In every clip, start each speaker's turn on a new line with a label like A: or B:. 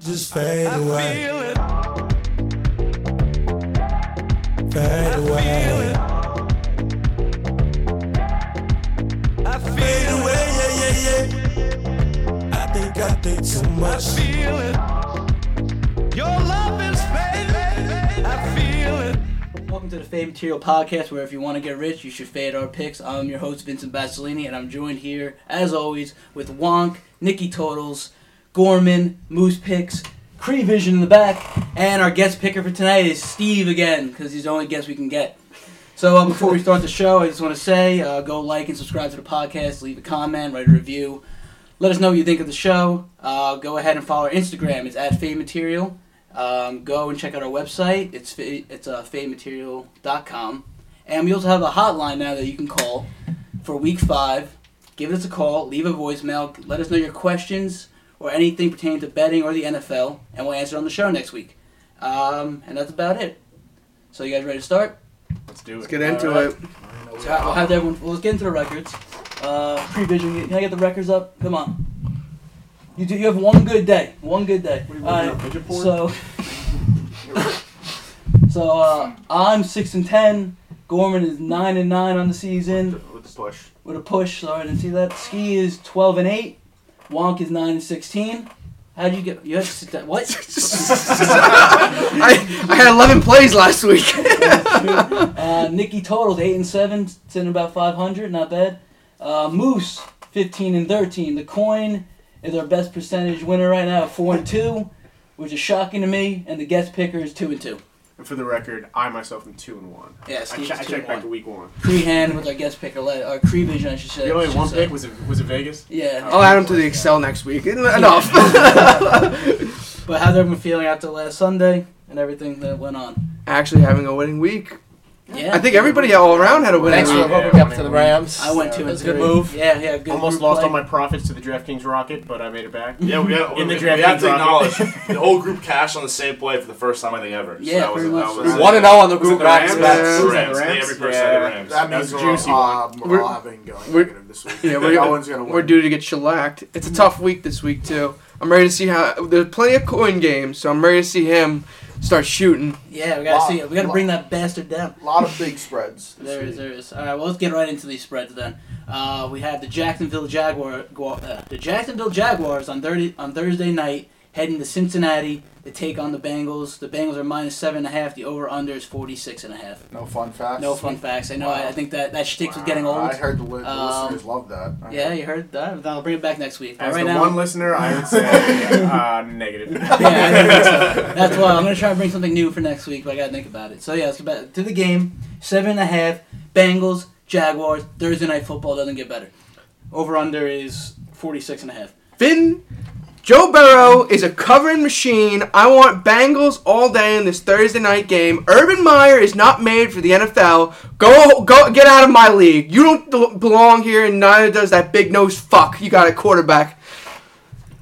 A: just fade away.
B: Feel it,
A: Fade
B: feel
A: away.
B: it. I
A: Fade
B: feel
A: away,
B: it,
A: yeah, yeah, yeah. I think I think too
B: I
A: much.
B: feel it. Your love is fading. I feel it.
C: Welcome to the Fade Material Podcast, where if you want to get rich, you should fade our picks. I'm your host, Vincent Basilini, and I'm joined here, as always, with Wonk, Nikki Totals, Gorman, Moose Picks, Cree Vision in the back, and our guest picker for tonight is Steve again, because he's the only guest we can get. So uh, before we start the show, I just want to say uh, go like and subscribe to the podcast, leave a comment, write a review. Let us know what you think of the show. Uh, go ahead and follow our Instagram. It's at Fade Material. Um, go and check out our website. It's fa- it's uh, fadematerial.com. And we also have a hotline now that you can call for week five. Give us a call, leave a voicemail, let us know your questions or anything pertaining to betting or the NFL, and we'll answer on the show next week. Um, and that's about it. So you guys ready to start?
D: Let's do
E: Let's
D: it.
E: get into
C: All right.
E: it.
C: So all right, we'll have everyone. Well, let's get into the records. Uh, pre-vision. Can I get the records up? Come on. You do. You have one good day. One good day.
D: What are you
C: All
D: looking
C: right.
D: up, Pigeon porn?
C: So. so uh, I'm six and ten. Gorman is nine and nine on the
D: With
C: season
D: the- with the push.
C: with a push. Sorry, I didn't see that. Ski is twelve and eight. Wonk is nine and sixteen. How would you get? You had six, what?
E: I, I had 11 plays last week.
C: Uh, Nikki totals eight and seven, sitting about five hundred, not bad. Uh, Moose fifteen and thirteen. The coin is our best percentage winner right now, at four and two, which is shocking to me. And the guest picker is two and two.
D: And for the record, I myself am two and one.
C: Yeah,
D: I,
C: Steve's
D: che- I
C: two and
D: checked back to
C: one.
D: week one.
C: Crehan with our guest picker, le- or Cree Vision, I should say.
D: You only
C: should
D: had one
C: say.
D: pick Oh, was it was it Vegas?
C: Yeah.
E: I'll add him Oh, to the Excel next week. Enough.
C: But how's everyone feeling after last Sunday and everything that went on?
E: Actually, having a winning week.
C: Yeah.
E: I think everybody all around had a winning
F: Thanks for
E: week.
F: hooking up to the Rams.
C: I went
F: So
C: two and
F: that was a
C: three.
F: good move.
C: Yeah, yeah. Good
D: Almost
C: group
D: lost
C: play.
D: all my profits to the DraftKings Rocket, but I made it back.
F: Yeah, we, have,
D: In the
F: we,
D: draft,
F: we have
D: we
F: to acknowledge
D: dropped
F: the whole group cashed on the same play for the first time I think ever.
C: Yeah,
F: so that was,
C: pretty
F: that
C: much.
F: was
D: We
F: uh,
D: won
F: it.
D: 1-0
F: out on
D: the
F: group.
D: group. Rams,
F: Rams,
E: Rams.
F: Rams,
E: Who's
D: that,
F: Rams.
D: Rams?
F: Every person
D: Yeah.
F: had the Rams.
D: That
F: That
G: That
D: means
G: means
D: we're
G: we're,
D: all-
G: all,
E: we're-
G: having going
E: we're-
G: negative this week.
E: Yeah,
G: no
E: we're,
G: one's gonna win.
E: we're due to get shellacked. It's a tough week this week too. I'm ready to see how. There's plenty of coin games, so I'm ready to see him start shooting.
C: Yeah, we gotta
G: Wow.
C: see it. We gotta bring that bastard down.
G: a lot of big spreads. This
C: There
G: week.
C: is, there is. All right, well, let's get right into these spreads then. Uh, we have the Jacksonville Jaguar, Gua- uh, the Jacksonville Jaguars on thirty on Thursday night heading to Cincinnati to take on the Bengals. The Bengals are minus seven and a half. The over under is forty six and a half.
G: No fun facts.
C: No fun facts. I know. I, I think that that shtick's with
D: Wow.
C: getting
G: I
C: old.
G: heard the, li- the
C: Um,
G: listeners love that. I
C: Yeah,
G: heard.
C: you heard that. I'll bring it back next week. But
D: As
C: right
D: the
C: now,
D: one listener, I would say uh, negative.
C: yeah, I think that's- that's why I'm gonna try and bring something new for next week, but I gotta think about it. So yeah, let's get back to the game. Seven and a half. Bengals, Jaguars. Thursday night football doesn't get better. Over under is forty six and a half.
E: Finn, Joe Burrow is a covering machine. I want Bengals all day in this Thursday night game. Urban Meyer is not made for the NFL. Go, go, get out of my league. You don't bel- belong here, and neither does that big nose fuck. You got a quarterback.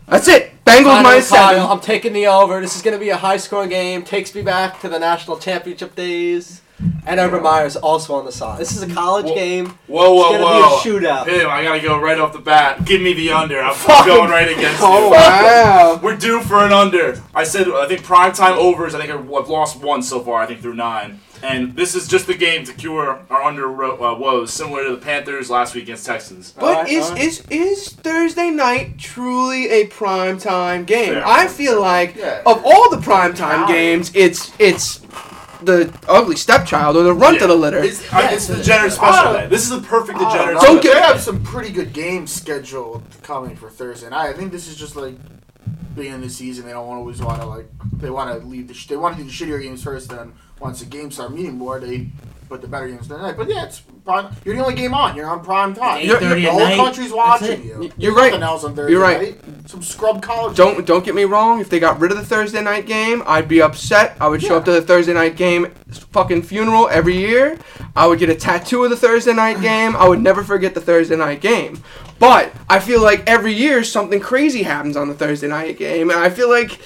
E: That's it. Bengals
F: Final,
E: minus
F: final.
E: seven.
F: I'm taking the over. This is going to be a high scoring game. Takes me back to the national championship days. And Urban Meyer's also on the side. This is a college Well, game.
G: Whoa,
F: It's going to be a shootout.
G: Pim, I gotta go right off the bat. Give me the under. I'm
E: going
G: right against
E: Wow.
G: We're due for an under. I said I think prime time overs. I think I've lost one so far. I think through nine, and this is just the game to cure our under uh, woes, similar to the Panthers last week against Texans.
E: But
F: Alright,
E: is,
F: alright.
E: is is Thursday night truly a prime time game?
G: Fair.
E: I feel like
G: Yeah.
E: of all the prime time games, it's it's the ugly stepchild or the runt of the litter.
G: It's, I- it's
C: Yeah.
G: the generous special day. This is the perfect I Oh. don't
E: know.
G: degenerate. special
E: Don't get-
G: day.
E: it.
G: I
E: up.
G: have some pretty good games scheduled coming for Thursday. And I think this is just like being in the season. They don't want to always want to like they want to leave the sh- they want to do the shittier games first. Then once the games start meeting more, they put the better games to the night. But yeah, it's prime, you're the only game on. You're on prime time.
C: It's
E: You're-
C: 8:30
G: the
C: at
G: whole
C: night.
G: country's
C: That's
G: watching
C: it.
G: you.
E: You're
G: Nothing
E: right.
G: else on Thursday
E: You're right.
G: night. Some scrub college.
E: Don't don't get me wrong. If they got rid of the Thursday night game, I'd be upset. I would show up to the Thursday night game fucking funeral every year. I would get a tattoo of the Thursday night game. I would never forget the Thursday night game. But I feel like every year something crazy happens on the Thursday night game, and I feel like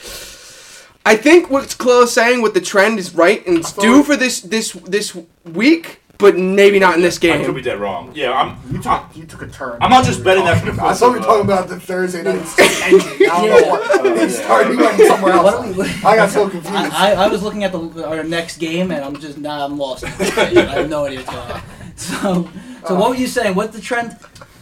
E: I think what Chloe's saying with the trend is right and it's
G: thought-
E: due for this this this week. but maybe not in this
H: I could
E: game.
H: be dead wrong. Yeah, I'm.
G: You took you took a turn.
H: I'm not just betting that.
G: I thought we were talking about the Thursday night ending. I don't know what.
H: Yeah.
G: It started we went somewhere
C: Why don't
G: else.
C: we-
G: I got so confused.
C: I, I, I was looking at the our next game and I'm just now I'm lost. I have no idea what's going on. So, so
G: Uh,
C: what were you saying? What's the trend?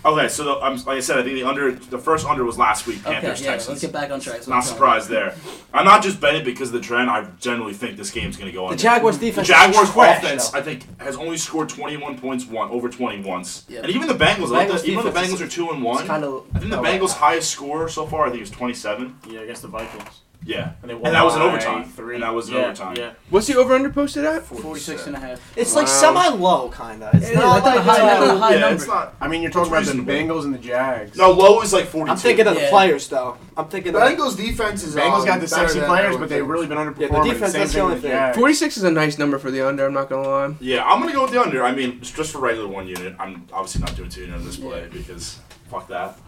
H: Okay, so the, um, like I said, I think the under, the first under was last week,
C: Okay,
H: Panthers
C: yeah, let's
H: Texans.
C: get back on track. That's what
H: Not
C: I'm talking
H: surprised there. I'm not just betting because of the trend. I generally think this game's going to go
F: The
H: under.
F: Jaguars
H: The
F: defense. is
H: Jaguars
F: trash,
H: offense,
F: though.
H: I think, has only scored 21 points one over 20 once.
C: Yeah.
H: And even the Bengals, I think
F: Bengals
H: the, even though the
F: defense
H: Bengals
F: is-
H: are two and
C: about.
H: one.
C: It's kind of
H: I think the
F: Oh,
H: Bengals'
F: wow.
H: highest score so far, I think, is 27.
D: Yeah, against the Vikings.
H: Yeah,
D: And, they won
H: and that was an
D: by
H: overtime.
D: Three.
H: And that was an
D: yeah,
H: overtime.
D: Yeah.
E: What's the over under posted at?
C: 46 and a half.
F: It's like
E: Wow.
F: semi-low, kind of. It's
C: It is,
F: not
C: that's not
F: like
C: high, that's
F: it's
C: not
F: not-
C: high
H: yeah,
C: number.
H: it's not.
D: I mean, you're talking
H: It's
D: about the
H: reasonable.
D: Bengals and the Jags.
H: No, low is like 42.
F: I'm thinking of the
C: Yeah.
F: players, though. I'm thinking
G: The
F: of
G: Bengals defense is.
D: Bengals
G: um,
D: got
G: better
D: the sexy
G: than
D: players,
G: everyone
D: but they've
G: thinks.
D: really been underperforming.
F: Yeah, the defense,
D: Same
F: that's the
D: thing
F: only
D: with
F: thing.
D: Jags.
E: 46 is a nice number for the under. I'm not gonna lie.
H: Yeah, I'm gonna go with the under. I mean, just for regular one unit, I'm obviously not doing two unit on this play
C: Yeah.
H: because fuck that.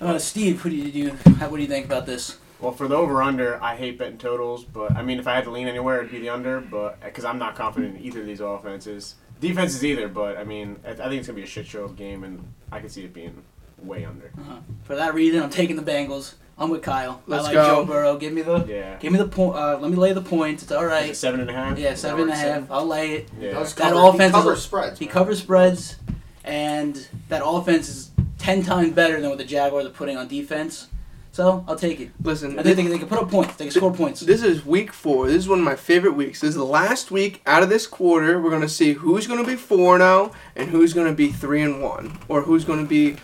C: Uh, Steve, who do you, do you how, what do you think about this?
D: Well, for the over under, I hate betting totals, but I mean, if I had to lean anywhere, it'd be the under, but because I'm not confident in either of these offenses, defenses either. But I mean, I, I think it's gonna be a shit show of a game, and I can see it being way under.
C: For that reason, I'm taking the Bengals. I'm with Kyle.
E: Let's
C: I like
E: go.
C: Joe Burrow. Give me the
D: Yeah,
C: give me the point. Uh, let me lay the points. It's all
D: Is it
C: right.
D: seven and a half.
C: Yeah,
D: Is that
C: seven and a
D: what it said?
C: half. I'll lay it.
G: He
D: Yeah.
G: does
C: That
G: cover,
C: offense
G: he
C: is a-
G: covers spreads.
C: He
G: man.
C: covers spreads, and that offense is ten times better than what the Jaguars are putting on defense. So I'll take it.
E: Listen,
C: I think they, they can put up points. They can score points.
E: This is week four. This is one of my favorite weeks. This is the last week out of this quarter. We're gonna see who's gonna be four now and who's gonna be three and one, or who's gonna be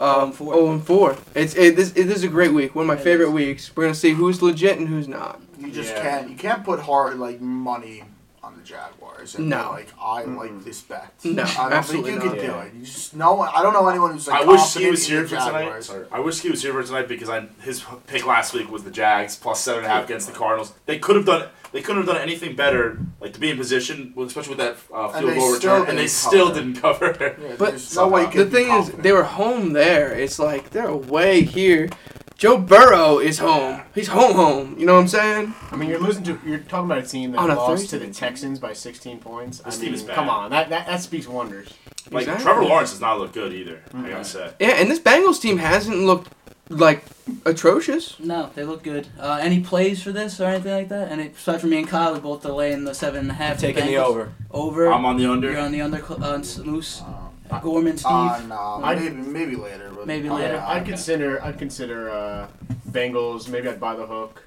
E: um,
C: and four.
E: oh and four. It's it, this it, this is a great week. One of my
C: It
E: favorite
C: is.
E: weeks. We're gonna see who's legit and who's not.
G: You just
D: Yeah.
G: can't. You can't put hard like money on the Jaguars. And
E: No.
G: no. Like I
D: Mm-mm.
G: like this bet.
E: No,
G: I don't think
E: absolutely
G: you
E: not.
G: can do
D: Yeah.
G: it. You just no. I don't know anyone who's like.
H: I wish
G: confident
H: he was
G: in
H: here
G: the
H: for tonight.
G: Jaguars.
H: I wish he was here for tonight because I his pick last week was the Jags plus seven and a half against the Cardinals. They could have done they couldn't have done anything better, like to be in position, with- especially with that uh,
G: And
H: field
G: they
H: goal
G: still
H: return, and they
G: didn't
H: still
G: cover.
H: didn't cover.
G: Yeah,
E: But
G: there's no way you
E: the
G: could be
E: thing is,
G: confident.
E: they were home there. It's like they're away here. Joe Burrow is home. He's home, home. You know what I'm saying?
D: I mean, you're losing to. You're talking about a team that
E: On a
D: lost
E: Thursday.
D: to the Texans by 16 points. I
H: This team
D: mean,
H: is bad.
D: come on, that, that that speaks wonders.
H: Like
E: Exactly.
H: Trevor Lawrence does not look good either. I gotta say.
E: Yeah, and this Bengals team hasn't looked like atrocious.
C: No, they look good. Uh, any plays for this or anything like that? And it, aside from me and Kyle, we both are laying the seven and a half.
F: taking the
C: Bengals.
F: over.
C: Over.
H: I'm on the under.
C: You're on the under on Moose.
G: Um,
C: Gorman, Steve.
G: Uh, no,
C: I-
G: maybe maybe later. But
C: Maybe
G: I-
C: later.
G: I-
D: Oh, I'd consider. I'd consider uh, Bengals. Maybe I'd buy the hook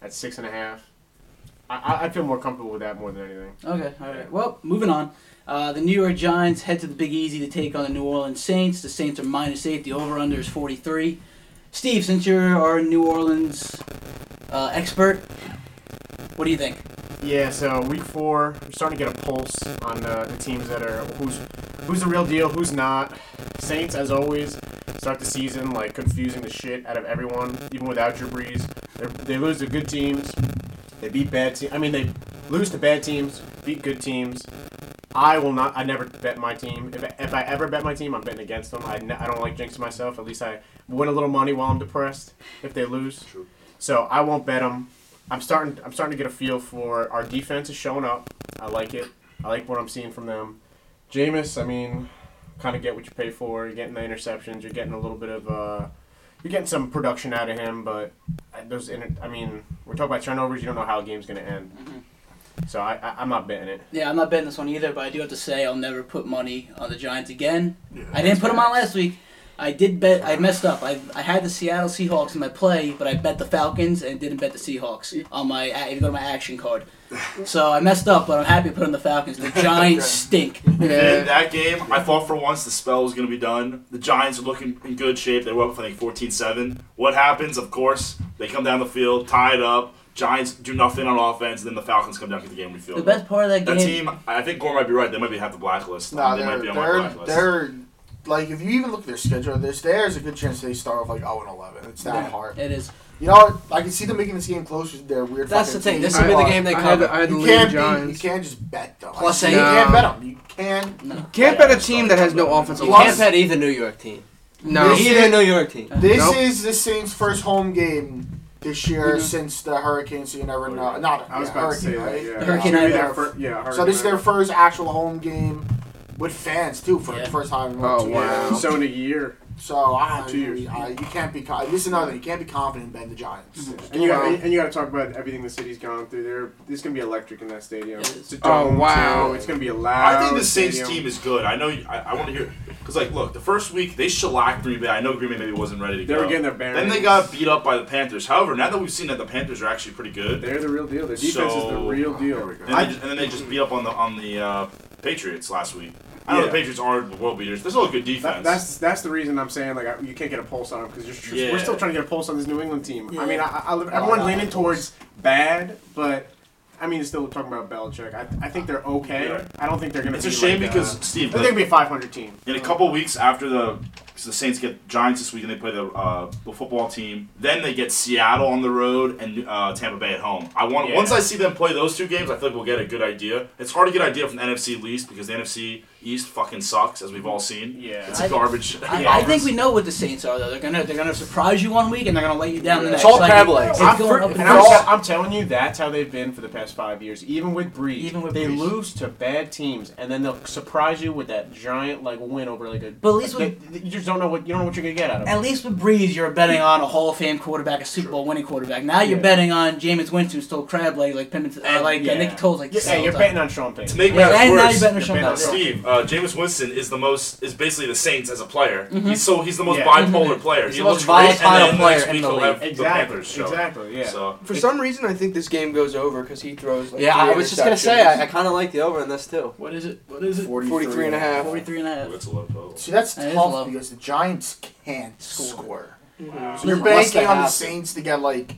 D: at six and a half. I- I, I feel more comfortable with that more than anything.
C: Okay, all right. Well, moving on. Uh, the New York Giants head to the Big Easy to take on the New Orleans Saints. The Saints are minus eight. The over/under is forty-three. Steve, since you're our New Orleans uh, expert, what do you think?
D: Yeah, so week four, we're starting to get a pulse on the, the teams that are who's who's the real deal, who's not. Saints, as always, start the season like confusing the shit out of everyone, even without Drew Brees. They're, they lose to good teams, they beat bad teams. I mean, they lose to bad teams, beat good teams. I will not. I never bet my team. If I, if I ever bet my team, I'm betting against them. I, ne- I don't like jinxing myself. At least I win a little money while I'm depressed if they lose.
H: True.
D: So I won't bet them. I'm starting. I'm starting to get a feel for our defense is showing up. I like it. I like what I'm seeing from them. Jameis, I mean, kind of get what you pay for. You're getting the interceptions. You're getting a little bit of. Uh, you're getting some production out of him, but uh, those. Inter- I mean, we're talking about turnovers. You don't know how a game's gonna end. So I, I, I'm not betting it.
C: Yeah, I'm not betting this one either, but I do have to say I'll never put money on the Giants again.
G: Yeah,
C: I didn't put them on last week. I did bet. I messed up. I, I had the Seattle Seahawks in my play, but I bet the Falcons and didn't bet the Seahawks on my. If you go to my action card, so I messed up. But I'm happy putting the Falcons. The Giants stink.
H: In
E: Yeah.
H: that game, I thought for once the spell was going to be done. The Giants are looking in good shape. They were up, I think, 14 7. What happens, of course, they come down the field, tie it up. Giants do nothing on offense, and then the Falcons come down to the game refield.
C: The best part of that game.
H: That team, I think Gore might be right. They might be have the blacklist.
G: No,
H: they
G: they're
H: might be on my
G: they're
H: blacklist.
G: they're like if you even look at their schedule, there's there's a good chance they start off like 0 and 11. It's that
C: Yeah.
G: hard.
C: It is.
G: You know, what? I can see them making this game closer. They're weird.
F: That's the
G: fucking
F: thing.
G: teams,
F: This will be the
G: but
F: game they
E: I had,
F: cover.
E: to- I had to
G: You
E: leave the
G: can't be, you
E: Giants.
G: can't just bet them.
F: Plus
G: you
F: eight.
G: can't
E: No.
G: bet them. You can.
C: No.
E: Can't bet a team that has no offensive
F: You
G: Plus-
F: can't bet either New York team.
E: No.
G: This-
F: Either New York team.
G: This
E: Nope.
G: is the Saints' first home game this year
C: Mhm.
G: since the hurricane. So you never
D: Oh,
G: know.
D: yeah.
G: Not
D: I was
G: yeah,
D: about to
G: hurricane,
D: say that,
G: right?
D: yeah.
C: The Hurricane
G: It's gonna be
C: Ivy.
G: their
D: Their fir- yeah,
G: So this is their
D: Hurricane
G: first actual home game with fans too for
C: Yeah.
G: the first time. in
E: Oh,
G: like two
E: wow.
G: years.
D: So in a year,
G: So I,
D: Two years.
G: I- you can't be. co- This is another thing. You can't be confident in Ben the Giants.
D: and you got and you got to talk about everything the city's gone through. There, it's gonna be electric in that stadium.
C: It is.
D: It's a
E: Oh,
D: dome,
E: wow.
D: too. It's gonna be a loud.
H: I think the Saints
D: stadium.
H: team is good. I know. I, I want to hear because, like, look, the first week they shellacked Green Bay. I know Green Bay maybe wasn't ready to
D: They
H: go.
D: were getting their bearings.
H: then they got beat up by the Panthers. However, now that we've seen that the Panthers are actually pretty good,
D: They're the real deal. Their defense is the
H: So-
D: real deal.
H: and, they, and then they just beat up on the on the uh, Patriots last week. I know
D: Yeah.
H: the Patriots aren't the world beaters. They're still a good
D: That,
H: defense.
D: that's that's the reason I'm saying like I, you can't get a pulse on them because you're, you're- we're
H: Yeah.
D: still trying to get a pulse on this New England team.
C: Yeah.
D: I mean, I, I, I-
G: I
D: everyone
G: got
D: leaning
G: a pulse.
D: towards bad, but I mean, still talking about Belichick. I, I think they're okay.
H: Yeah.
D: I don't think they're gonna.
H: it's
D: be
H: a shame
D: like,
H: because
D: uh,
H: Steve,
D: they're
H: like,
D: gonna be a 500 team.
H: in a couple weeks after the 'cause the Saints get Giants this week and they play the uh, the football team, then they get Seattle on the road and uh, Tampa Bay at home. I want
D: Yeah.
H: once I see them play those two games, I feel like we'll get a good idea. It's hard to get an idea from the NFC East because the NFC East fucking sucks as we've all seen.
D: Yeah.
H: it's
C: I-
H: a garbage.
C: I, I
H: conference.
C: think we know what the Saints are though. They're gonna they're gonna surprise you one week and they're gonna let you down the
D: Yeah.
C: next.
F: It's all crab legs.
C: It's
D: I'm,
C: going
D: for-
C: up
D: and
C: and
D: I'm,
C: down.
D: te- I'm telling you, that's how they've been for the past five years. Even with Breeze,
C: Even with
D: they
C: Brees.
D: lose to bad teams, and then they'll surprise you with that giant like win over like a.
C: But at least
D: they-
C: with-
D: they- you just don't know what you don't know what you're gonna get out of.
C: At
D: them.
C: least with Breeze, you're betting on a Hall of Fame quarterback, a Super Bowl winning quarterback. Now you're
D: Yeah.
C: betting on Jameis Winston, still crab leg, like Pimpin, uh,
D: And-
C: like
D: yeah.
C: uh, Nicky Toles, like
D: Yeah, you're betting on Trump.
H: to make
C: Yeah, and
H: matters
C: now
H: worse.
C: you're betting on
D: you're
C: Sean
D: betting on
C: Payton.
H: Steve, uh, Jameis Winston is the most is basically the Saints as a player. He's so he's the most
D: Yeah.
H: bipolar player.
F: Mm-hmm. He's
H: he
F: the
H: looks
F: most
H: great, and
F: volatile
H: then next
F: player in
H: week
F: the
H: he'll
F: league.
H: have the
D: Exactly.
H: Panthers show.
D: Exactly. Yeah.
H: So
E: For some reason, I think this game goes over because he throws like
F: Yeah,
E: three
F: I was just gonna say I, I kind of like the over in this too.
C: What is it? What is it?
G: 43,
E: 43 and a half.
C: 43 and a half.
H: that's a low total.
G: See, that's
C: That is low.
G: tough because the Giants can't
C: Score.
G: score. So
D: Mm-hmm.
C: Wow.
G: you're
C: Unless
F: they
G: banking on the
F: have-
G: Saints to get like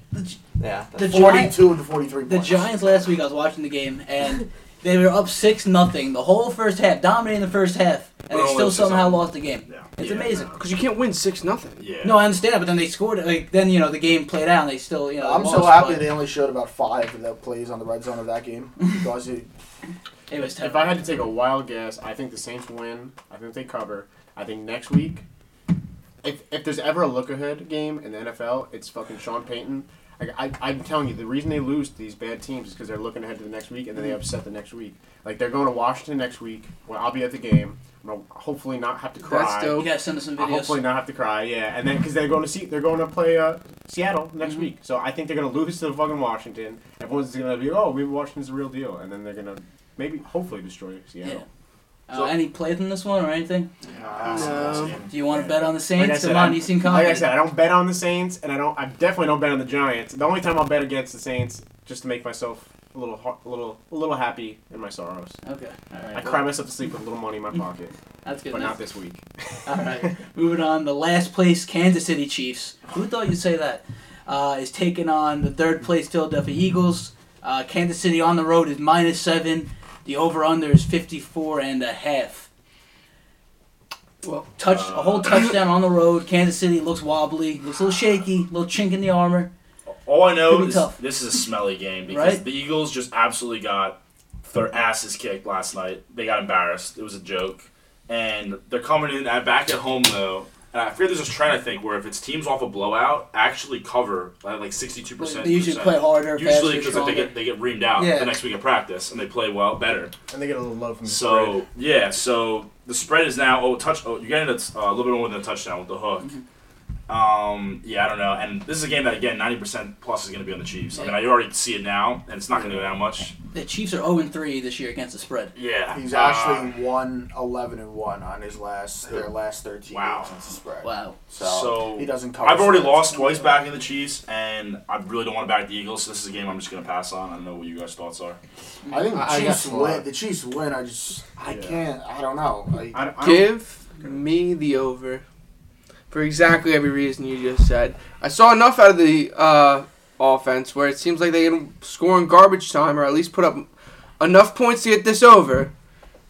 F: Yeah.
C: The Giants,
G: 42 and 43
C: the
G: points.
C: Giants last week, I was watching the game, and they were up 6 nothing the whole first half, dominating the first half, and
H: Well,
C: they still
H: it's just-
C: somehow lost the game.
H: Yeah.
C: It's
D: Yeah,
C: amazing.
E: because you can't win six nothing.
H: Yeah.
C: No, I understand that, but then they scored. Like then, you know, the game played out, and they still, you know,
G: I'm
C: uh, lost,
G: so happy
C: but
G: they only showed about five of the plays on the red zone of that game because it,
C: It was
D: If
C: terrible.
D: I had to take a wild guess, I think the Saints win. I think they cover. I think next week, if if there's ever a look ahead game in the NFL, it's fucking Sean Payton. I, I, I'm telling you, the reason they lose to these bad teams is because they're looking ahead to the next week and then they upset the next week. Like they're going to Washington next week. Well, I'll be at the game. I'm gonna hopefully not have to cry.
E: That's dope.
C: You guys send us some
D: I'll hopefully
C: videos.
D: not have to cry. Yeah, and then because they're going to see they're going to play uh, Seattle next
C: Mhm.
D: week, so I think they're going to lose to the fucking Washington. Everyone's going to be oh maybe Washington's the real deal, and then they're going to maybe hopefully destroy Seattle. Ah,
C: Uh, any plays in this one or anything?
H: No.
C: Do you want to bet on the
D: Like
C: Saints?
D: I said,
C: Come on,
D: I-
C: you seem
D: Like I
C: confident.
D: said, I don't bet on the Saints, and I don't I definitely don't bet on the Giants. The only time I'll bet against the Saints just to make myself a little har- a little a little happy in my sorrows.
C: okay, all right.
D: I cry myself to sleep with a little money in my pocket,
C: That's good
D: but
C: enough.
D: not this week.
C: All right, moving on. The last place, Kansas City Chiefs. Who thought you'd say that? Uh, is taking on the third place Philadelphia Eagles. Uh, Kansas City on the road is minus seven. The over under is 54 and a half. Well, touch a
H: uh,
C: whole touchdown on the road. Kansas City looks wobbly, looks a little shaky, little chink in the armor.
H: All I know
C: Could be
H: is
C: tough.
H: this is a smelly game because
C: Right?
H: the Eagles just absolutely got their asses kicked last night. They got embarrassed. It was a joke. And they're coming in at, back at home though. And I forget there's this trend I think where if it's teams off a blowout, actually cover by like 62 percent.
C: They usually play harder,
H: Usually
C: faster,
H: because like, they
C: stronger.
H: get they get reamed out
C: Yeah.
H: the next week of practice and they play well better.
D: And they get a little love from the
H: So yeah, so the spread is now oh touch oh you're getting a, t- a little bit more than a touchdown with the hook.
C: Mm-hmm.
H: Um, yeah, I don't know, and this is a game that again ninety percent plus is going to be on the Chiefs. I mean, I already see it now, and it's not going to go down much.
C: The Chiefs are 0 3 this year against the spread.
H: Yeah,
G: he's
H: uh,
G: actually won 11 and 1 on his last their last 13
H: Wow.
G: games since the spread.
C: Wow.
G: So,
H: So,
G: he doesn't cover.
H: I've already
G: spreads.
H: lost twice back in the Chiefs, and I really don't want to back the Eagles. So this is a game I'm just going to pass on. I don't know what you guys' thoughts are.
G: I think the
D: I- I
G: Chiefs
D: got
G: win.
D: slaughtered.
G: The Chiefs win. I just I
D: Yeah.
G: can't. I don't know. Like,
D: I, I don't,
E: Give me the over for exactly every reason you just said. I saw enough out of the uh, offense where it seems like they can score in garbage time or at least put up enough points to get this over.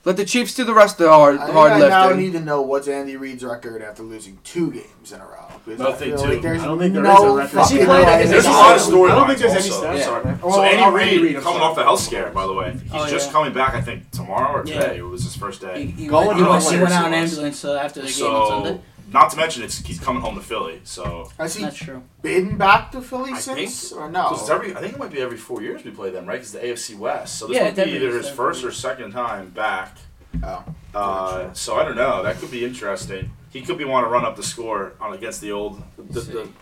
E: Let the Chiefs do the rest of the hard,
G: I, think
E: hard
G: I now
E: lifting.
G: need to know what's Andy Reid's record after losing two games in a row. Because
H: No,
G: I feel
H: they do.
G: like there's
D: I don't think there is a
G: no
D: record.
G: fucking
D: Is he
G: way.
D: playing against
H: There's a
D: the
H: lot of
D: I
H: storylines.
D: don't think there's any
H: also.
D: stats on that.
H: So
D: Oh,
H: Andy
D: oh, Randy
H: Reid
D: Reid, I'm
H: coming
D: sorry.
H: off the health scare, by the way. He's
C: Oh,
H: just
C: yeah.
H: coming back. I think tomorrow or
C: Yeah.
H: today. It was his first day.
C: He, he
F: Going
C: went, he
F: home
C: went- he
H: later
C: went out in
H: to
C: an
H: us.
C: ambulance uh, after the game on Sunday.
H: So, not to mention, it's he's coming home to Philly. So,
G: Has he
C: That's true.
G: been back to Philly
H: I think-
G: since or no?
H: 'Cause it's every, I think it might be every four years we play them, right? Because the AFC West. So this
C: Yeah,
H: might be
C: Denver
H: either
C: is
H: his
C: every-
H: first or second time back.
G: Oh.
H: Uh, so I don't know. That could be interesting. He could be want to run up the score on against the old the, the,
C: City.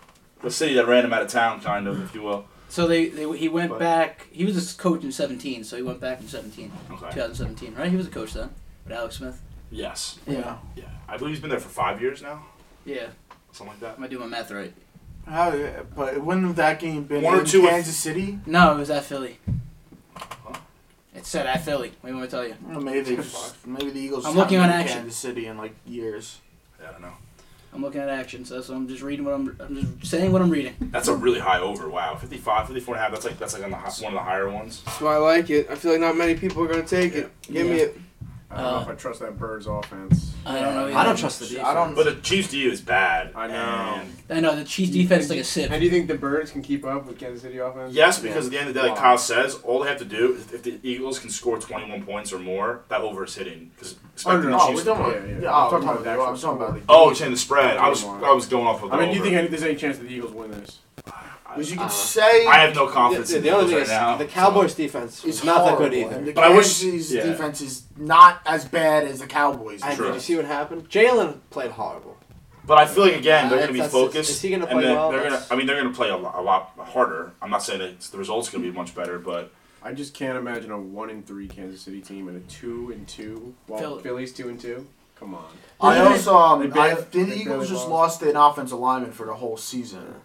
H: the city that ran him out of town, kind of, if you will.
C: So they, they he went
H: But-
C: back. He was a coach in 17, so he went back in 17,
H: Okay.
C: 2017, right? He was a coach then with Alex Smith.
H: Yes.
G: Yeah.
H: Yeah. I believe he's been there for five years now,
C: Yeah,
H: something like that.
C: am I doing my math right?
G: How, but wouldn't have that game been
H: One or
G: in
H: two if-
G: Kansas City?
C: No, it was at Philly. It said at Philly. What do you want me to tell you?
G: Well, maybe they just, maybe the Eagles.
C: I'm
G: haven't
C: looking
G: been
C: on
G: in
C: action.
G: Kansas City in like years.
H: Yeah, I don't know.
C: I'm looking at action, so that's what I'm just reading what I'm, I'm just saying what I'm reading.
H: That's a really high over. Wow, 55, 54 and a half. That's like that's like on the hi- one of the higher ones.
E: So I like it. I feel like not many people are gonna take it. Give me
C: Yeah.
E: it.
D: I don't know if I trust that Birds offense.
C: Uh, I don't know.
F: Uh, I don't
C: either.
F: trust the defense.
G: I don't.
H: But the Chiefs DU is bad.
D: I know.
H: and-
C: I know the Chiefs defense is like a sip.
F: do you think the Birds can keep up with Kansas City offense?
H: yes, because at the end of the day, like
D: Wow.
H: Kyle says, all they have to do is if the Eagles can score 21 points or more, that over is hitting. Because
D: Oh,
H: expecting
D: no,
H: the
D: no,
G: Oh,
H: Chiefs
G: we're
H: to
G: talking
D: Yeah,
G: about.
D: yeah.
G: Yeah,
D: I'm
G: oh,
D: talking
G: I'm talking
D: about the
G: about. I'm
D: actual
G: talking about the.
H: Oh, it's in the spread. I was
D: Game on.
H: I was going off of. The
D: I mean, do you
H: over.
D: think any, there's any chance that the Eagles win this?
G: Because you
F: Uh,
G: could say
H: I have no confidence.
F: The,
H: in
F: the only thing
H: right
F: is
H: now,
F: the
H: so-
F: Cowboys' defense
G: it's
F: is not that good
G: horrible, and
F: either.
G: The
H: But I wish-
G: Kansas City's
H: yeah.
G: defense is not as bad as the Cowboys.
F: And
H: True.
F: did you see what happened? Jalen played horrible.
H: But I feel like again they're
F: Uh,
H: going to be
F: that's-
H: focused.
F: is he gonna
H: and
F: play
H: then
F: well?
H: They're gonna,
F: That's-
H: I mean, they're going to play a lot, a lot harder. I'm not saying that it's- the results going to be much better, but
D: I just can't imagine a one and three Kansas City team and a two and two while
C: Phil-
D: Philly's two and two. Come on.
G: I also
D: They
G: um,
D: barely-
G: I, the
D: they
G: Eagles
D: barely
G: just lost
D: lost.
G: an offensive lineman for the whole season.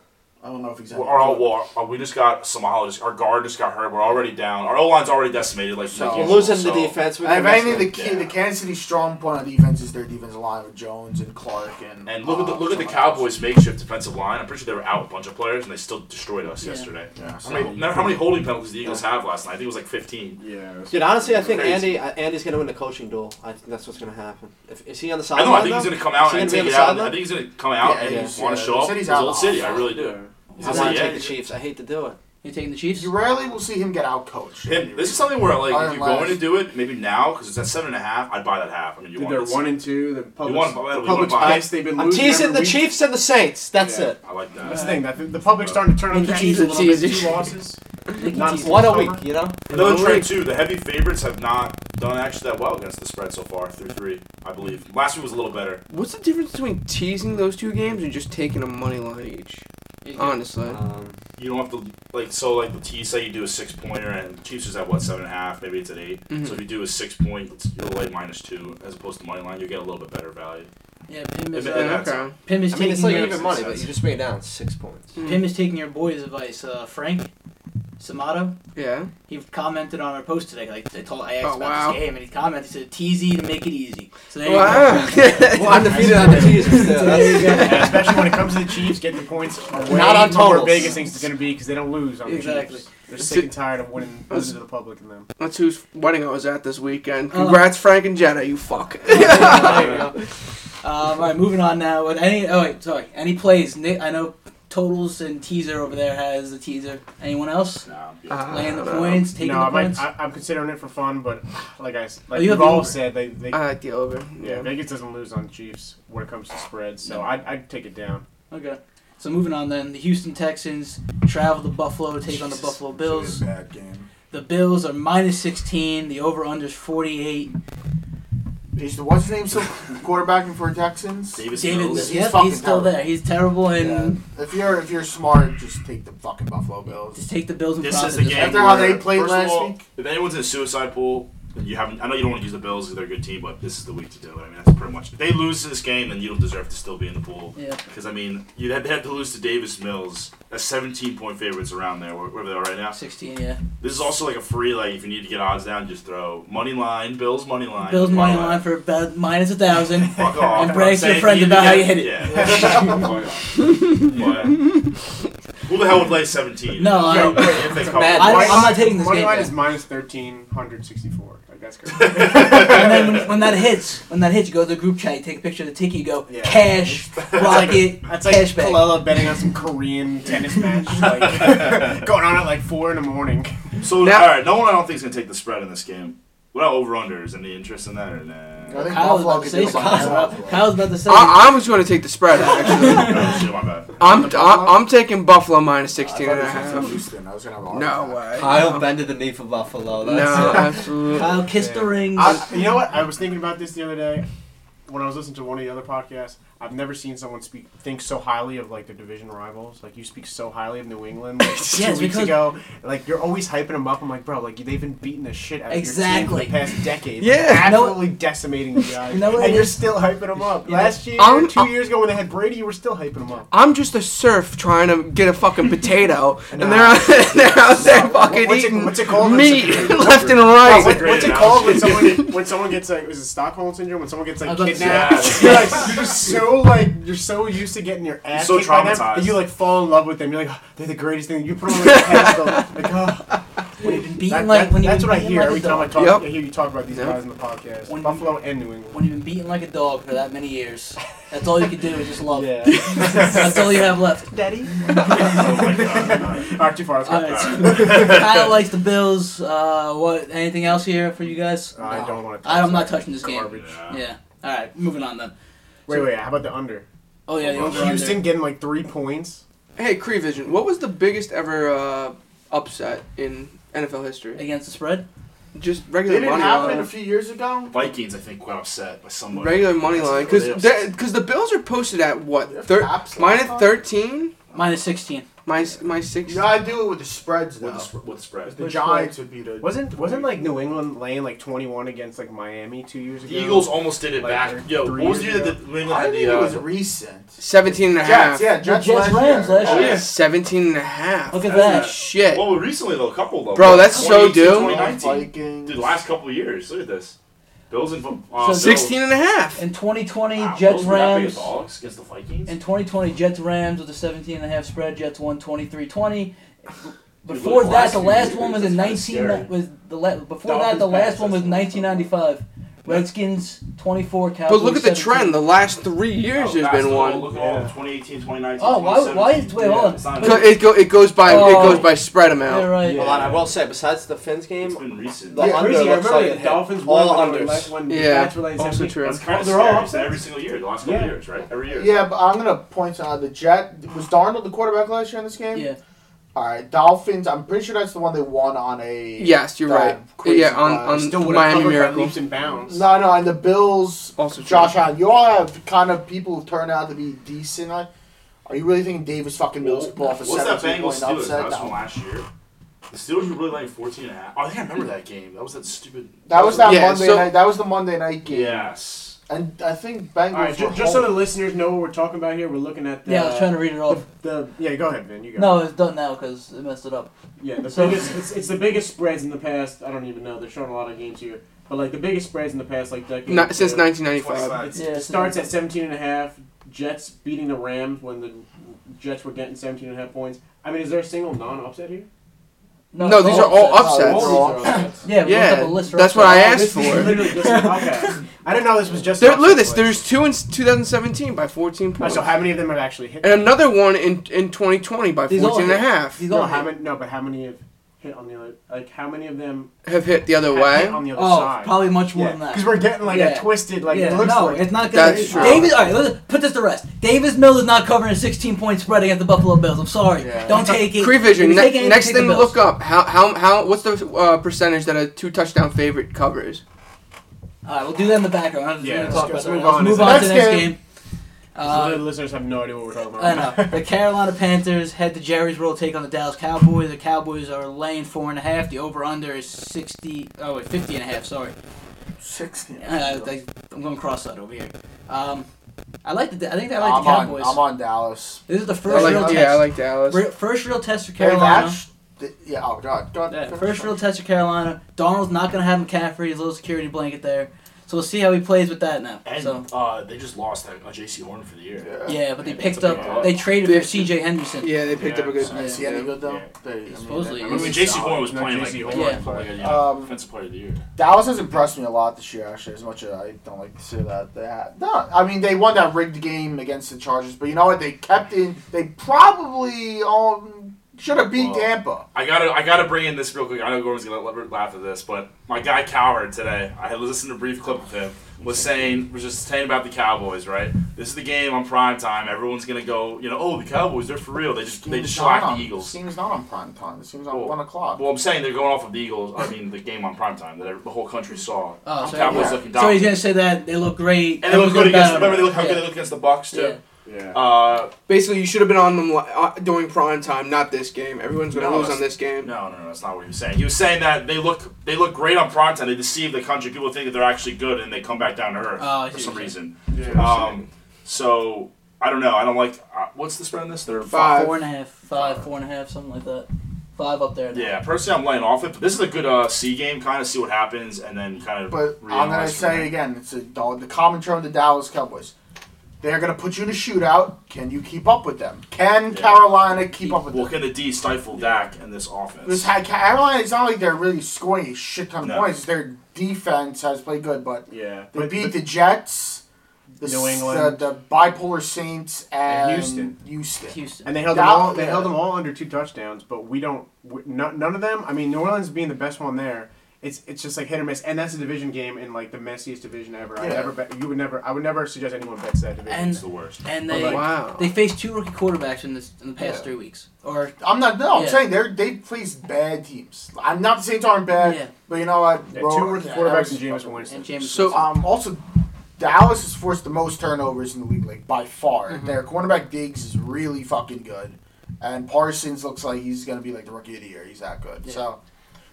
G: I don't know if he's.
H: we're, all, well, our- we just got Samala. just- Our guard just got hurt. We're already down. Our O line's already decimated. Like
G: So-
H: like
F: You're
H: usual,
F: losing
H: so-
F: the defense. With
G: And if anything, the, key,
H: Yeah.
G: the Kansas City strong point on defense is their defensive line with Jones and Clark and.
H: And look at the
G: uh,
H: look at the
G: somebody else.
H: Cowboys' makeshift defensive line. I'm pretty sure they were out a bunch of players, and they still destroyed us
C: Yeah.
H: yesterday.
G: Yeah, so-
H: How many, remember how many holding penalties the Eagles have last night? I think it was like 15.
D: Yeah. it's-
F: Dude, honestly, I think
H: Crazy.
F: Andy uh, Andy's gonna win the coaching duel. I think that's what's gonna happen. If, is he on the
H: I
F: sideline?
H: know. I think
F: though?
H: he's going to come
F: Is
H: out
F: he
H: and
F: gonna
H: take
F: be
H: it
F: on the
H: out. I
F: sideline?
H: think he's going to come out
G: Yeah,
H: and
G: he's-
H: want to
G: yeah,
H: show
G: the
H: up.
G: city's
H: His
G: out of
H: old city. I
G: offense.
H: really do.
D: Yeah.
H: He's
F: I
H: gonna
F: want
H: say,
F: to
H: yeah,
F: take the Chiefs. I hate to do it.
C: You taking the Chiefs?
G: You rarely will see him get outcoached.
H: Him, this is something where like
G: Iron
H: if you're going
G: Lance.
H: to do it, maybe now because it's at seven and a half, I'd buy that half. I mean, you
D: Dude,
H: want
D: they're
H: this.
D: one and two. The public's,
H: want- we
D: the
H: want
D: public's
H: buy.
D: biased. They've been
F: I'm
D: losing.
F: teasing
D: every
F: the
D: week.
F: Chiefs and the Saints. That's
D: Yeah.
F: it.
H: I like that.
D: That's the thing. That the, the public's starting to turn on the
C: Nikki
D: Chiefs a
C: teases,
D: little bit.
C: teases.
D: Two losses. Not
C: teases.
D: since
F: One a
D: summer.
F: week, you know.
H: Another
D: Another
H: trend
D: week.
H: too. The heavy favorites have not done actually that well against the spread so far through three. I believe last week was a little better.
E: What's the difference between teasing those two games and just taking a money line each? Honestly.
F: Um,
H: You don't have to like so like the T say you do a six pointer and Chiefs is at what seven and a half, maybe it's at 8
E: Mhm.
H: So if you do a six point, it's- you'll lay minus two as opposed to money line. You will get a little bit better value.
C: Yeah, Pim is,
H: Yeah,
C: uh,
H: that's-
E: okay.
C: Pim is
F: I
C: taking
F: mean, it's like
C: your,
F: even money, but
H: sense.
F: you just made it down six points.
E: Mm-hmm.
C: Pim is taking your boy's advice. Uh, Frank Samato.
E: Yeah.
C: He commented on our post today. Like I told, I asked
E: Oh,
C: about
E: wow.
C: this game, and he commented, "He said, "It's easy to make it easy." So there
E: Wow.
C: you go.
F: Well, undefeated on the Chiefs.
C: there you go.
D: Yeah, especially when it comes to the Chiefs, get the points away
F: Not on
D: from where
F: totals.
D: Vegas thinks it's going to be because they don't lose on the
C: Exactly.
D: Chiefs. They're sick and tired of winning, losing to the public and them.
E: That's whose wedding I was at this weekend.
C: Oh.
E: Congrats, Frank and Jenna, you fuck.
C: Um, all right, moving on now. With any, oh wait, sorry, any plays? Nick, I know totals and teaser over there has the teaser. Anyone else?
H: Nah, I'm good.
E: Uh,
C: Laying the
E: I don't know.
C: points, taking
D: no, I
C: the
D: might,
C: points.
D: I, I'm considering it for fun, but like I, s- like
C: you have
D: we've
C: the
D: all
C: over.
D: said, they, they
E: I like the over.
D: yeah,
E: Yeah.
D: Vegas doesn't lose on Chiefs when it comes to spreads, so
C: No.
D: I'd, I'd take it down.
C: okay. So moving on then, the Houston Texans travel to Buffalo, take on the Buffalo Bills.
G: Bad game.
C: The Bills are minus 16. The over under is 48.
G: Is the what's his name still quarterbacking for Texans?
H: Davis
C: David,
H: Mills.
G: He's
C: yep,
G: fucking
C: he's still
G: terrible.
C: there. He's terrible, and
G: Yeah. If you're if you're smart, just take the fucking Buffalo Bills.
C: just take the Bills and
H: This
C: profit
H: is the
C: this
H: game.
C: week.
G: After how they
H: where-
G: played
H: first of
G: last
H: all,
G: week.
H: If anyone's in a suicide pool, then you haven't. I know you don't want to use the Bills because they're a good team, but this is the week to do it. I mean, that's pretty much. If they lose this game, then you don't deserve to still be in the pool.
C: Yeah.
H: Because I mean, you had, they had to lose to Davis Mills, a 17 point favorites around there, where- wherever they are right now.
C: 16, yeah.
H: This is also like a free, like if you need to get odds down, just throw money line, Bills money line,
C: Bills money
H: parlay.
C: line for about minus a thousand.
H: Fuck off.
C: And brag to your
H: Say
C: friend
H: you
C: about how you hit
H: get-
C: it.
H: Yeah. Fuck off. But- Who the hell would play 17?
C: No, I-
H: Yo, if they cover.
C: I, I'm not taking this
D: Money
C: game.
D: line
C: though.
D: is minus thirteen hundred sixty-four. Like that's crazy.
C: And then when, when that hits, when that hits, you go to the group chat, you take a picture of the ticket, you go
D: Yeah.
C: cash, rocket,
D: that's like
C: cash bag.
D: Colella betting on some Korean tennis match, like going on at like four in the morning.
H: So
E: Now-
H: all right, no one I don't think is gonna take the spread in this game. What about over unders? Any interest in that or nah?
G: I think
C: Kyle was
G: Buffalo
C: about to
G: could
C: say
G: do it by
C: something.
G: Buffalo.
C: Kyle's about to say.
E: I, I was going to take the spread, actually.
H: Oh, shit, my bad.
E: I'm, I'm, I'm taking Buffalo minus 16 and a
G: I thought it was
E: half.
G: Houston. I was gonna have a hard
E: No
G: time.
E: way.
F: Kyle bended the knee for Buffalo.
E: No,
F: That's it.
E: absolutely.
C: Kyle kissed the ring.
D: I, you know what? I was thinking about this the other day when I was listening to one of the other podcasts. I've never seen someone speak think so highly of like their division rivals. Like you speak so highly of New England like, two
C: Yes,
D: weeks
C: because-
D: ago. Like you're always hyping them up. I'm like, bro, like they've been beating the shit out of
C: Exactly.
D: your team for the past decade.
E: Yeah.
D: Like,
C: You know what-
D: absolutely decimating you guys.
C: You know what
D: and
C: it
D: you're
C: is?
D: still hyping them up.
C: You know-
D: Last year,
E: I'm-
D: 2
E: I'm-
D: years ago when they had Brady, you were still hyping them up.
E: I'm just a surf trying to get a fucking potato, and
D: Nah.
E: they're out, they're out there fucking
D: What's it-
E: eating
D: what's it called?
E: meat
D: It's a-
E: left and
D: Oh,
E: right.
D: what-
H: great
D: what's it called when
H: analogy.
D: someone when someone gets like is it Stockholm syndrome when someone gets
C: I
D: like
C: was about to say
D: kidnapped?
H: that.
D: You're, like, you're just so like you're so used to getting your ass
H: So
D: kicked by them,
H: traumatized.
D: and you like fall in love with them. You're like "Oh, they're the greatest thing. You put them on like, a pedestal. Like oh,
C: when you've been beaten
D: that,
C: like
D: that-
C: when you've
D: that's
C: been
D: what I
C: beaten
D: hear
C: like a
D: every time I
C: dog.
D: talk.
E: Yep.
D: I hear you talk about these
E: Yep.
D: guys in the podcast.
C: When-
D: Buffalo and New England.
C: When you've been beaten like a dog for that many years, that's all you can do is just love.
D: Yeah.
C: That's all you have left.
D: Daddy.
H: Oh my God.
D: Not too far. let's go.
C: All right. Kyle likes the Bills. Uh, what? Anything else here for you guys?
D: I don't want to.
C: I- I'm not touching this game.
D: Garbage.
C: Yeah. All right. Moving on then.
D: Wait, wait. How about the under?
C: Oh yeah. The over
D: Houston getting like three points.
E: Hey, Cree Vision, what was the biggest ever uh, upset in NFL history?
C: against the spread.
E: Just
G: They
E: regular
G: didn't
E: money
G: happen a
E: line.
G: few years ago.
H: Vikings, I think, got upset by someone.
E: Regular money line, because
H: That's
E: because the Bills are posted at what
G: They're
E: thir-
G: tops
E: minus
G: last time.
E: thirteen,
C: Minus 16.
E: minus minus six.
G: You gotta do it with the spreads
H: What
G: though.
H: the, sp- what the spread?
G: The Giants would be the.
D: Wasn't wasn't like New England laying like 21 against like Miami two years ago?
H: The Eagles almost did it
D: Like,
H: back. Yo,
D: three
H: what was the
D: years
H: year that
D: ago.
H: the New England
G: I
H: had
G: think
H: the
G: it was
H: uh,
G: recent.
E: Seventeen and a half.
G: Jets, yeah, Jets,
C: Jets, Rams
G: year.
C: last
H: year.
G: yeah.
E: 17 and a half.
C: Look at that.
E: Shit.
H: Well, recently though, a couple though.
E: Bro, that's so
H: 2018,
E: due.
H: 2019.
G: Vikings.
H: Dude, last couple of years. Look at this. Bills and uh,
E: 16 and a half.
C: In 2020,
H: Bills. Wow,
C: Jets
H: Ah, Bills were that big of
C: Rams.
H: dogs against the Vikings.
C: In 2020, Jets Rams with a 17 and a half spread. Jets won 23-20. Before
H: look at the
C: that,
H: last
C: the
H: few
C: last
H: years,
C: one was
H: that's
C: in
H: kinda
C: 19
H: scary.
C: was the la- before that
D: Dolphins,
C: the last
D: Pats,
C: one was
D: that's the last
C: 1995. Redskins 24 Cowboys.
E: But look at the
C: 17.
E: trend. The last three years
H: Oh,
E: there's
H: that's
E: been
H: the-
E: one.
H: Look at all
D: Yeah.
H: 2018, 2019.
C: Oh, why- why is-
H: 2017.
C: wait, hold on.
H: It's not
E: So It, go, it goes by it
C: Oh.
E: goes by spread
C: Yeah,
E: amount.
C: right.
D: Yeah.
F: Hold on, I will say, besides the Finns
H: It's
F: game,
H: been recent.
F: The
D: Yeah,
F: under
D: crazy. I
F: looks
D: remember
F: like
D: the
F: it hit.
D: Dolphins
F: All
D: won when,
F: unders.
D: they left- when the
E: Yeah.
D: Pats were like
E: Also
D: 70.
E: true.
H: That's kind of
D: They're all
H: scary. It's
D: upsets.
H: every single year. The last couple
D: Yeah.
H: of years, right? Every year.
G: Yeah, but I'm gonna point out the Jet was Darnold the quarterback last year in this game.
C: Yeah.
G: All right, Dolphins. I'm pretty sure that's the one they won on a.
E: Yes, you're
G: That
E: right.
G: crazy
E: Yeah, on,
G: guy.
E: on
D: Still would have
E: Miami
D: covered by
E: Miracle.
D: leaps and bounds.
G: No, no, and the Bills.
E: Also true.
G: Josh Allen, you all have kind of people who turn out to be decent. Like, are you really thinking Davis fucking Mills could pull off a
H: What's that
G: 17
H: Bengals
G: point
H: Steelers? That
G: upset?
H: was from
G: No.
H: last year. The Steelers were really like 14 and a half. Oh, I think I remember that game. That was that stupid.
G: That was that
E: Yeah,
G: Monday
E: so-
G: night. That was the Monday night game.
H: Yes.
G: And I think Bengals.
D: All right,
G: were
D: just, just so the
G: home.
D: listeners know what we're talking about here, we're looking at the.
C: Yeah, I was trying to read it off.
D: The, yeah, go ahead, man. You go.
C: No, it's done now because it messed it up.
D: Yeah, the
C: So-
D: biggest, it's, it's the biggest spreads in the past. I don't even know. They're showing a lot of games here, but like the biggest spreads in the past like decade.
E: Not, since
D: uh,
E: 1995.
D: It's,
C: Yeah,
D: it
C: it's
D: starts
C: not-
D: at 17 and a half. Jets beating the Rams when the Jets were getting 17 and a half points. I mean, is there a single non-upset here?
E: No,
C: it's
E: these are all
C: upsets.
E: upsets.
D: All these are upsets.
C: Yeah, we looked
E: Yeah,
C: up a list for
E: that's what I
C: upsets.
E: asked
D: Oh, This is
E: for.
D: literally just- okay. I didn't know this was just.
E: There, look
D: upset
E: at this.
D: plays.
E: There's two in 2017 by 14
D: Oh,
E: points.
D: so how many of them have actually hit?
E: And another one in, in 2020 by
C: These
E: 14 and
C: all-
E: a half
C: These
D: No,
C: all
D: how
C: hit.
D: many? No, but how many have hit on the other? Like how many of them
E: have hit the other
D: have
E: way.
D: hit on the other
C: Oh,
D: side?
C: probably much more than that.
D: Because we're getting like
C: Yeah.
D: a twisted, like
C: yeah,
D: it looks
C: no,
D: like.
C: it's not gonna.
E: That's true.
C: Davis, all right, let's put this to rest. Davis Mills is not covering a 16 point spread against the Buffalo Bills. I'm sorry,
G: Yeah.
C: don't take it.
E: Cree Vision.
C: If you
E: Ne-
C: take anything,
E: next
C: take the
E: thing to
C: Bills.
E: look up. How how how? What's the uh, percentage that a two touchdown favorite covers?
C: All right, we'll do that in the background. I'm just
D: Yeah,
C: gonna
D: let's
C: talk
D: go-
C: about
D: let's
C: that.
D: move
C: Let's
D: on.
C: move on to the
G: Next
C: next
G: game.
C: game.
D: So
C: Uh,
D: the listeners have no idea what we're talking about.
C: I know the Carolina Panthers head to Jerry's World take on the Dallas Cowboys. The Cowboys are laying four and a half. The over under is 60. Oh wait, 50 and a half. Sorry,
G: 16.
C: uh, I, I'm going cross eyed over here. Um, I like the. I think I like
G: I'm
C: the
G: on.
C: Cowboys.
G: I'm on Dallas.
C: This is the
E: I
C: first real
E: like,
C: test.
E: yeah, I like Dallas.
C: Re- first real test for
G: They've
C: Carolina.
G: actually- they- Yeah. Oh God. God.
C: Yeah,
G: God.
C: first real test of Carolina. Donald's not going to have McCaffrey, his little security blanket there. So we'll see how he plays with that now.
H: And
C: so
H: uh, they just lost that, uh, J.C. Horn for the year.
G: Yeah.
C: yeah, but they
H: That's
C: picked
H: a big
C: up,
H: loss.
C: they traded
E: Yeah.
C: for C.J. Henderson.
E: yeah, they picked up a good.
G: Is he any good though?
D: Yeah.
G: They, I mean,
C: Supposedly
G: they-
H: I
C: he
G: I
H: mean,
G: mean,
H: when
C: is.
H: J.C.
D: solid.
H: Horn was
D: No,
H: playing like,
D: J.C.
H: like,
C: Horn.
H: like a, you know,
G: Um,
H: defensive player of the year.
G: Dallas has impressed me a lot this year, actually. As much as I don't like to say that, they had, no. I mean, they won that rigged game against the Chargers, but you know what? They kept in. They probably um, Should have beat
H: Well,
G: Tampa.
H: I gotta, I gotta bring in this real quick. I know Gordon's gonna la- laugh at this, but my guy Cowherd today, I had listened to a brief clip of him, was saying, was just saying about the Cowboys, right? This is the game on prime time. Everyone's gonna go, you know, oh, the Cowboys, they're for real. They just, they just
G: Team's not
H: shellacked
G: on-
H: the Eagles.
G: Team's not on prime time. This team's on
H: Well,
G: one o'clock.
H: Well, I'm saying they're going off of the Eagles. I mean, the game on prime time that every- the whole country saw.
C: Oh, so-
H: Cowboys
G: yeah.
H: looking
C: So he's
H: dominant.
C: gonna say that they look great.
H: and they look
C: everyone's
H: good
C: gonna
H: against.
C: bet on
H: Remember, they
C: them.
H: look how good
C: Yeah.
H: they look against the Bucks too.
D: Yeah.
H: Uh,
E: Basically, you should have been on them li- uh, during prime time, not this game. Everyone's gonna
H: No,
E: lose
H: that's-
E: on this game.
H: No, no, no, that's not what he was saying. He was saying that they look they look great on prime time. They deceive the country. People think that they're actually good, and they come back down to earth
C: Oh, I see
H: for
C: what
H: some
C: you're
H: reason.
D: Yeah.
H: Um, so I don't know. I don't like uh, what's the spread on this? They're
E: Five.
C: Four and a half, five, four and a half, something like that. Five up there. now.
H: Yeah, personally, I'm laying off it. But this is a good uh, C game, kind of see what happens, and then kind of.
G: But I'm gonna say again, it's a Dal- the commentary on the Dallas Cowboys. They're gonna put you in a shootout. Can you keep up with them? Can
H: Yeah.
G: Carolina keep up with
H: Well,
G: them?
H: can the D stifle Dak in this offense?
G: This ha- Carolina, it's not like they're really scoring a shit ton of
H: No.
G: points. Their defense has played good, but
D: Yeah.
G: they
D: But-
G: beat
D: but-
G: the Jets, the,
D: New
G: s-
D: England.
G: the, the bipolar Saints, and,
D: And Houston.
G: Houston.
C: Houston.
D: And they held them
G: Down-
D: all. They
G: yeah.
D: held them all under two touchdowns, but we don't. We, no, none of them. I mean, New Orleans being the best one there. It's it's just like hit or miss, and that's a division game in like the messiest division ever. I
G: Yeah.
D: never bet. You would never. I would never suggest anyone bets that division.
C: And-
H: it's the worst.
C: And
D: But,
C: they
D: like, wow.
C: they faced two rookie quarterbacks in this in the past
G: Yeah.
C: three weeks. Or
G: I'm not. No, I'm
C: Yeah.
G: saying they're they plays bad teams. I'm not saying aren't bad,
C: Yeah.
G: but you know what?
D: Yeah,
G: Ro-
D: two rookie
G: yeah,
D: quarterbacks
G: Harris-
D: and James Winston.
C: and James.
E: So-
G: Um, also, Dallas has forced the most turnovers in the league, like by far. Their cornerback Diggs is really fucking good, and Parsons looks like he's gonna be like the rookie of the year. He's that good.
C: Yeah.
G: So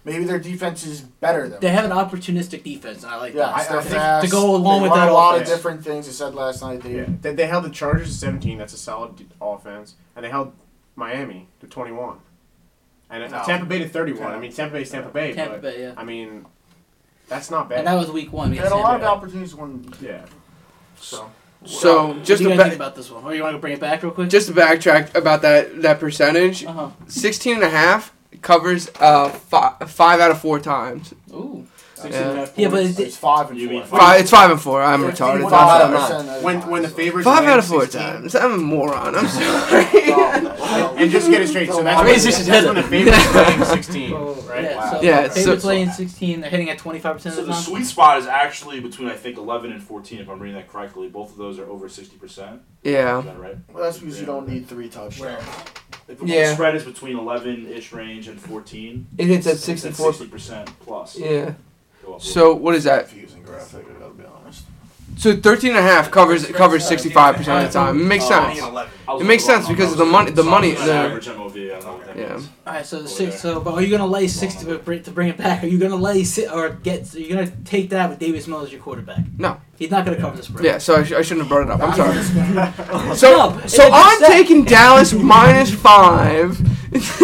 G: maybe their defense is better than.
C: they have an opportunistic defense. and I like
G: yeah,
D: I-
C: that.
G: they're
D: I think
G: fast.
C: to go along
G: they
C: with
G: run
C: that
G: a lot
D: offense.
G: of different things. I said last night they
D: Yeah, they, they held the Chargers to 17. That's a solid d- offense, and they held Miami to 21, and
G: No.
D: Tampa Bay to 31. I
G: Yeah.
D: mean, Tampa Bay's Tampa Bay.
C: Tampa
D: but,
C: Bay, yeah.
D: I mean, that's not bad.
C: And that was week one.
G: they
C: against
G: had a lot
C: Tampa.
G: of opportunities when
D: yeah,
G: so.
E: So just
C: what do
E: to
C: you guys
E: ba-
C: think about this one? Or you want to bring it back real quick?
E: just to backtrack about that that percentage,
C: uh
E: 16 and a half covers uh fi- five out of four times.
C: huh. Ooh.
E: Yeah.
C: Yeah, but it-
G: it's five and
H: You mean
G: four.
E: Five, it's five and four. I'm retarded.
G: Fifty-one
E: Five out of
F: nine.
E: nine.
G: percent of the
D: when
G: time,
D: when the
G: so-
D: favorites
E: Five
D: win
E: out of four
D: 16
E: times. I'm a moron. I'm sorry.
G: Oh,
D: And just get it straight. So that's,
G: I
D: when,
G: mean,
D: that's
G: it's
C: just
D: when the favorites playing 16, Oh, right?
C: Oh, Yeah,
H: Wow.
C: so
E: Yeah,
C: favorites
E: so-
C: playing 16, they're hitting at 25%
H: So
C: of
H: the
C: the time.
H: sweet spot is actually between I think 11 and 14, if I'm reading that correctly. Both of those are over 60 percent. Is
E: Yeah.
H: that right?
G: Well, that's because you don't need three touchdowns.
H: If
E: Yeah.
H: The spread is between 11 ish range and 14.
E: It hits at
H: It's at
E: 64.
H: 60% plus.
E: Yeah.
H: Go up.
E: So what is that?
G: Confusing graphic, I gotta be honest.
E: So 13 and a half covers covers 65 percent of the time. It makes sense.
H: I was
E: It makes
H: wrong
E: sense because
H: on
E: of the
H: those.
E: money- the
H: So
E: money-
H: it's
E: the-
H: average MOV. I don't know what that
E: Yeah.
H: means.
C: All right, so the
H: Over
C: six.
H: there.
C: So, but are you gonna lay six to bring, to bring it back? Are you gonna lay six or get? So you're gonna take that with Davis Mills as your quarterback?
E: No.
C: he's not gonna cover this break.
E: Yeah. So I, sh- I shouldn't have brought it up. I'm sorry.
C: No,
E: So
C: it's
E: so
C: a
E: I'm
C: set.
E: taking Dallas minus five.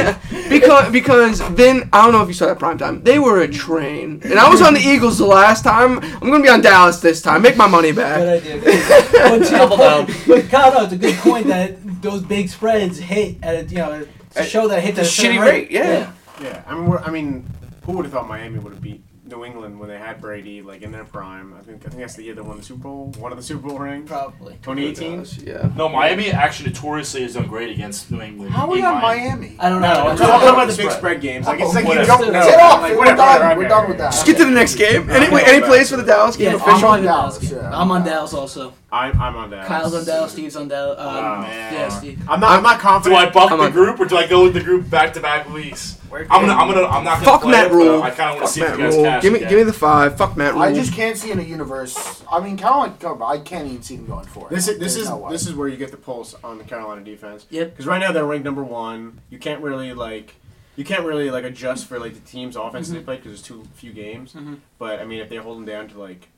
E: because because then I don't know if you saw that prime time. They were a train, and I was on the Eagles the last time. I'm gonna be on Dallas this time. Make my money back.
C: Good idea. but to your point, but Kyle, no, it's a good point that those big spreads hit at a you know to
E: At
C: show that it hits
E: the
C: at a certain
E: shitty rate, yeah.
D: Yeah, I mean, we're, I mean, who would have thought Miami would have beat New England when they had Brady like in their prime? I think I think that's the year they won the Super Bowl, one of the Super Bowl rings,
C: probably.
D: 2018.
E: Yeah.
H: No, Miami actually notoriously has done great against New England.
G: How are we
H: In
G: on Miami?
C: I don't know.
D: No,
C: I
D: I'm
C: don't
D: talking
C: know.
D: about the big spread games. Like it's like you
H: Whatever.
D: don't know.
G: Get Oh, off!
D: Like,
G: we're
D: whatever,
G: done.
D: right,
G: we're
D: right,
G: done
D: right,
G: with
D: right.
G: that.
E: Let's get to the next game. Any, wait, any plays for the Dallas game?
C: Yeah,
G: I'm
E: official?
G: on
C: the
G: Dallas,
C: game.
G: yeah.
C: I'm on Dallas also.
D: I'm I'm on that.
C: Kyle's on Dallas. Steve's on Dallas. Um,
D: Wow.
C: yeah, Steve.
D: I'm not. I'm not
H: Do
D: confident.
H: I buck
E: I'm
H: the
E: on-
H: group or do I go with the group back to back weeks? I'm gonna, I'm gonna, I'm not gonna.
E: Fuck
H: play
E: Matt
H: it, but
E: Rule.
H: I kind of want to
E: Fuck
H: see if
E: Matt
H: you guys
E: Rule.
H: cash
E: Give me
H: again.
E: give me the five. Fuck Matt Rule.
G: I just can't see in a universe. I mean, Carolina, come on, I can't even see them going for it.
D: This is this
G: There's
D: is
G: no way.
D: this is where you get the pulse on the Carolina defense.
C: Yep.
D: Because right now they're ranked number one. You can't really like, you can't really like adjust for like the team's offense
C: Mm-hmm.
D: they played because there's too few games. But I mean, if they hold them down to like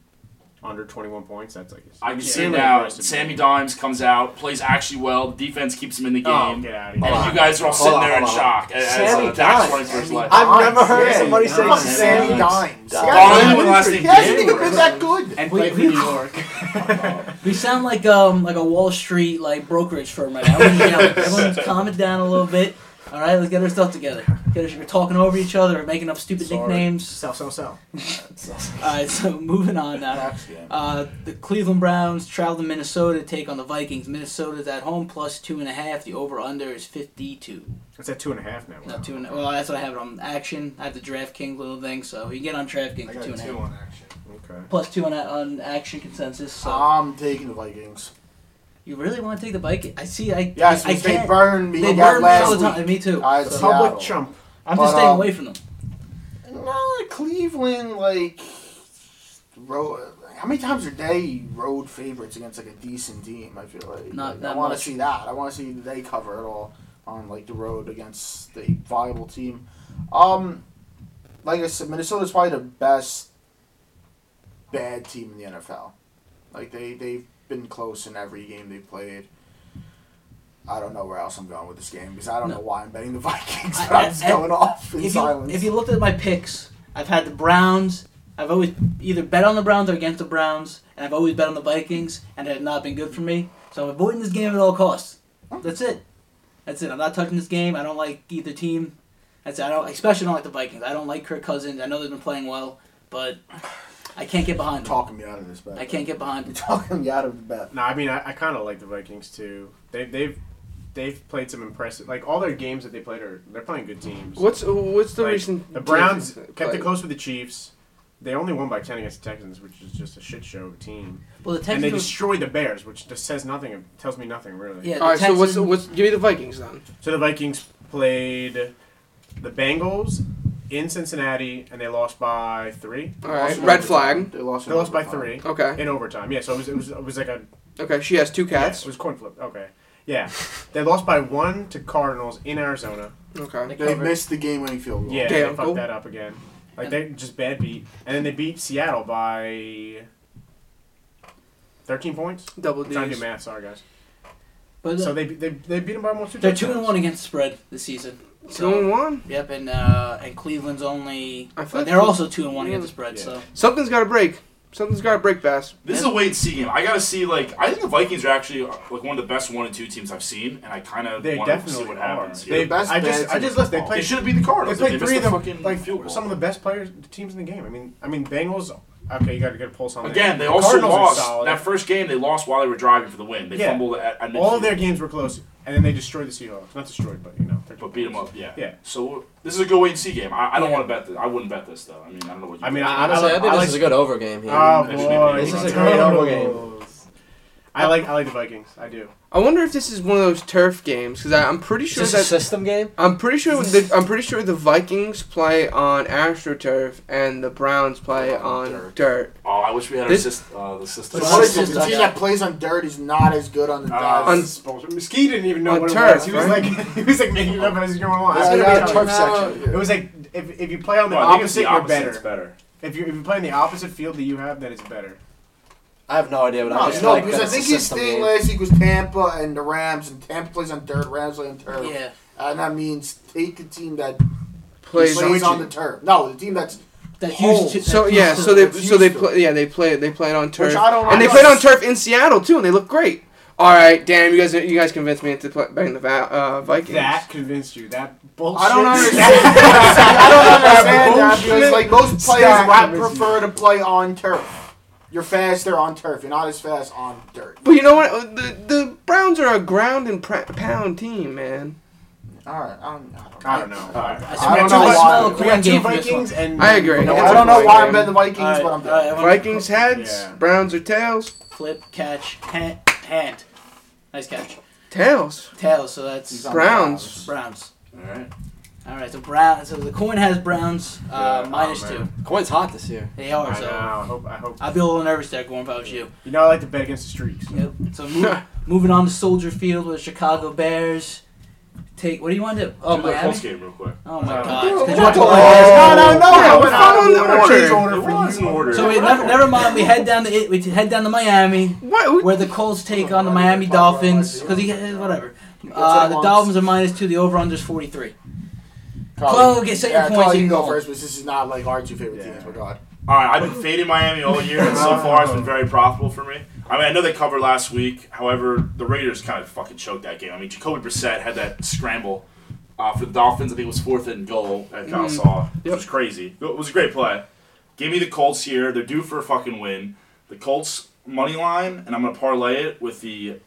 D: under 21 points, that's like.
H: I can see
D: extremely
H: now.
D: impressive.
H: Sammy Dimes comes out, plays actually well. The defense keeps him in the game.
D: Oh, get out of
H: And
D: here.
H: you guys are all sitting
F: Hold on,
H: there in
F: hold on.
H: shock as
F: Sammy
H: uh, Dak's
F: Dimes.
H: running for his life.
F: I've never heard somebody
G: Dimes.
D: say
G: Fuck
D: Sammy
G: Sammy Dimes.
F: Dimes.
G: He
H: Gone
G: hasn't
H: with
G: even-
H: last name
G: He hasn't
H: Dimes.
G: even been that good.
D: and
C: We-
D: play for
C: we-
D: New York.
C: We sound like um like a Wall Street like brokerage firm right now. Everyone's, yelling. Everyone's calm it down a little bit. All right, let's get our stuff together. Get us- we're talking over each other. We're making up stupid
D: Sorry.
C: nicknames.
D: Sell, sell, sell.
C: All right, so moving on now.
G: That's game.
C: Uh, the Cleveland Browns travel to Minnesota to take on the Vikings. Minnesota's at home plus two and a half. The over under is fifty two.
D: It's at two and a half now.
C: Not two and well, that's what I have it on action. I have the DraftKings little thing, so you get on DraftKings
I: I
C: for
I: got
C: two and a half.
I: two on action.
D: Okay.
C: Plus two on on action consensus. So
G: I'm taking the Vikings.
C: you really want to take the bike? I see. I
G: Yes,
C: I, I
G: they
C: can't.
G: burned me.
C: They
G: that
C: burn me
G: last
C: all the time.
G: week.
C: Me too.
G: I,
D: The
G: Seattle.
D: public chump.
C: I'm
G: but,
C: just staying
G: um,
C: away from them.
G: No, Cleveland, like, road, how many times a day road favorites against, like, a decent team, I feel like.
C: Not
G: Like, I
C: that
G: want to
C: much.
G: see that. I want to see they cover it all on, like, the road against a viable team. Um, like I said, Minnesota's probably the best bad team in the NFL. Like, they, they've been close in every game they've played. I don't know where else I'm going with this game because I don't
C: No.
G: know why I'm betting the Vikings,
C: I-
G: but I'm just
C: I- I-
G: going off in
C: if
G: silence.
C: you, if you looked at my picks, I've had the Browns. I've always either bet on the Browns or against the Browns, and I've always bet on the Vikings, and it has not been good for me. So I'm avoiding this game at all costs. That's it. That's it. I'm not touching this game. I don't like either team. That's it. I don't, especially don't like the Vikings. I don't like Kirk Cousins. I know they've been playing well, but I can't get behind them.
G: talking me out of this bet.
C: I can't get behind
G: You're
C: them.
G: talking me out of the bet.
D: No, I mean I, I kind of like the Vikings too. They, they've they've played some impressive like all their games that they played are they're playing good teams.
E: What's what's the
D: Like,
E: recent?
D: The Browns kept
E: like,
D: it close with the Chiefs. They only won by ten against the Texans, which is just a shit show of a team.
C: Well, the
D: and they
C: Texans. were-
D: destroyed the Bears, which just says nothing, tells me nothing really.
C: yeah, the
E: All right, so what's
C: Texans-
E: what's give me the Vikings then?
D: So the Vikings played the Bengals in Cincinnati, and they lost by three.
E: All right,
G: Lost in
E: red
G: overtime.
E: flag.
G: They lost.
D: They
G: in
D: lost by
G: overtime.
D: three
E: Okay,
D: in overtime. Yeah, so it was it was, it was like a
E: okay. She has two
D: Yeah,
E: cats.
D: it was coin flip. Okay, yeah, they lost by one to Cardinals in Arizona.
E: Okay.
G: They missed the game-winning field goal.
D: Yeah,
E: Damn,
D: they fucked
E: cool.
D: that up again. Like they just bad beat, and then they beat Seattle by thirteen points.
E: Double
D: I'm trying to do
E: D's.
D: math. Sorry guys.
C: but
D: So they they, they beat them by almost two.
C: they're two and
D: touchdowns.
C: one against the spread this season.
E: Two and one.
C: Yep, and uh, and Cleveland's only.
E: I feel
C: But
E: like
C: they're also two and one against the spread.
D: Yeah.
C: So
E: Something's got to break. Something's got to break, Bass.
H: This is a wait and see game. I gotta see. Like, I think the Vikings are actually uh, like one of the best one and two teams I've seen, and I kind of
D: They
H: want to see
D: definitely
H: what
D: are.
H: happens.
D: They,
H: They,
G: The best
D: I
G: bad
D: just I
G: team
D: just
G: in
D: looked. They
G: football.
H: they
D: played.
H: should have beat the
D: They
H: Cardinals. if
D: played
H: missed
D: three of
H: the
D: the
H: fucking
D: like
H: field goal.
D: some of the best players teams in the game. I mean I mean Bengals. Okay, you got to get a pulse on that.
H: Again, they
D: The
H: also
D: Cardinals are
H: lost
D: solid.
H: that first game. They lost while they were driving for the win. They
D: Yeah.
H: fumbled at, at
D: All of
H: midfield.
D: their games were close, and then they destroyed the Seahawks. Not destroyed, but you know.
H: but beat them up. Yeah.
D: Yeah.
H: So this is a go wait and see game. I, I don't
C: Yeah.
H: want to bet this. I wouldn't bet this though. I mean, I don't know what you.
D: I mean, I, I,
F: Honestly, I,
D: like-
F: think
D: I
F: this
D: like
F: is a good over game here.
D: Oh
H: Actually,
D: boy,
H: maybe
F: this
D: it's
F: is a great over game.
D: Cardinals. I like I like the Vikings. I do.
E: I wonder if this is one of those turf games because I'm pretty
F: Is
E: sure
F: this a
E: that
F: system game?
E: I'm pretty sure the, I'm pretty sure the Vikings play on AstroTurf and the Browns play on dirt.
G: dirt.
H: oh, I wish we had
E: This-
H: our sys- uh, the system.
G: But
C: Well,
G: what is
C: this
G: it?
C: is
G: The team
C: like-
G: that plays on dirt is not as good on the
H: Uh,
G: dirt.
E: on-
D: This is bullshit. Ski didn't even know
E: On
D: what
E: turf,
D: it was. He was
E: right?
D: like he was like making it up as he was going along.
G: It's
D: I
G: gonna
D: couldn't
G: be
D: tell
G: a
D: you.
G: turf
F: no,
G: section.
D: It was like if, if you play on the
H: Well, I think it's
D: opposite,
H: the
D: you're
H: opposite.
D: better.
H: It's better.
D: If you if you play on the opposite field that you have, then it's better.
F: I have no idea, but I
G: No,
F: just
G: no,
F: like
G: because
F: that
G: I
F: it's
G: think
F: a
G: his
F: system
G: thing
F: game.
G: last week was Tampa and the Rams, and Tampa plays on dirt, Rams play on turf.
C: yeah,
G: And that means take the team that
E: Plays
G: plays on the turf. No, the team that's
C: that
G: Oh,
C: used to,
E: So
C: that
E: yeah,
C: used to-
E: so they
G: It's
E: so they
G: used to
E: play yeah they play they played on turf
G: which I don't.
E: and they
G: I
E: played
G: don't-
E: on turf in Seattle too and they look great. All right, damn you guys you guys convinced me into play, betting the Va- uh, Vikings.
D: That convinced you. That bullshit.
G: I don't understand. I don't understand that because like most players
D: Stack
G: would
D: of his-
G: prefer to play on turf. You're faster on turf. You're not as fast on dirt.
E: But you know what? Uh, The the Browns are a ground and pra- pound team, man.
G: All right, I don't, I don't know.
D: I don't know. I
C: I,
G: I
C: smell,
G: don't
C: I
G: know why.
C: smell a
D: We
C: coin
D: got two
C: game from this one.
D: Vikings and
E: I agree.
D: No,
E: It's
G: I
E: a
G: don't know
E: boring
G: why I'm
E: game.
G: betting the Vikings,
C: All right,
G: but I'm
C: all right, I
G: betting.
C: wanna
E: Vikings heads,
D: Yeah.
E: Browns or tails.
C: flip, catch, hand, hand. Nice catch.
E: Tails.
C: Tails. So that's
G: on
E: Browns.
C: Browns.
H: All right.
C: All right. So brown. So the coin has Browns uh,
D: Yeah,
C: minus
D: oh,
C: two.
D: man.
F: Coin's hot this year.
C: They are.
D: I know.
C: So
D: I hope. I hope.
C: I'd be a little nervous there going if I was you.
D: You know, I like to bet against the streaks.
C: Yep. So move, moving on to Soldier Field with Chicago Bears. Take. What do you want to? Oh
H: Do the
C: Miami.
H: Colts game real quick.
C: Oh my
D: Uh,
C: God. 'Cause you
G: What
C: want
G: the
C: to
G: hell? Oh, No,
C: play-
G: no, no,
E: Yeah,
G: no,
E: we're
G: we're not
E: following the
G: doing
E: order.
G: change
H: It was in order.
C: So wait, never, never mind. We head down to we head down to Miami.
E: What? Who-
C: where the Colts take on the Miami Dolphins because he eh, whatever. Uh,
G: what he
C: the
G: wants.
C: Dolphins are minus two. The over under is forty three.
G: Carl,
C: Chloe, get- set your
G: yeah,
C: points,
G: Chloe,
C: you
G: You can
C: can
G: go
C: go.
G: first, but this is not like our two favorite
D: Yeah.
G: teams. But God,
H: All right, I've been fading Miami all year, and so far it's been very profitable for me. I mean, I know they covered last week. However, the Raiders kind of fucking choked that game. I mean, Jacoby Brissett had that scramble uh, for the Dolphins. I think it was fourth and goal at
E: Mm-hmm.
H: Kyle Saw, which was crazy. It was a great play. Give me the Colts here. They're due for a fucking win. The Colts money line, and I'm gonna parlay it with the.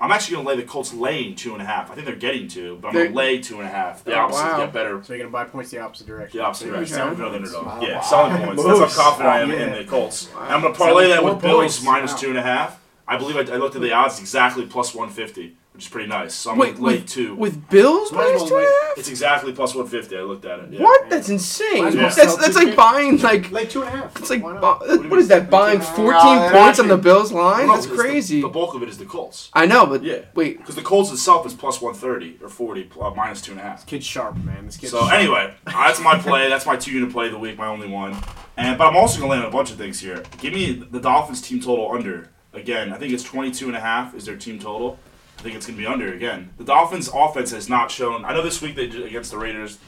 H: I'm actually gonna lay the Colts laying two and a half. I think they're getting two, but I'm
E: They-
H: gonna lay two and a half. The
E: Oh,
H: opposite
E: wow.
H: get better.
D: So you're gonna buy points the opposite direction.
H: The opposite direction. I'm going with the underdog. Yeah,
G: Wow.
H: selling points. That's how confident I am
D: Oh, Yeah.
H: in the Colts. And I'm gonna parlay that
D: Four
H: with Bills
D: points.
H: minus
D: Wow.
H: two and a half. I believe I, I looked at the odds exactly plus 150, which is pretty nice. So I'm
E: Wait,
H: gonna lay
E: with,
H: two.
E: with Bills
D: Might as
E: minus
D: well
E: two and
D: wait.
E: a half?
H: It's exactly plus 150. I looked at it. Yeah.
E: What? That's
D: Might
E: insane.
D: as
H: well
E: That's
D: sell
E: that's
D: two
E: like
D: picks.
E: buying like
D: Like two and a half.
E: it's like
D: Why not?
E: bu-
H: do
E: what
H: you
E: is that buying
G: Nah,
E: fourteen
G: that
E: points on
G: actually-
E: the Bills line?
H: No,
E: That's
H: it's the-
E: crazy.
H: The, bulk of it is the Colts.
E: I know, but
H: Yeah.
E: wait,
H: Because the Colts itself is plus 130 or 40, uh, minus two and a half.
D: Kid's sharp, man. This kid's
H: So
D: sharp.
H: anyway, uh, that's my play. That's my two unit play of the week, my only one. And but I'm also gonna land on a bunch of things here. Give me the Dolphins team total under again. I think it's 22 and a half is their team total. I think it's gonna be under again. The Dolphins offense has not shown. I know this week they did against the Raiders,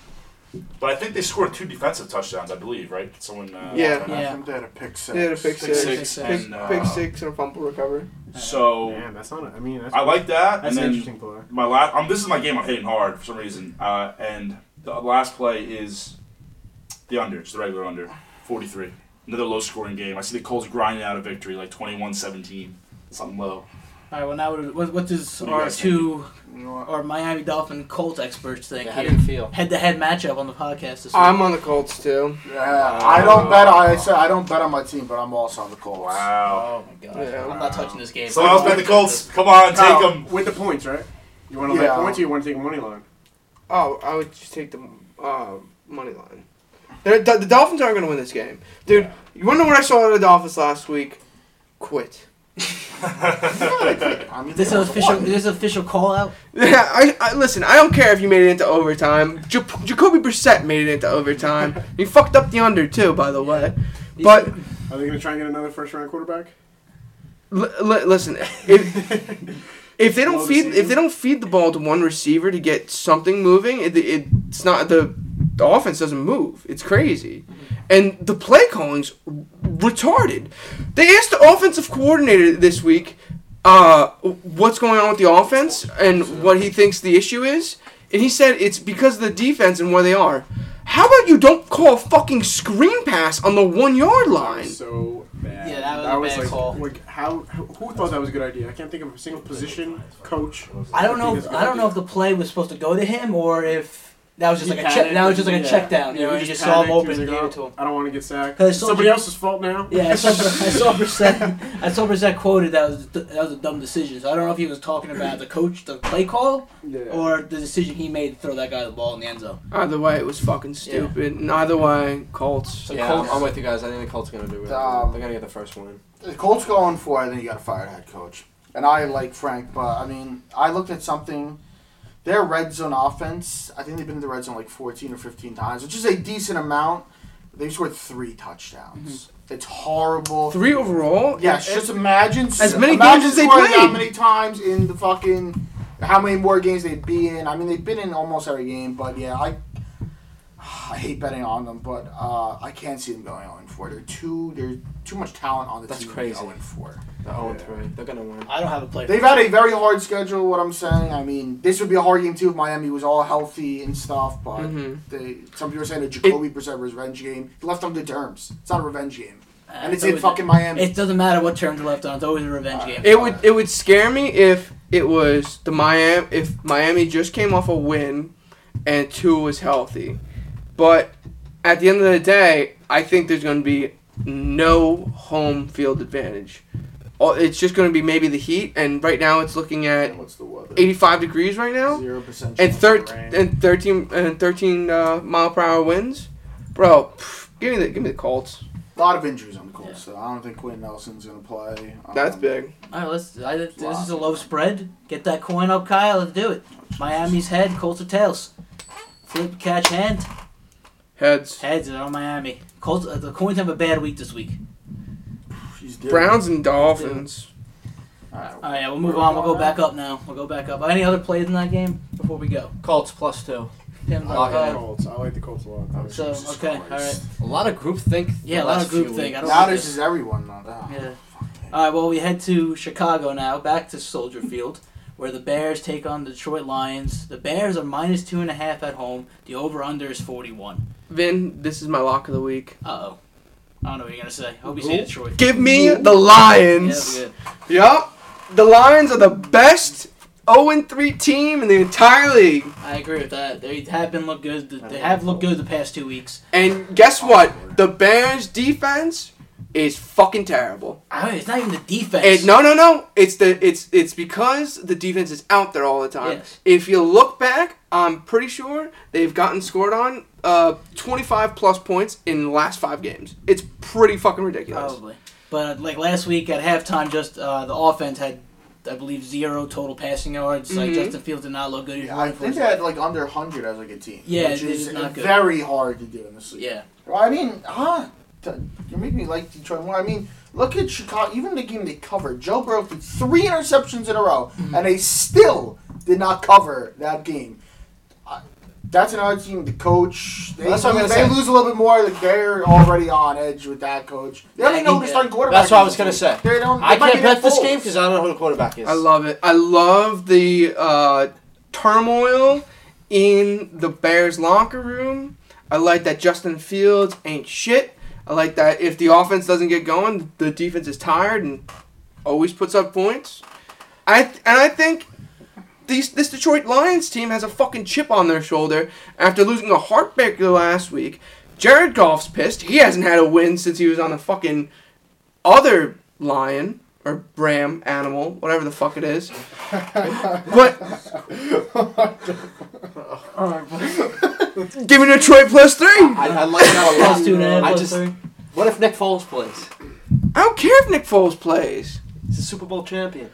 H: but I think they scored two defensive touchdowns. I believe right? Someone uh,
E: Yeah.
H: walked on that.
C: Yeah.
G: I think they had a pick six.
E: they had a pick
H: Pick
E: six,
H: six,
C: six,
E: pick,
H: and uh,
E: pick six, and a fumble recovery.
H: So
D: Man, that's not. A, I mean, that's,
H: I like that.
D: that's an
H: and then
D: interesting play.
H: my last um, this is my game I'm hitting hard for some reason. Uh, and the last play is the under. It's the regular under. 43. Another low scoring game. I see the Colts grinding out a victory like 21-17. Something low.
C: All right. Well, now we're- what, what does
H: What do you
C: our
H: guys
C: two
G: You know what?
C: our Miami Dolphin Colts experts think
F: Yeah, how do you
C: here?
F: feel?
C: Head to head matchup on the podcast this week.
E: I'm on the Colts too.
G: Yeah, I
C: Oh.
G: don't bet. I said I don't bet on my team, but I'm also on the Colts.
H: Wow.
C: Oh my god!
E: Yeah.
C: I'm not touching this game.
H: Someone else bet the Colts. Come on, take
D: Now,
H: them.
D: Oh, with the points, right? You want to
G: Yeah.
D: lay points, or you want to take a money line?
E: Oh, I would just take the uh, money line. They're, the, the Dolphins aren't going to win this game, dude. You want to know what I saw out of the Dolphins last week? Quit.
G: I mean,
C: This is
G: they
C: an
G: won.
C: official. This is an official call out.
E: Yeah, I, I listen. I don't care if you made it into overtime. Ja- Jacoby Brissett made it into overtime. He fucked up the under too, by the way. But
D: Are they going to try and get another first round quarterback?
E: L- li- listen, if if they don't
D: Low
E: feed
D: receiver.
E: if they don't feed the ball to one receiver to get something moving, it, it it's not the, the offense doesn't move. It's crazy, and the play calling's r- retarded. They asked the offensive coordinator this week, uh, what's going on with the offense and what he thinks the issue is, and he said it's because of the defense and where they are. How about you don't call a fucking screen pass on the one yard line?
D: So bad.
C: Yeah, that was a bad
D: like,
C: call.
D: Like, how? Who thought that was a good idea? I can't think of a single position coach.
C: I don't know.
D: that think it's
C: If,
D: a good
C: I don't know
D: idea.
C: if the play was supposed to go to him or if that was just
D: He
C: like a check.
D: panicked
C: That was just like a
D: and-
C: check down. You
D: yeah,
C: know,
D: he
C: you just saw him
D: panicked.
C: open
D: He
C: and
D: was
C: gave
D: like,
C: it to him.
D: "Oh, I don't want to get sacked.
C: 'Cause
D: It's
C: so-
D: somebody else's fault now.
C: Yeah, I saw, I saw Brissett. I saw Brissett quoted that was that was a dumb decision. So I don't know if he was talking about the coach, the play call,
D: Yeah.
C: or the decision he made to throw that guy the ball in the end zone.
E: Either way, it was fucking stupid. And either way, Colts.
F: So
C: Yeah,
F: yeah,
C: Colts-
F: I'm, I'm with you guys. I think the Colts are gonna do it.
G: Um,
F: They're gonna get the first win.
G: The Colts going for. I think you got to fire the head coach. And I like Frank, but I mean, I looked at something. Their red zone offense. I think they've been in the red zone like 14 or 15 times, which is a decent amount. They've scored three touchdowns. It's horrible.
E: Three overall.
G: Yes, just imagine
E: As many
G: imagine
E: games as they
G: scoring
E: played.
G: How many times in the fucking how many more games they'd be in? I mean, they've been in almost every game, but yeah, I I hate betting on them, but uh, I can't see them going 0 4. They're too there's too much talent on the
F: That's
G: team.
F: crazy.
G: 0 4.
F: They're 0 3. oh They're gonna win.
C: I don't have a play.
G: They've had a very hard schedule. What I'm saying, I mean, this would be a hard game too if Miami was all healthy and stuff. But
E: Mhm.
G: they, some people are saying a Jacoby Brissett revenge game. He left on good terms. It's not a revenge game,
E: Uh,
G: and it's in
C: always-
G: fucking Miami.
C: Uh, It doesn't matter what terms are left on. It's always a revenge game.
E: It would it would scare me if it was the Miami if Miami just came off a win and two was healthy. But at the end of the day, I think there's going to be no home field advantage. All- It's just going to be maybe the heat, and right now it's looking at
G: And what's the weather?
E: 85 degrees right now.
G: Zero percent.
E: and
G: chance
E: thir-
G: of rain.
E: and thirteen and thirteen uh, mile per hour winds, bro. Pff, give me the give me the Colts.
G: a lot of injuries on the Colts. So I don't think Quentin Nelson's gonna play. Um,
E: That's big.
C: All right, let's. I, this is a low spread. Get that coin up, Kyle. Let's do it. Miami's head, Colts or tails. Flip, catch, hand.
E: Heads.
C: Heads are on Miami. Colts. Uh, the Coins have a bad week this week.
G: He's dead.
E: Browns and Dolphins.
G: All right.
C: All right, yeah, we'll move on. We'll go back up now. We'll go back up. Any other plays in that game before we go?
F: Colts plus two.
C: Tim,
D: I like
F: Lock it
C: uh,
D: the Colts. I like the Colts a lot.
C: So
G: Jesus
C: okay,
G: Christ.
C: all right.
F: A lot of group think.
C: Yeah, a lot of group think. I don't
G: Now
C: like
G: this
C: this.
G: is everyone. Not, oh,
C: Yeah.
G: fuck.
C: All right. Well, we head to Chicago now. Back to Soldier Field. where the Bears take on the Detroit Lions. The Bears are minus two and a half at home. The over under is 41.
E: Vin, this is my lock of the week.
C: Uh oh. I don't know what you're going to say. Hope you say Detroit.
E: Give me the
C: Yeah,
E: Lions.
C: good.
E: Yup. The Lions are the best 0 3 team in the entire league.
C: I agree with that. They have been look good. They have looked good the past two weeks.
E: And guess what? The Bears' defense is fucking terrible.
C: I mean, it's not even the defense.
E: It, no, no, no. It's the it's it's because the defense is out there all the time.
C: Yes.
E: If you look back, I'm pretty sure they've gotten scored on uh 25 plus points in the last five games. It's pretty fucking ridiculous.
C: Probably. But uh, like last week at halftime, just uh, the offense had, I believe, zero total passing yards. Like
E: Mhm.
C: Justin Fields did not look good. He was
G: Yeah, I
C: running for
G: think
C: his-
G: they had like under 100 as like a team.
C: Uh, Yeah,
G: which
C: it
G: is
C: is not good.
G: very hard to do in this league.
C: yeah.
G: Well, I mean, huh? T- You make me like Detroit more. I mean, look at Chicago. Even the game they covered, Joe Burrow threw three interceptions in a row,
F: Mm-hmm.
G: and they still did not cover that game. I- That's another team. The coach. They,
F: That's what I'm gonna
G: they
F: say.
G: lose a little bit more. Like they're already on edge with that coach. They don't
C: Yeah,
G: even know who
C: he-
G: the starting quarterback.
F: That's what I
G: is
F: was gonna
G: this
F: say.
G: week. They don't.
F: I
G: it might
F: can't
G: be their
F: bet this
G: fault.
F: game because I don't know who the quarterback is.
E: I love it. I love the uh, turmoil in the Bears locker room. I like that Justin Fields ain't shit. I like that if the offense doesn't get going, the defense is tired and always puts up points. I th- and I think these this Detroit Lions team has a fucking chip on their shoulder after losing a heartbreaker last week. Jared Goff's pissed. He hasn't had a win since he was on the fucking other lion or ram animal, whatever the fuck it is. but give me Detroit plus three. I
F: I, I like that a lot.
C: Plus two and a half,
F: I
C: plus
F: just,
C: three.
F: What if Nick Foles plays?
E: don't care if Nick Foles plays.
F: He's a Super Bowl champion.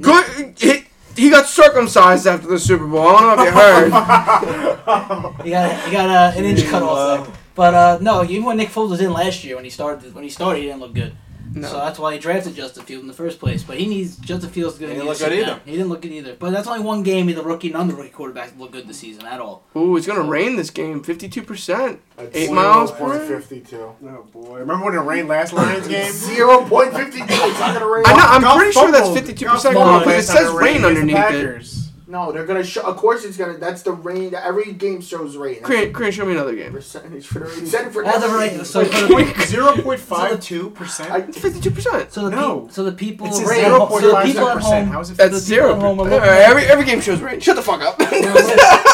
E: Good. He, he got circumcised after the Super Bowl. I don't know if you heard.
C: He got, he got uh, an inch cut off there. But uh, no, even when Nick Foles was in last year, when he started, when he started, he didn't look good.
E: No.
C: So that's why he drafted Justin Fields in the first place. But he needs Justin Fields. He
F: He didn't look good either.
C: He didn't look good either. But that's only one game. Either rookie, none of the rookie quarterbacks look good this season at all.
E: Ooh, it's gonna rain this game. Fifty-two percent.
G: At
E: Eight miles per hour.
G: 0.52.
D: Oh boy! Remember when it rained last Lions game?
G: 0.52. It's not gonna rain.
E: I know. I'm
D: Goff
E: pretty sure that's
D: fumbled.
E: fifty-two percent
C: fumbled
E: correct, but it
D: Last time
E: says rain
D: rained against the
E: underneath it.
D: Packers.
G: No, they're gonna show. Of course, it's gonna. That's the rain. Every game shows rain. That's
E: Korean, Korean, show me another game.
G: percentage for the rain. Set it for
C: As of
G: every
C: right,
G: game.
C: so for the-
D: Zero point five two percent.
G: I-
E: Fifty-two percent.
C: So the
D: No.
C: peop so the people
D: It's a
C: Right,
D: zero point
C: so the
D: five
C: people at
D: percent.
C: home
D: How is it?
E: That's
C: The people
E: zero.
C: at home are looking-
E: Every every game shows rain. Shut the fuck up.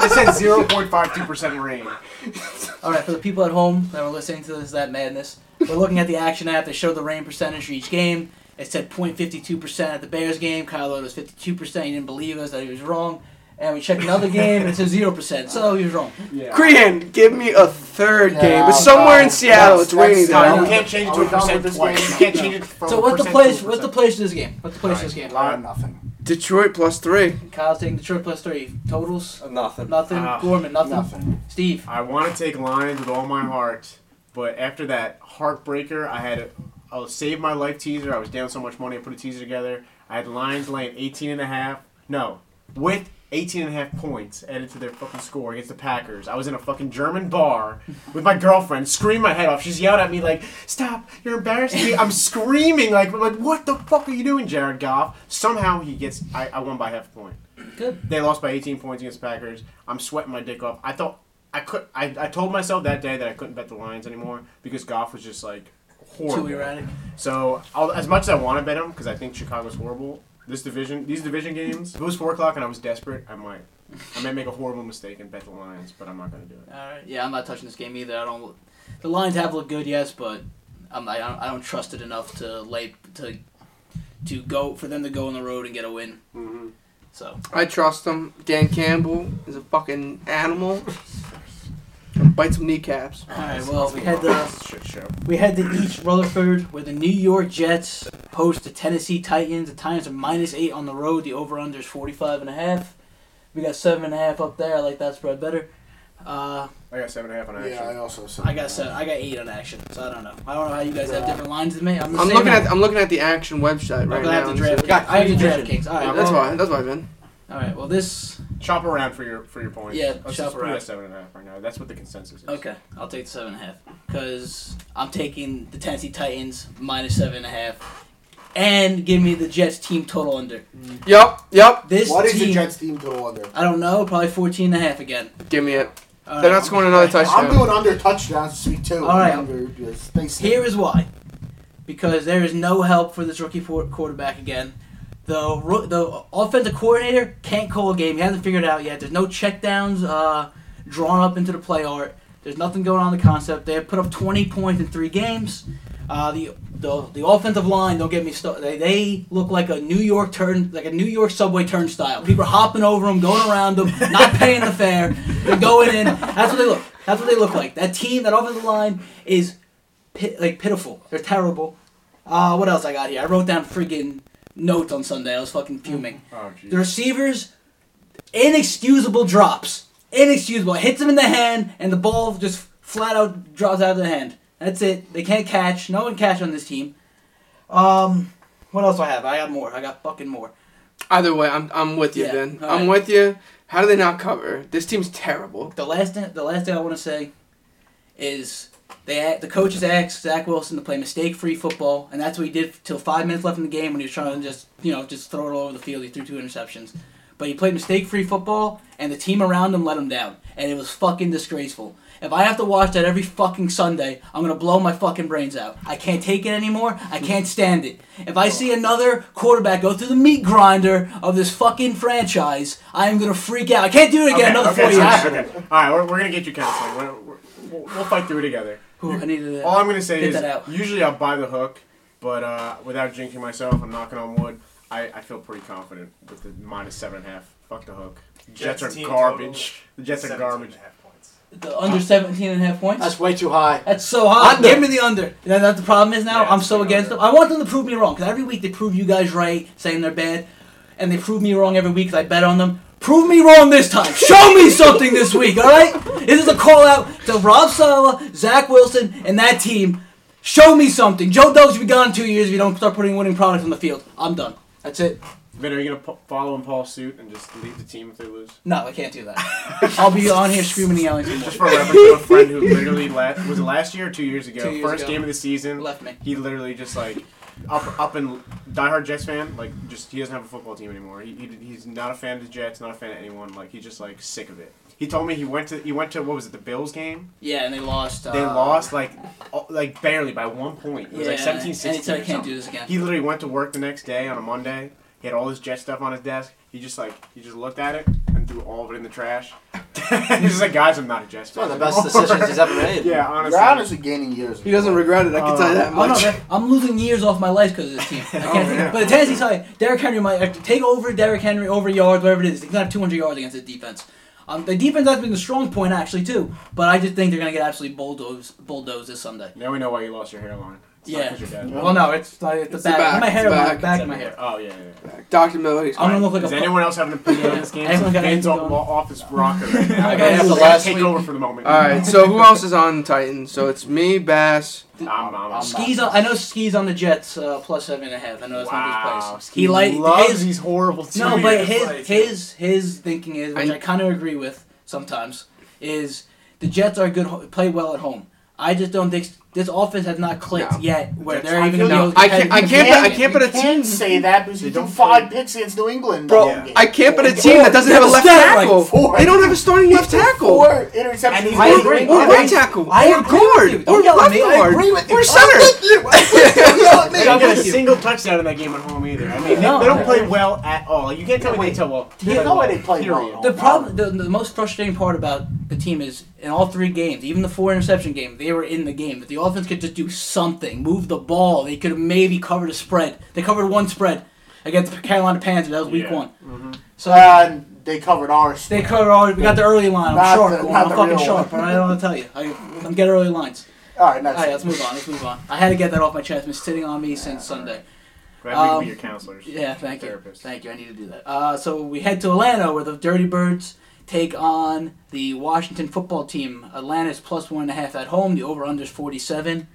D: It said zero point five two percent rain.
C: All right, for the people at home that are listening to this, that madness. We're looking at the action app. They showed the rain percentage for each game. It said 0.52% at the Bears game. Kyle Lowe was 52%. He didn't believe us that he was wrong. And we checked another game, and it said 0%. So he was wrong.
D: Yeah.
E: Korean, give me a third
G: Yeah,
E: game.
G: no,
E: But somewhere in
G: that's-
E: Seattle, it's
G: that's-
E: raining
G: that's-
E: down.
D: you can't change it to
G: Are
D: a
G: we done
D: percent
G: with this
D: twice.
G: game?
D: You can't change it from
C: So what's the place? What's the place to this game? What's the place to this game?
D: Alright.
G: Nothing.
E: Detroit plus three.
C: Kyle's taking Detroit plus three. Totals?
F: Nothing.
C: Nothing.
D: Ah,
C: Gorman, nothing.
G: Nothing.
C: Steve.
D: I want to take Lions with all my heart, but after that heartbreaker, I had a, a save my life teaser. I was down so much money, I put a teaser together. I had Lions laying 18 and a half. No, with 18 and a half points added to their fucking score against the Packers. I was in a fucking German bar with my girlfriend, screaming my head off. She's yelling at me like, "Stop! You're embarrassing me!" I'm screaming like, "Like what the fuck are you doing, Jared Goff?" Somehow he gets. I, I won by half a point.
C: Good.
D: They lost by 18 points against the Packers. I'm sweating my dick off. I thought I could. I, I told myself that day that I couldn't bet the Lions anymore because Goff was just like horrible.
C: Too erratic.
D: So I'll, as much as I want to bet him because I think Chicago's horrible. This division, these division games. If it was four o'clock and I was desperate, I might. I might make a horrible mistake and bet the Lions, but I'm not gonna do it.
C: All right. Yeah, I'm not touching this game either. I don't. The Lions have looked good, yes, but I'm, I don't. I don't trust it enough to lay to to go for them to go on the road and get a win.
D: Mhm.
C: So
E: I trust them. Dan Campbell is a fucking animal. And bite some kneecaps.
C: all right. Well, we had the
D: Shit show.
C: we had the East Rutherford where the New York Jets host the Tennessee Titans. The Titans are minus eight on the road. The over under is 45 and a half. We got seven and a half up there. I like that spread better. Uh,
D: I got seven and a half on action.
G: Yeah, I also said.
C: I got seven, I got eight on action, so I don't know. I don't know how you guys have different lines than me. I'm, the
E: I'm
C: same
E: looking
C: man.
E: at I'm looking at the action website right
C: I'm gonna
E: now.
C: have to draft.
F: Got
C: I have to
F: three
C: draft
F: divisions.
C: Kings. All right,
E: That's why. That's why, Vin.
C: All right. Well, this.
D: Chop around for your for your points.
C: Yeah,
D: Let's
C: chop
D: just put it at
C: around.
D: seven and a half right now. That's what the consensus is.
C: Okay, I'll take the seven and a half because I'm taking the Tennessee Titans minus seven and a half. and give me the Jets team total under.
E: Yep, yep.
C: This
G: What is
C: team,
G: the Jets team total under?
C: I don't know, probably 14 and a half again.
E: Give me it.
C: Uh,
E: They're not scoring another
G: I'm
E: touchdown.
G: doing under touchdowns this week too.
C: All right.
G: Under, yes, thanks.
C: Here is why. Because there is no help for this rookie for- quarterback again. The, ro- the offensive coordinator can't call a game. He hasn't figured it out yet. There's no checkdowns uh, drawn up into the play art. There's nothing going on in the concept. They have put up 20 points in three games. Uh, the, the the offensive line don't get me started. They, they look like a New York turn, like a New York subway turnstile. People are hopping over them, going around them, not paying the fare. They're going in. That's what they look. That's what they look like. That team, that offensive line is pit, like pitiful. They're terrible. Uh, what else I got here? I wrote down friggin' notes on Sunday. I was fucking fuming.
D: Oh,
C: The receivers, inexcusable drops. Inexcusable. It hits him in the hand, and the ball just flat out drops out of the hand. That's it. They can't catch. No one catch on this team. Um, what else do I have? I got more. I got fucking more.
E: Either way, I'm, I'm with you,
C: Yeah,
E: Ben.
C: all
E: I'm
C: right.
E: with you. How do they not cover? This team's terrible.
C: The last thing, the last thing I want to say is they a- the coaches asked Zach Wilson to play mistake free football, and that's what he did till five minutes left in the game when he was trying to just you know just throw it all over the field. He threw two interceptions, but he played mistake free football, and the team around him let him down, and it was fucking disgraceful. If I have to watch that every fucking Sunday, I'm gonna blow my fucking brains out. I can't take it anymore. I can't stand it. If I see another quarterback go through the meat grinder of this fucking franchise, I am gonna freak out. I can't do it again. another four
D: okay,
C: years.
D: okay, okay. All right, we're, we're gonna get you counseling. We're, we're, we'll, we'll fight through it together.
C: Ooh, I needed that.
D: All I'm gonna say
C: Get
D: is
C: that out.
D: usually I'll buy the hook, but uh, without jinxing myself, I'm knocking on wood. I, I feel pretty confident with the minus seven and a half. Fuck the hook. Jets,
I: Jets
D: are
I: team
D: garbage. The Jets are
I: 17
D: garbage.
I: and a half points.
C: The under 17 and a half points?
F: That's way too high.
C: That's so high.
F: Under.
C: Give me the under. You know, that's the problem is now
D: Yeah,
C: I'm so
D: it's the
C: against
D: under.
C: them. I want them to prove me wrong because every week they prove you guys right, saying they're bad, and they prove me wrong every week because I bet on them. Prove me wrong this time. Show me something this week, all right? This is a call out to Rob Sala, Zach Wilson, and that team. Show me something. Joe Doug's be gone in two years if you don't start putting winning products on the field. I'm done. That's it.
D: Vin, are you gonna po- follow and Paul suit and just leave the team if they lose?
C: No, I can't do that. I'll be on here screaming and yelling. some more.
D: Just for reference, I have a friend who literally last was it last year or two years ago,
C: Two years
D: first
C: ago.
D: game of the season,
C: Left me.
D: He literally just like up up and diehard Jets fan, like just he doesn't have a football team anymore. He, he he's not a fan of the Jets, not a fan of anyone. Like he's just like sick of it. He told me he went to he went to what was it the Bills game?
C: Yeah, and they lost. Uh,
D: They lost like uh, like barely by one point. It was like
C: Yeah,
D: 17
C: and he
D: 16
C: said,
D: or
C: "I can't do
D: something."
C: this again."
D: He literally went to work the next day on a Monday. He had all his jet stuff on his desk. He just like he just looked at it and threw all of it in the trash. he's just like, guys, I'm not a Jets fan.
F: One of the best
D: anymore."
F: decisions he's ever made.
D: Yeah,
G: You're
D: honestly.
G: honestly gaining years.
E: He doesn't regret it. I can tell you that
C: Oh, no,
E: much.
C: man, I'm losing years off my life because of this team. I can't think-
D: yeah.
C: But the Tennessee side, Derrick Henry might have to take over Derrick Henry over yards, whatever it is. They can have 200 yards against the defense. Um, the defense has been the strong point actually too, but I just think they're gonna get absolutely bulldozed bulldozed this Sunday.
D: Now we know why you lost your hairline. It's not
C: Yeah.
D: 'cause you're dead.
C: Well, no, it's like the,
E: It's the
C: back.
E: back,
C: My hair,
E: it's the
C: my
E: back.
C: back of my hair.
D: Oh yeah. yeah, yeah.
E: Dr. Miller, he's
C: I'm gonna look like
D: Does
C: a.
D: anyone else have an opinion on this game?
C: Everyone got
D: Hands off,
C: anything going?
D: off this rocker right now.
C: I
D: I
C: got
D: have
C: the
D: to
C: last
D: take
C: week.
D: over for the moment.
E: All right, so who else is on Titans? So it's me, Bass.
D: I'm, I'm, I'm
C: Skis, on, I know skis on the Jets uh, plus seven and a half. I know that's not his
D: Wow.
C: place. He like
D: loves
C: his,
D: these horrible teams.
C: No, but his
I: like-
C: his his thinking is, which
E: I-
C: I, kind of agree with sometimes, is the Jets are good, ho- play well at home. I just don't think this offense has not clicked
E: No.
C: yet, where
D: Jets-
C: they're
D: I
C: even.
D: feel
C: gonna be able
E: you.
C: to
E: I can't- I
C: compete.
E: can't- I can't put a
G: you can't
E: team-
G: say that because you
D: They
G: do
D: don't
G: five picks against New England.
E: Bro,
G: that game.
E: I can't put a
G: Four-
E: team that doesn't have a
C: That's
E: left
C: that, like,
E: tackle.
G: four.
E: They don't have a starting left tackle. Or,
G: Four interceptions.
D: And he's
G: I
D: been
E: or
G: agree.
D: great.
G: I
E: right
G: agree.
E: tackle.
C: I
E: Or
C: agree with
E: guard.
C: you.
E: Or
C: Don't yell at
E: left
C: me. I
E: guard.
G: agree with you.
E: Or
G: I'm
E: center.
G: with you. I'm
D: They
G: with you.
D: don't get a
C: you.
D: single touchdown in that game at home either. I mean, they,
C: No.
D: they don't play well at all. You can't tell me they play well.
G: You know why they play well.
D: Period.
C: The problem, the, the most frustrating part about the team is in all three games, even the four interception game, they were in the game. But the offense could just do something, move the ball. They could have maybe covered a spread. They covered one spread against the Carolina Panthers. That was week
D: Yeah. Mm-hmm. Uh,
C: one. So
G: And they covered ours.
C: They covered all. We got the early line. I'm
G: Not
C: sharp.
G: the-
C: Gordon.
G: not
C: I'm
G: the
C: fucking
G: real
C: sharp. All right, I don't want to tell you. I, I'm get early lines.
G: All right,
C: All right,
G: next.
C: let's move on. Let's move on. I had to get that off my chest. It's been sitting on me since Sunday.
D: Glad we can
C: Um,
D: be your counselors.
C: Yeah, thank you.
D: Therapist.
C: Thank you. I need to do that. Uh, so we head to Atlanta, where the Dirty Birds take on the Washington football team. Atlanta's plus one and a half at home. The over/under's 47.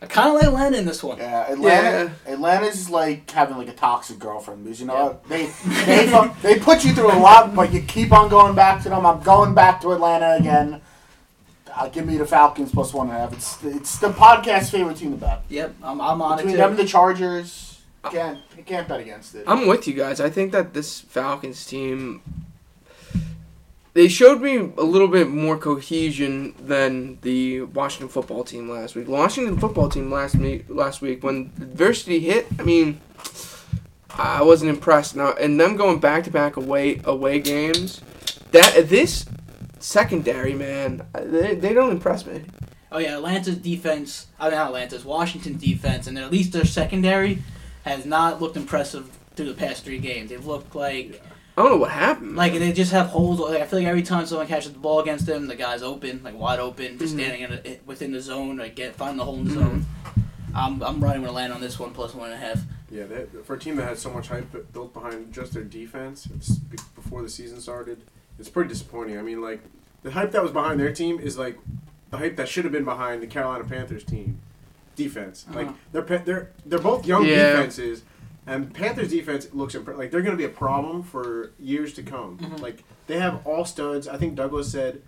C: I kind of like Atlanta in this one.
G: Yeah, Atlanta. Atlanta's like having like a toxic girlfriend because you know what? they they fu- they put you through a lot, but you keep on going back to them. I'm going back to Atlanta again. Uh, give me the Falcons plus one and a half. It's it's the podcast favorite team to bet
C: Yep, I'm, I'm on
G: between
C: it
G: them and
C: too.
G: the Chargers. Can't you can't bet against it.
E: I'm with you guys. I think that this Falcons team they showed me a little bit more cohesion than the Washington football team last week. Washington football team last me- last week when adversity hit, I mean, I wasn't impressed. Now and them going back to back away away games, that this secondary man, they, they don't impress me.
C: Oh yeah, Atlanta's defense. I mean, not Atlanta's Washington's defense, and at least their secondary has not looked impressive through the past three games. They've looked like
E: I don't know what happened.
C: like they just have holes. Like, I feel like every time someone catches the ball against them, the guy's open, like wide open, just
D: Mm-hmm.
E: Mhm.
C: standing in a, within the zone, like get find the hole in the zone. I'm I'm riding with Atlanta on this one plus one and a half.
D: Yeah, that, for a team that had so much hype bu- built behind just their defense it's be- before the season started, it's pretty disappointing. I mean, like the hype that was behind their team is like the hype that should have been behind the Carolina Panthers team defense. Like
C: Uh-huh.
D: they're pa- they're they're both young
E: Yeah.
D: defenses, and Panthers defense looks impre- like they're going to be a problem for years to come. Like they have all studs. I think Douglas said.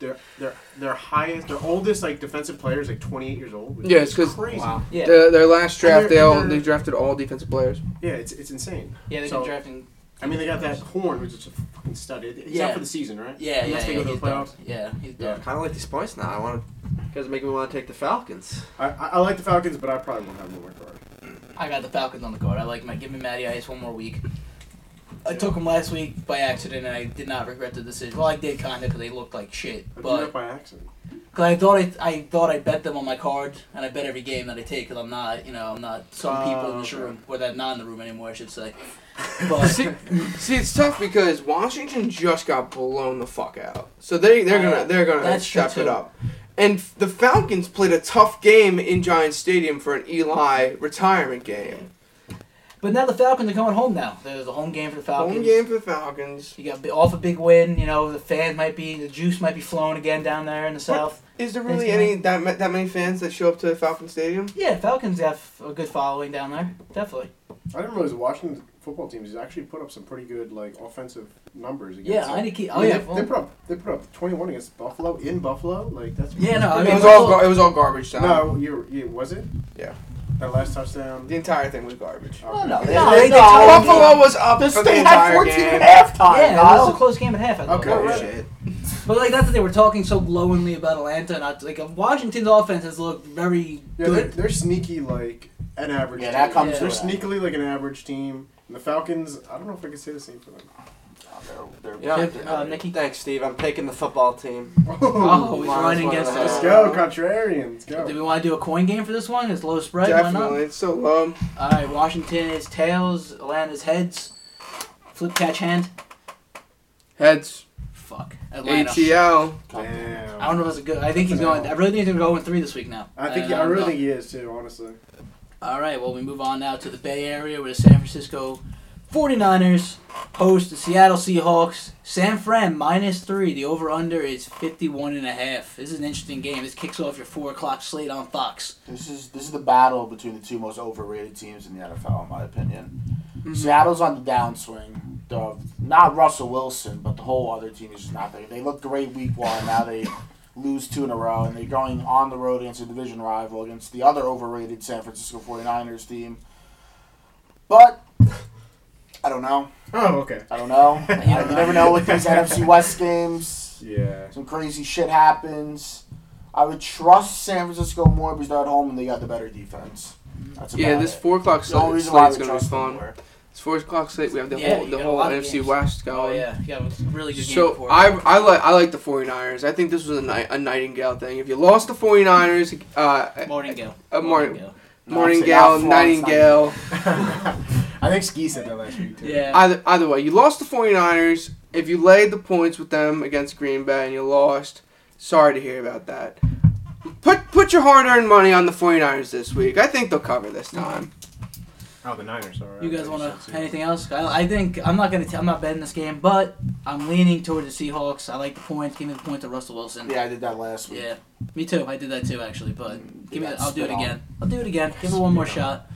D: Their, their, their highest, their oldest like defensive player is like 28 years old. which
E: Yeah,
D: is
E: it's 'cause-
D: crazy.
C: Yeah,
E: Their, their last
D: And
E: draft,
D: they're-
E: they all
D: and
E: they
D: they're-
E: drafted all defensive players.
D: Yeah, it's, it's insane.
C: yeah, they've
D: So-
C: been drafting.
D: I mean, they got that horn, which is a fucking stud. It- He's
C: Yeah.
D: out for the season, right?
C: Yeah, yeah,
D: Unless they
C: yeah.
D: go to the
C: he's done.
D: playoffs.
C: Yeah, he's
D: Yeah.
C: done.
F: Kind of like these points now. I want because make me want to take the Falcons.
D: I, I, I like the Falcons, but I probably won't have them on my card.
C: I got the Falcons on the card. I like my give me Matty Ice one more week. I took him last week by accident, and I did not regret the decision. Well, I did kind of because they looked like shit,
D: I did
C: but
D: that by accident.
C: because I thought I, I thought I bet them on my card, and I bet every game that I take because I'm not, you know, I'm not some people in this
D: Oh, okay.
C: room or that not in the room anymore, I should say. But
E: Oh, see, see, it's tough because Washington just got blown the fuck out, so they they're
C: Yeah,
E: gonna they're gonna
C: Oh, that's true,
E: step it
C: too.
E: up. And f- the Falcons played a tough game in Giants Stadium for an Eli retirement game.
C: but now the Falcons are coming home now. There's a home game for the Falcons.
E: Home game for the Falcons.
C: You got bi- off a big win. You know the fans might be the juice might be flowing again down there in the south.
E: Is there
C: Thanks,
E: really any that ma- that many fans that show up to Falcon Stadium?
C: Yeah, Falcons have a good following down there, definitely.
D: I didn't realize the Washington football team has actually put up some pretty good like offensive numbers. Against
C: Yeah,
D: them.
C: I need to keep.
D: I
C: Oh
D: mean,
C: yeah,
D: they,
C: well-
D: they put up they put up 21 against Buffalo in Buffalo. Like that's
C: Yeah, Uh, no, I
E: It
C: mean,
E: was all gar- it was all garbage time.
D: no. You, you was it?
E: Yeah.
D: That last touchdown.
E: The entire thing was garbage.
D: Okay.
C: No, no,
D: Yeah.
C: no,
E: They-
C: no.
E: Buffalo was up for the
G: They had
E: entire
G: 14
E: game.
G: at halftime.
C: Yeah, it
G: Kyle.
C: was a close game at half. I thought.
D: Okay.
E: Oh, shit.
C: But like that's that they were talking so glowingly about Atlanta, and not like Washington's offense has looked very
D: Yeah, they're,
C: good.
D: they're sneaky like an average.
G: Yeah,
D: team.
G: that comes
D: They're
G: with that.
D: sneakily like an average team. And the Falcons. I don't know if I can say the same for them.
G: Oh, They're- they're-
F: Yeah.
C: Uh, Nikki?
F: Thanks, Steve. I'm taking the football team.
C: Oh, he's
F: Minus
C: running
F: one
C: against
F: and a half.
C: us.
D: Let's go, contrarian. Let's go.
C: Uh, Do we want to do a coin game for this one? It's low spread.
E: Definitely, it's so um,
C: Why
E: low.
C: not? All right, Washington is tails, Atlanta's heads. Flip catch hand.
E: Heads
C: Fuck Atlanta.
E: ATL.
D: Damn.
C: I don't know if it's a good. I think he's going. I really think he's going to go in three this week now.
D: I think
C: And,
D: I
C: um,
D: really think he is too, honestly.
C: All right, well, we move on now to the Bay Area where the San Francisco 49ers host the Seattle Seahawks. San Fran minus three. The over-under is 51 and a half. This is an interesting game. This kicks off your 4 o'clock slate on Fox.
G: This is this is the battle between the two most overrated teams in the NFL, in my opinion. Seattle's on the downswing. The, not Russell Wilson, but the whole other team is just not there. They looked great week one. Now they lose two in a row, and they're going on the road against a division rival against the other overrated San Francisco 49ers team. But I don't know.
D: Oh, okay.
G: I don't know. I, you never know with these NFC West games
D: Yeah.
G: some crazy shit happens. I would trust San Francisco more because they're at home and they got the better defense. That's about
E: Yeah, this
G: it.
E: four o'clock
G: It's the only
E: slate
G: reason why I
E: slate's
G: would
E: gonna be
G: trust them
E: fun.
G: more.
E: It's four o'clock slate. We have the
C: Yeah,
E: whole
C: you
E: the
C: got a
E: whole
C: lot of
E: NFC
C: games.
E: West going.
C: Oh, yeah. Yeah, it was a really good game.
E: So
C: before.
E: I I like I like the 49ers. I think this was a, ni- a nightingale thing. If you lost the 49ers, uh,
C: Morningale.
E: a morning
C: Morningale.
G: No,
E: morningale,
G: it's not Florence,
E: nightingale.
D: I think Ski said that last week too.
C: Yeah.
E: Either either way, you lost the 49ers. If you laid the points with them against Green Bay and you lost, sorry to hear about that. Put put your hard-earned money on the 49ers this week. I think they'll cover this
C: Mm-hmm.
E: time.
D: Oh, the Niners. All right.
C: You
D: I
C: guys
D: thought
C: want
D: said
C: to anything else? I, I think I'm not gonna. T- I'm not betting this game, but I'm leaning toward the Seahawks. I like the points. Give me the points to Russell Wilson.
G: Yeah, I did that last week.
C: Yeah, me too. I did that too, actually. But give me.
G: that
C: The, I'll do it
G: Mm, spit on.
C: again. I'll do it again. Give it one more shot.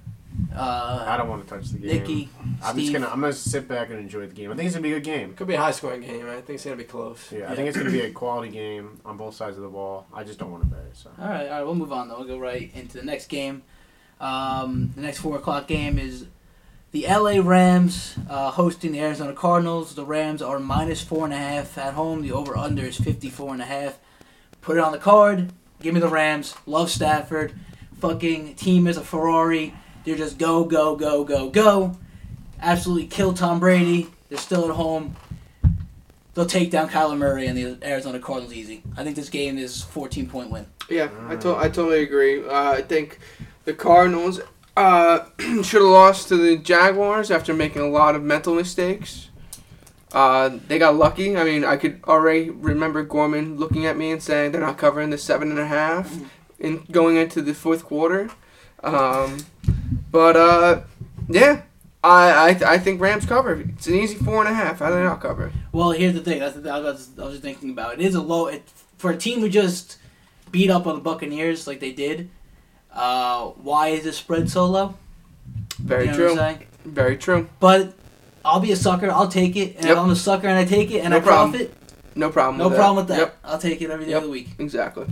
D: too. I
C: Uh,
D: don't want to touch the game.
C: Nikki,
D: I'm
C: Steve.
D: just gonna I'm gonna sit back and enjoy the game. I think it's gonna be a good game.
F: Could be a high scoring game. I think it's gonna be close.
D: Yeah, I think it's gonna be a quality game on both sides of the ball. I just don't want to bet it. So.
C: All right, all right. We'll move on though. We'll go right into the next game. Um, the next four o'clock game is the LA Rams uh, hosting the Arizona Cardinals. The Rams are minus four and a half at home. The over under is 54 and a half. Put it on the card. Give me the Rams. Love Stafford. Fucking team is a Ferrari. They're just go, go, go, go, go. Absolutely kill Tom Brady. They're still at home. They'll take down Kyler Murray and the Arizona Cardinals easy. I think this game is 14 point win.
E: Yeah, I, to- I totally agree. Uh, I think the Cardinals uh, should have lost to the Jaguars after making a lot of mental mistakes. Uh, they got lucky. I mean, I could already remember Gorman looking at me and saying they're not covering the seven and a half in going into the fourth quarter. Um, but uh, yeah, I, I I think Rams cover. It's an easy four and a half. How do they not cover?
C: Well, here's the thing. That's the, I, was, I was just thinking about. It is a low it, for a team who just beat up on the Buccaneers like they did. Uh, why is this spread so low? You
E: Very
C: know what I'm
E: true.
C: saying?
E: Very true.
C: But I'll be a sucker. I'll take it, and
E: Yep.
C: I'm a sucker, and I take it, and
E: No
C: I
E: problem.
C: profit.
E: No problem.
C: No
E: with
C: problem with that.
E: Yep,
C: I'll take it every day
E: Yep.
C: of the week.
E: exactly.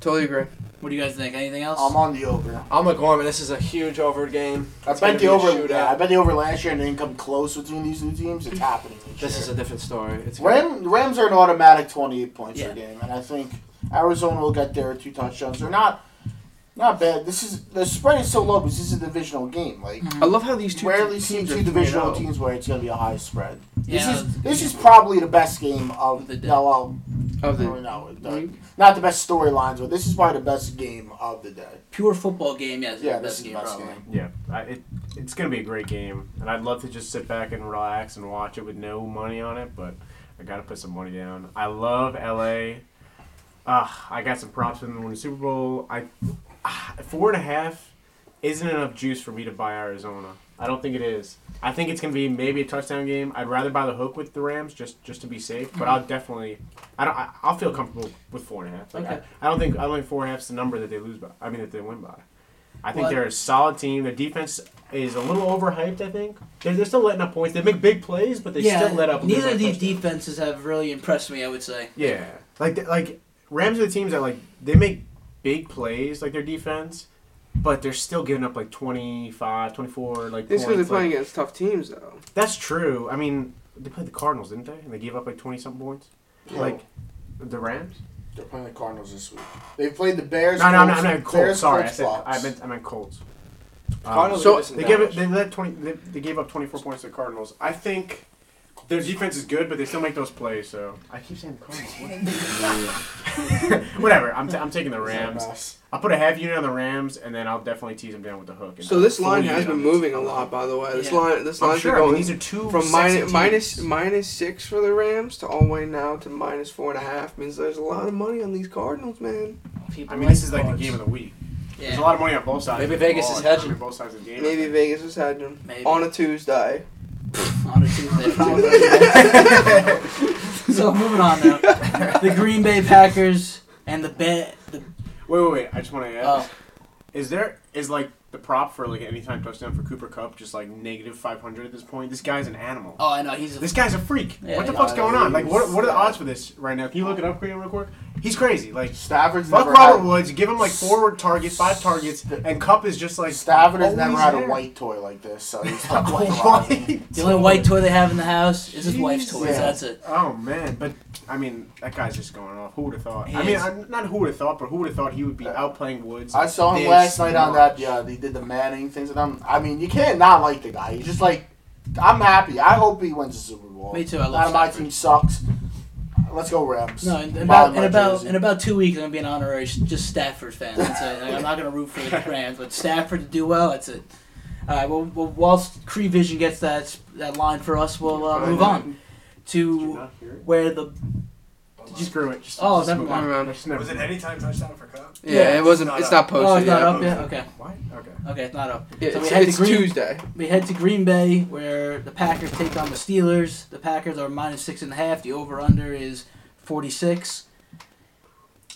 E: Totally agree.
C: What do you guys think? Anything else?
G: I'm on the over.
F: I'm with Gorman. This is a huge over game.
G: I
F: It's gonna
G: bet
F: be
G: the
F: a
G: over.
F: shootout.
G: Yeah, I bet the over last year and didn't come close between these two teams. It's happening. This
F: This
G: year.
F: is a different story. It's gonna-
G: Ram, Rams are an automatic 28 points
C: Yeah.
G: per game, and I think Arizona will get there two touchdowns. They're not not bad. This is the spread is so low because this is a divisional game. Like
F: Mm-hmm.
E: I love how these two
G: you rarely see
E: teams
G: two
E: are
G: divisional
E: 3-0.
G: teams where it's going to be a high spread. This
C: Yeah,
G: is
C: it's-
G: this is probably the best game of
C: Of the
G: the
C: day.
G: no, well,
E: of
G: no,
E: the
G: no, the- not the best storylines, but this is probably the best game of the day.
C: Pure football game. Yes.
G: Yeah,
C: Yeah,
G: this
C: best
G: is
C: game
G: the best
C: probably.
G: game.
D: Yeah, I, it, it's gonna be a great game, and I'd love to just sit back and relax and watch it with no money on it, but I gotta put some money down. I love LA. Uh, I got some props with them winning the Super Bowl. I ah, four and a half isn't enough juice for me to buy Arizona. I don't think it is. I think it's gonna be maybe a touchdown game. I'd rather buy the hook with the Rams just just to be safe, but I'll definitely. I don't. I, I'll feel comfortable with four and a half. Like,
C: Okay.
D: I, I don't think I don't think four and a half is the number that they lose by. I mean that they win by. I think
C: Well,
D: they're a solid team. Their defense is a little overhyped. I think they're, they're still letting up points. They make big plays, but they
C: yeah.
D: still let up. a little
C: neither
D: bit
C: of
D: of
C: these
D: touchdowns.
C: defenses have really impressed me. I would say.
D: Yeah, like like Rams are the teams that like they make big plays, like their defense, but they're still giving up like 25, 24, like
E: This
D: points.
E: is because they're
D: like-
E: playing against tough teams, though.
D: that's true. I mean, they played the Cardinals, didn't they? And they gave up like twenty something points. Like the Rams.
G: They're playing the Cardinals this week. They played the Bears.
D: No, no, no,
G: Colts-
D: no, Colts.
G: Bears,
D: Sorry, I
G: Colts,
D: said I
G: Bucks.
D: meant I meant Colts.
F: Cardinals
E: So,
F: are just in
D: They gave it.
F: damage.
D: They let twenty. They, they gave up twenty four points to the Cardinals. I think their defense is good, but they still make those plays. So I keep saying the Cardinals. What- Whatever. I'm, t- I'm taking the Rams. I'll put a half unit on the Rams, and then I'll definitely tease them down with the hook. And
E: So this
D: full
E: line
D: unit
E: has
D: on
E: been
D: this.
E: moving a lot, by the way. This
C: Yeah.
E: line, this
D: I'm
E: line's
D: sure. I
E: been
D: mean,
E: going
D: these are two
E: from
D: sexy
E: minus,
D: teams.
E: minus minus six for the Rams to all the way now to minus four and a half. Means there's a lot of money on these Cardinals, man.
C: People
D: I mean, this is
C: the
D: like the game of the week. There's a
C: Yeah.
D: lot of money on both sides.
F: Maybe
D: of the
F: Vegas
D: ball.
F: is hedging.
D: I mean, both sides of the game.
E: Maybe Vegas is had them
C: Maybe.
E: on a Tuesday.
C: On a Tuesday, probably. so moving on now. The Green Bay Packers and the bet. The,
D: Wait, wait, wait. I just want to add.
C: oh,
D: Is there is like the prop for like any time touchdown for Cooper Cup just like negative five hundred at this point? This guy's an animal.
C: oh, I know he's a
D: This guy's a freak.
C: Yeah,
D: what the
C: yeah.
D: fuck's going on? Like, what, what are the odds for this right now? Can you look it up, Graham, real quick? He's crazy. Like,
G: Stafford's
D: fuck
G: never
D: Robert
G: had-
D: Woods. Give him like forward targets, five targets, and Cup is just like
G: Stafford has never
D: always
G: had
D: there.
G: a white toy like this, so he's
D: A
G: not white.
D: white
C: The only white toy they have in the house is his
D: Jeez.
C: wife's toys.
G: Yeah.
C: That's it.
D: Oh man, but I mean that guy's just going off. Who would have thought? I
C: He
D: mean,
C: is.
D: I, not who would have thought, but who would have thought he would be outplaying Woods?
G: Uh, I saw him
D: Big
G: last night on
D: smart.
G: that. Yeah, they did the Manning things, and I'm. I mean, you can't not like the guy. He's just like, I'm happy. I hope he wins the Super Bowl.
C: Me too, I love
G: Not my
C: Stafford.
G: team sucks. Let's go Rams.
C: No, in, in
G: Buy
C: about
G: my
C: in about
G: jersey.
C: in about two weeks, I'm gonna be an honorary s- just Stafford fan. That's it. Like, I'm not gonna root for the Rams, but Stafford to do well. That's it. All right. Well, well whilst Cree Vision gets that s- that line for us, we'll uh, move on to where the
D: Just screw it. Just,
C: Oh,
D: just
C: never
D: move
C: mind.
D: on. Just never
B: Was it anytime touchdown for Cup?
E: Yeah, it wasn't.
B: Not
E: it's
B: up.
E: not posted.
C: oh, it's not
E: yet.
C: up yet. Okay,
D: What? Okay.
C: okay, it's not up.
E: Yeah,
C: So we
E: it's
C: had the
E: it's
C: green-
E: Tuesday.
C: We head to Green Bay, where the Packers take on the Steelers. The Packers are minus six and a half. The over under is forty six.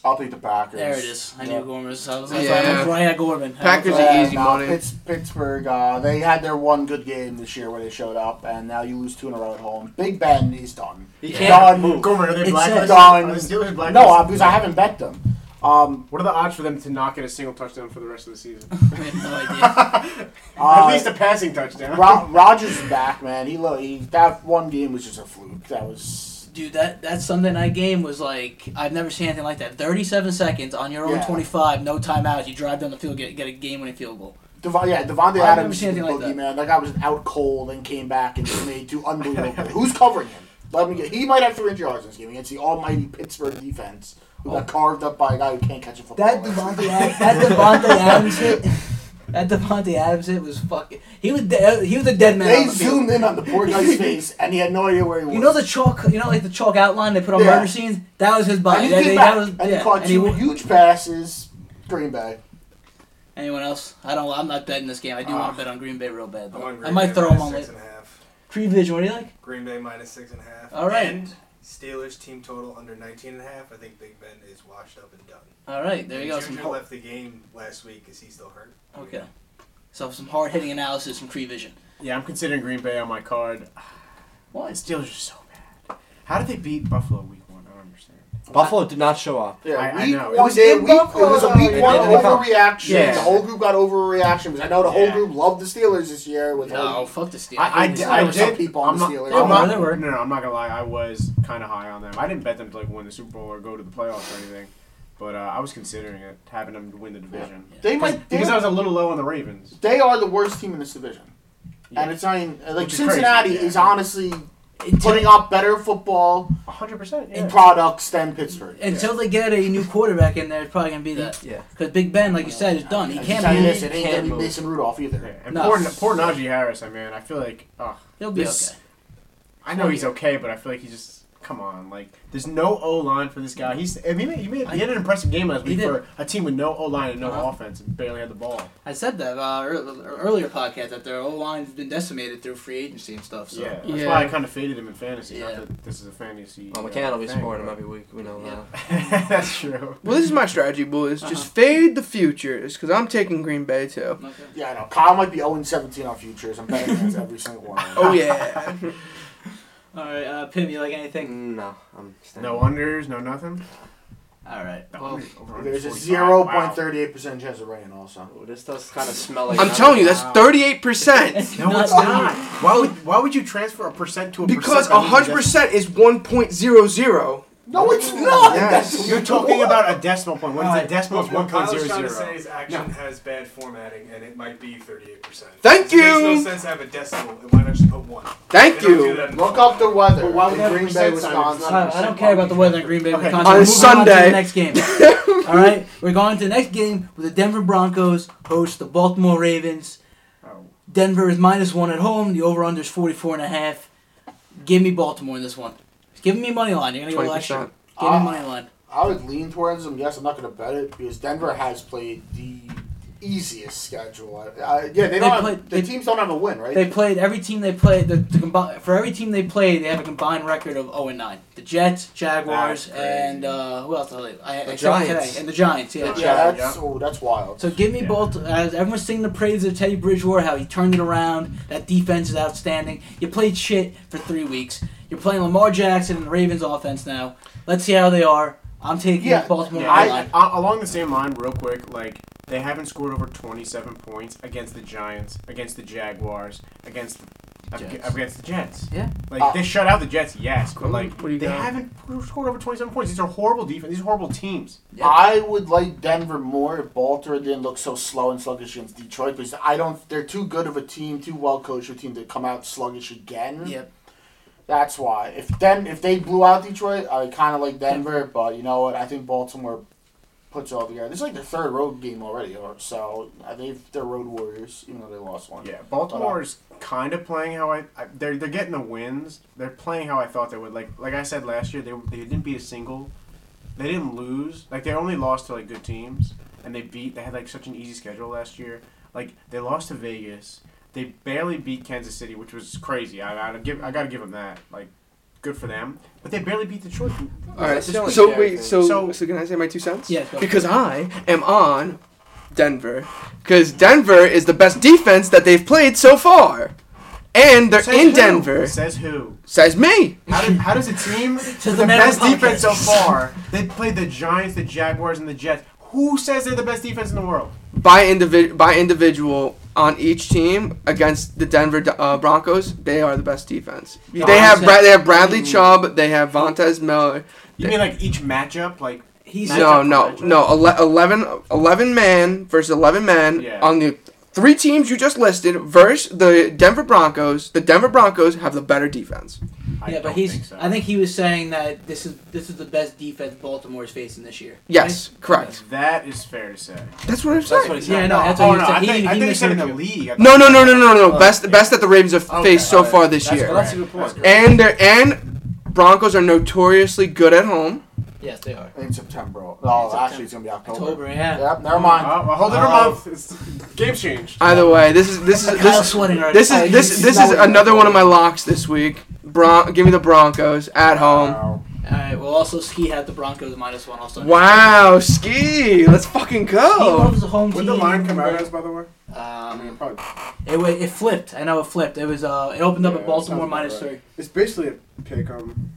G: I'll take the Packers.
C: There it is. I knew
G: Yeah.
C: Gorman. So I was like,
E: Yeah.
C: I looked right at Gorman. I
E: Packers
C: looked
E: are
C: right
G: Yeah,
E: easy
G: no,
E: money.
G: Pitts, Pittsburgh, uh, they had their one good game this year where they showed up, and now you lose two in a row at home. Big Ben, he's done.
F: You
G: He's
F: can't
G: done.
D: Gomer, are they
C: It
D: black?
C: says-
D: Are the Steelers black?
G: No, uh, because I haven't bet them. Um,
D: What are the odds for them to not get a single touchdown for the rest of the season?
C: I have no idea.
D: At
G: uh,
D: least a passing touchdown.
G: Ro- Rogers is back, man. He, lo- he that one game was just a fluke. That was
C: Dude, that, that Sunday night game was like, I've never seen anything like that. 37 seconds on your own
G: Yeah.
C: 25, no timeouts. You drive down the field, get, get a game winning field goal.
G: Devon, yeah, Devontae
C: I've never
G: Adams is
C: seen
G: the
C: anything like
G: boogie,
C: that.
G: man. That guy was out cold and came back and just made two unbelievable. Who's covering him? Let me get. He might have 300 yards in this game against the almighty Pittsburgh defense, who got carved up by a guy who can't catch a football.
C: Oh. That Devontae, Ad- that Devontae Adams hit. That Devontae Adams hit was fucking. He was de- he was a dead man.
G: They
C: on the field.
G: zoomed in on the poor guy's face, and he had no idea where he was.
C: You know the chalk. You know like the chalk outline they put on
G: Yeah.
C: murder scenes. That was his
G: and
C: body.
G: he
C: That-
G: came
C: that-
G: back,
C: that was-
G: and
C: yeah.
G: he caught
C: And he
G: two
C: w-
G: huge passes. Green Bay.
C: Anyone else? I don't. I'm not betting this game. I do want to bet on Green Bay real bad.
I: I'm
C: Though.
I: on Green
C: I might
I: Bay
C: throw him
I: minus
C: on
I: six
C: late.
I: and a half.
C: Pre vision. What do you like?
I: Green Bay minus six and a half.
C: All right.
I: And Steelers team total under 19 and a half. I think Big Ben is washed up and done.
C: All right, there you go. Some
I: Juju
C: hard,
I: left the game last week. Is he still hurt?
C: okay. So some hard hitting analysis from Cree Vision.
D: Yeah, I'm considering Green Bay on my card. The
C: What?
D: Steelers are so bad. How did they beat Buffalo week one? I don't understand.
F: Buffalo did not show up.
G: Yeah,
D: I- I
G: week
D: know. It
G: one
D: was
G: day,
D: in
G: week, it
D: Buffalo.
G: was a week
D: It
G: one
D: didn't come.
G: overreaction.
D: Yeah.
G: The whole group got overreaction because I know the whole
D: Yeah.
G: group loved the Steelers this year. With
C: No, Oh, fuck the Steelers.
D: I, I,
C: Fuck the
D: did-
G: There
D: I
G: were some
D: did.
G: people on
D: I'm
G: the
D: not,
G: Steelers.
D: I'm
C: There
D: not-
C: were, there were.
D: No, no, I'm not gonna lie. I was kind of high on them. I didn't bet them to like win the Super Bowl or go to the playoffs or anything, but uh, I was considering it, having them win the division.
G: they
D: Because,
G: might.
D: because
G: they-
D: I was a little low on the Ravens.
G: they are the worst team in this division.
D: Yeah.
G: And it's not even, like
D: Which is
G: Cincinnati
D: crazy, yeah.
G: is honestly
C: Until,
G: putting up better football
D: 100. percent
G: and products than Pittsburgh.
C: until they get a new quarterback in there, it's probably gonna be that.
F: Yeah.
C: Because Big Ben, like you said, is done. He
G: I
C: can't
G: tell you
C: move.
G: this, it
F: can't
G: ain't gonna be
F: move.
G: Mason Rudolph either.
D: And
C: No.
D: poor, poor Najee Harris. I mean, I feel like. ugh,
C: He'll be
D: This-
C: okay.
D: I know he's okay, but I feel like he just come on. Like there's no O line for this guy. He's I mean, he, made, he had an impressive game last
C: He
D: week
C: did.
D: for a team with no O line and no
C: Uh-huh.
D: offense and barely had the ball.
C: I said that uh, ear- earlier podcast that their O line's been decimated through free agency and stuff. So.
D: yeah, that's
E: Yeah.
D: why I kind of faded him in fantasy. Not
C: Yeah.
D: that this is a fantasy.
F: Well,
D: uh,
F: McCann will be
D: thing,
F: scoring him
D: but-
F: every week. We know
C: Yeah.
F: that.
D: that's true.
E: Well, this is my strategy, boys.
D: Uh-huh.
E: Just fade the futures, because I'm taking Green Bay, too.
C: Okay.
G: Yeah, I know. Kyle might be 0 17 on futures. I'm betting against every single one.
E: Oh, yeah.
C: All right, uh, Pim, you like anything?
F: No, I'm standing.
D: No unders, no nothing.
C: All right.
D: The
C: Well,
D: unders- over unders
G: There's a
D: 45.
G: 0.38% chance of rain, also.
F: Ooh, this does kind of smell like.
E: I'm telling you, that's 38%.
D: Wow. No,
C: Not
D: it's not. Why would why would you transfer a percent to a
E: Because
D: percent by leaving
E: 100% is 1.00.
G: No, it's
D: a
G: not!
D: decimal- Yes.
G: That's-
D: You're talking about a decimal point. When it's a decimal, it's
I: What
D: one point
I: Kyle's
D: zero
I: trying to say
D: zero.
I: is action has bad formatting, and it might be 38%.
E: Thank
I: It
E: you.
I: makes no sense to have a decimal. and Why not just put one?
E: Thank
I: They don't do
E: you.
I: that in
G: Look up the weather.
D: But why would
G: in
D: they have
G: Green Bay,
D: percent sign if it's
G: Wisconsin.
D: not-
C: I, I don't care about the weather in Green Bay.
D: Okay.
C: Wisconsin.
E: On a
C: We're moving on to
E: Sunday.
C: the next game. All right, we're going to the next game where the Denver Broncos host the Baltimore Ravens.
D: Oh.
C: Denver is minus one at home. The over under is 44 and a half. Give me Baltimore in this one. Give me money line. You're gonna get a little extra.
E: 20%.
C: Give me
G: Ah.
C: money line.
G: I would lean towards them. Yes, I'm not going to bet it because Denver has played the easiest schedule. Uh, yeah, they
C: They
G: don't.
C: play-
G: have,
C: they-
G: the teams don't have a win, right?
C: They played every team they played. The, the combi- for every team they played, they have a combined record of zero and nine. The Jets, Jaguars,
D: That's crazy.
C: and uh, who else? Did I leave? I,
F: The
C: I said today.
F: Giants.
C: and the Giants. Yeah.
G: yeah,
D: Yeah,
G: that's oh, that's wild.
C: So give me
D: Yeah.
C: both. As everyone's singing the praise of Teddy Bridgewater, how he turned it around. That defense is outstanding. You played shit for three weeks. You're playing Lamar Jackson and the Ravens offense now. Let's see how they are. I'm taking
G: Yeah,
C: Baltimore.
D: Yeah,
C: money
D: I,
C: line.
D: a- along the same line, real quick, like they haven't scored over 27 points against the Giants, against the Jaguars, against the ag-
C: Jets.
D: against the Jets.
C: Yeah.
D: like
G: Uh,
D: they shut out the Jets, yes, but
E: Cool.
D: like
E: What do you
D: they
E: got?
D: haven't scored over 27 points. These are horrible defense. These are horrible teams.
C: Yeah.
G: I would like Denver more if Baltimore didn't look so slow and sluggish against Detroit because I don't. They're too good of a team, too well coached a team to come out sluggish again.
C: Yep.
G: That's why. If then if they blew out Detroit, I kind of like Denver, but you know what? I think Baltimore puts it all together. This is like their third road game already, or- so I think they're road warriors, even though they lost one.
D: Yeah, Baltimore's kind of playing how I, I they're they're getting the wins. They're playing how I thought they would. Like like I said last year, they they didn't beat a single. They didn't lose. Like they only lost to like good teams, and they beat. They had like such an easy schedule last year. Like they lost to Vegas. They barely beat Kansas City, which was crazy. I I give I gotta give them that. Like good for them, but they barely beat Detroit.
E: All right.
F: Still a
E: So
F: scary
E: wait.
F: thing.
E: So,
D: So-
E: so can I say my two cents?
C: Yeah, go.
E: Because I am on Denver. Because Denver is the best defense that they've played so far, and they're
D: Says
E: in
D: who?
E: Denver.
D: Says who?
E: Says me.
D: How, did, how does a team with
C: the
D: the,
C: man on
D: best
C: the podcast.
D: defense so far? They played the Giants, the Jaguars, and the Jets. Who says they're the best defense in the world?
E: by individ by individual on each team against the Denver uh, Broncos, they are the best defense.
C: Yeah,
E: they
C: I
E: have
C: said-
E: Bra- they have Bradley Chubb, they have Vontez Miller.
D: You mean like each matchup? Like
C: He's
E: No, no, no. ele- 11, 11 man versus 11 man
D: Yeah.
E: on the three teams you just listed versus the Denver Broncos. The Denver Broncos have the better defense.
D: I
C: yeah, but
D: don't
C: he's.
D: think so.
C: I think he was saying that this is this is the best defense Baltimore's facing this year.
E: Yes, correct.
D: that is fair to say.
E: That's what I'm
F: That's
E: saying.
F: what he said.
C: Yeah, no, that's
D: oh
C: what
D: no, I
C: he
D: think,
C: said. He,
D: I
C: he
D: think he
C: missed
D: said in
C: it.
D: the league. I Oh,
E: No, no, no, no, no, no. Best,
D: yeah.
E: best that the Ravens have
D: Okay,
E: faced so
D: alright.
E: far this
D: That's
E: year.
F: Well, that's a good point.
D: That's good.
E: And they're and Broncos are notoriously good at home.
F: Yes, they are.
G: in September. Oh, actually, it's gonna be October.
C: October, yeah.
G: Yep, never mind.
D: Oh, well, hold it for a
E: Um,
G: Oh.
D: month. It's, game's changed.
E: Either way, this is this is
C: Kyle's
E: this,
C: sweating already.
E: this is this this is another one of my locks this week. Bron- give me the Broncos at home.
G: Wow.
C: All right. Well, also Ski had the Broncos minus one. Also.
E: Wow, ski! Let's fucking
C: He
E: go.
C: loves the home
D: Would
C: team.
D: the line come out as, by the way? I
C: Um,
D: mean, it probably.
C: it, wa- it flipped. I know it flipped. It was uh, it opened up at
D: Yeah, that
C: Baltimore
D: sounds about
C: minus
D: right.
C: three.
D: It's basically a pick. Um,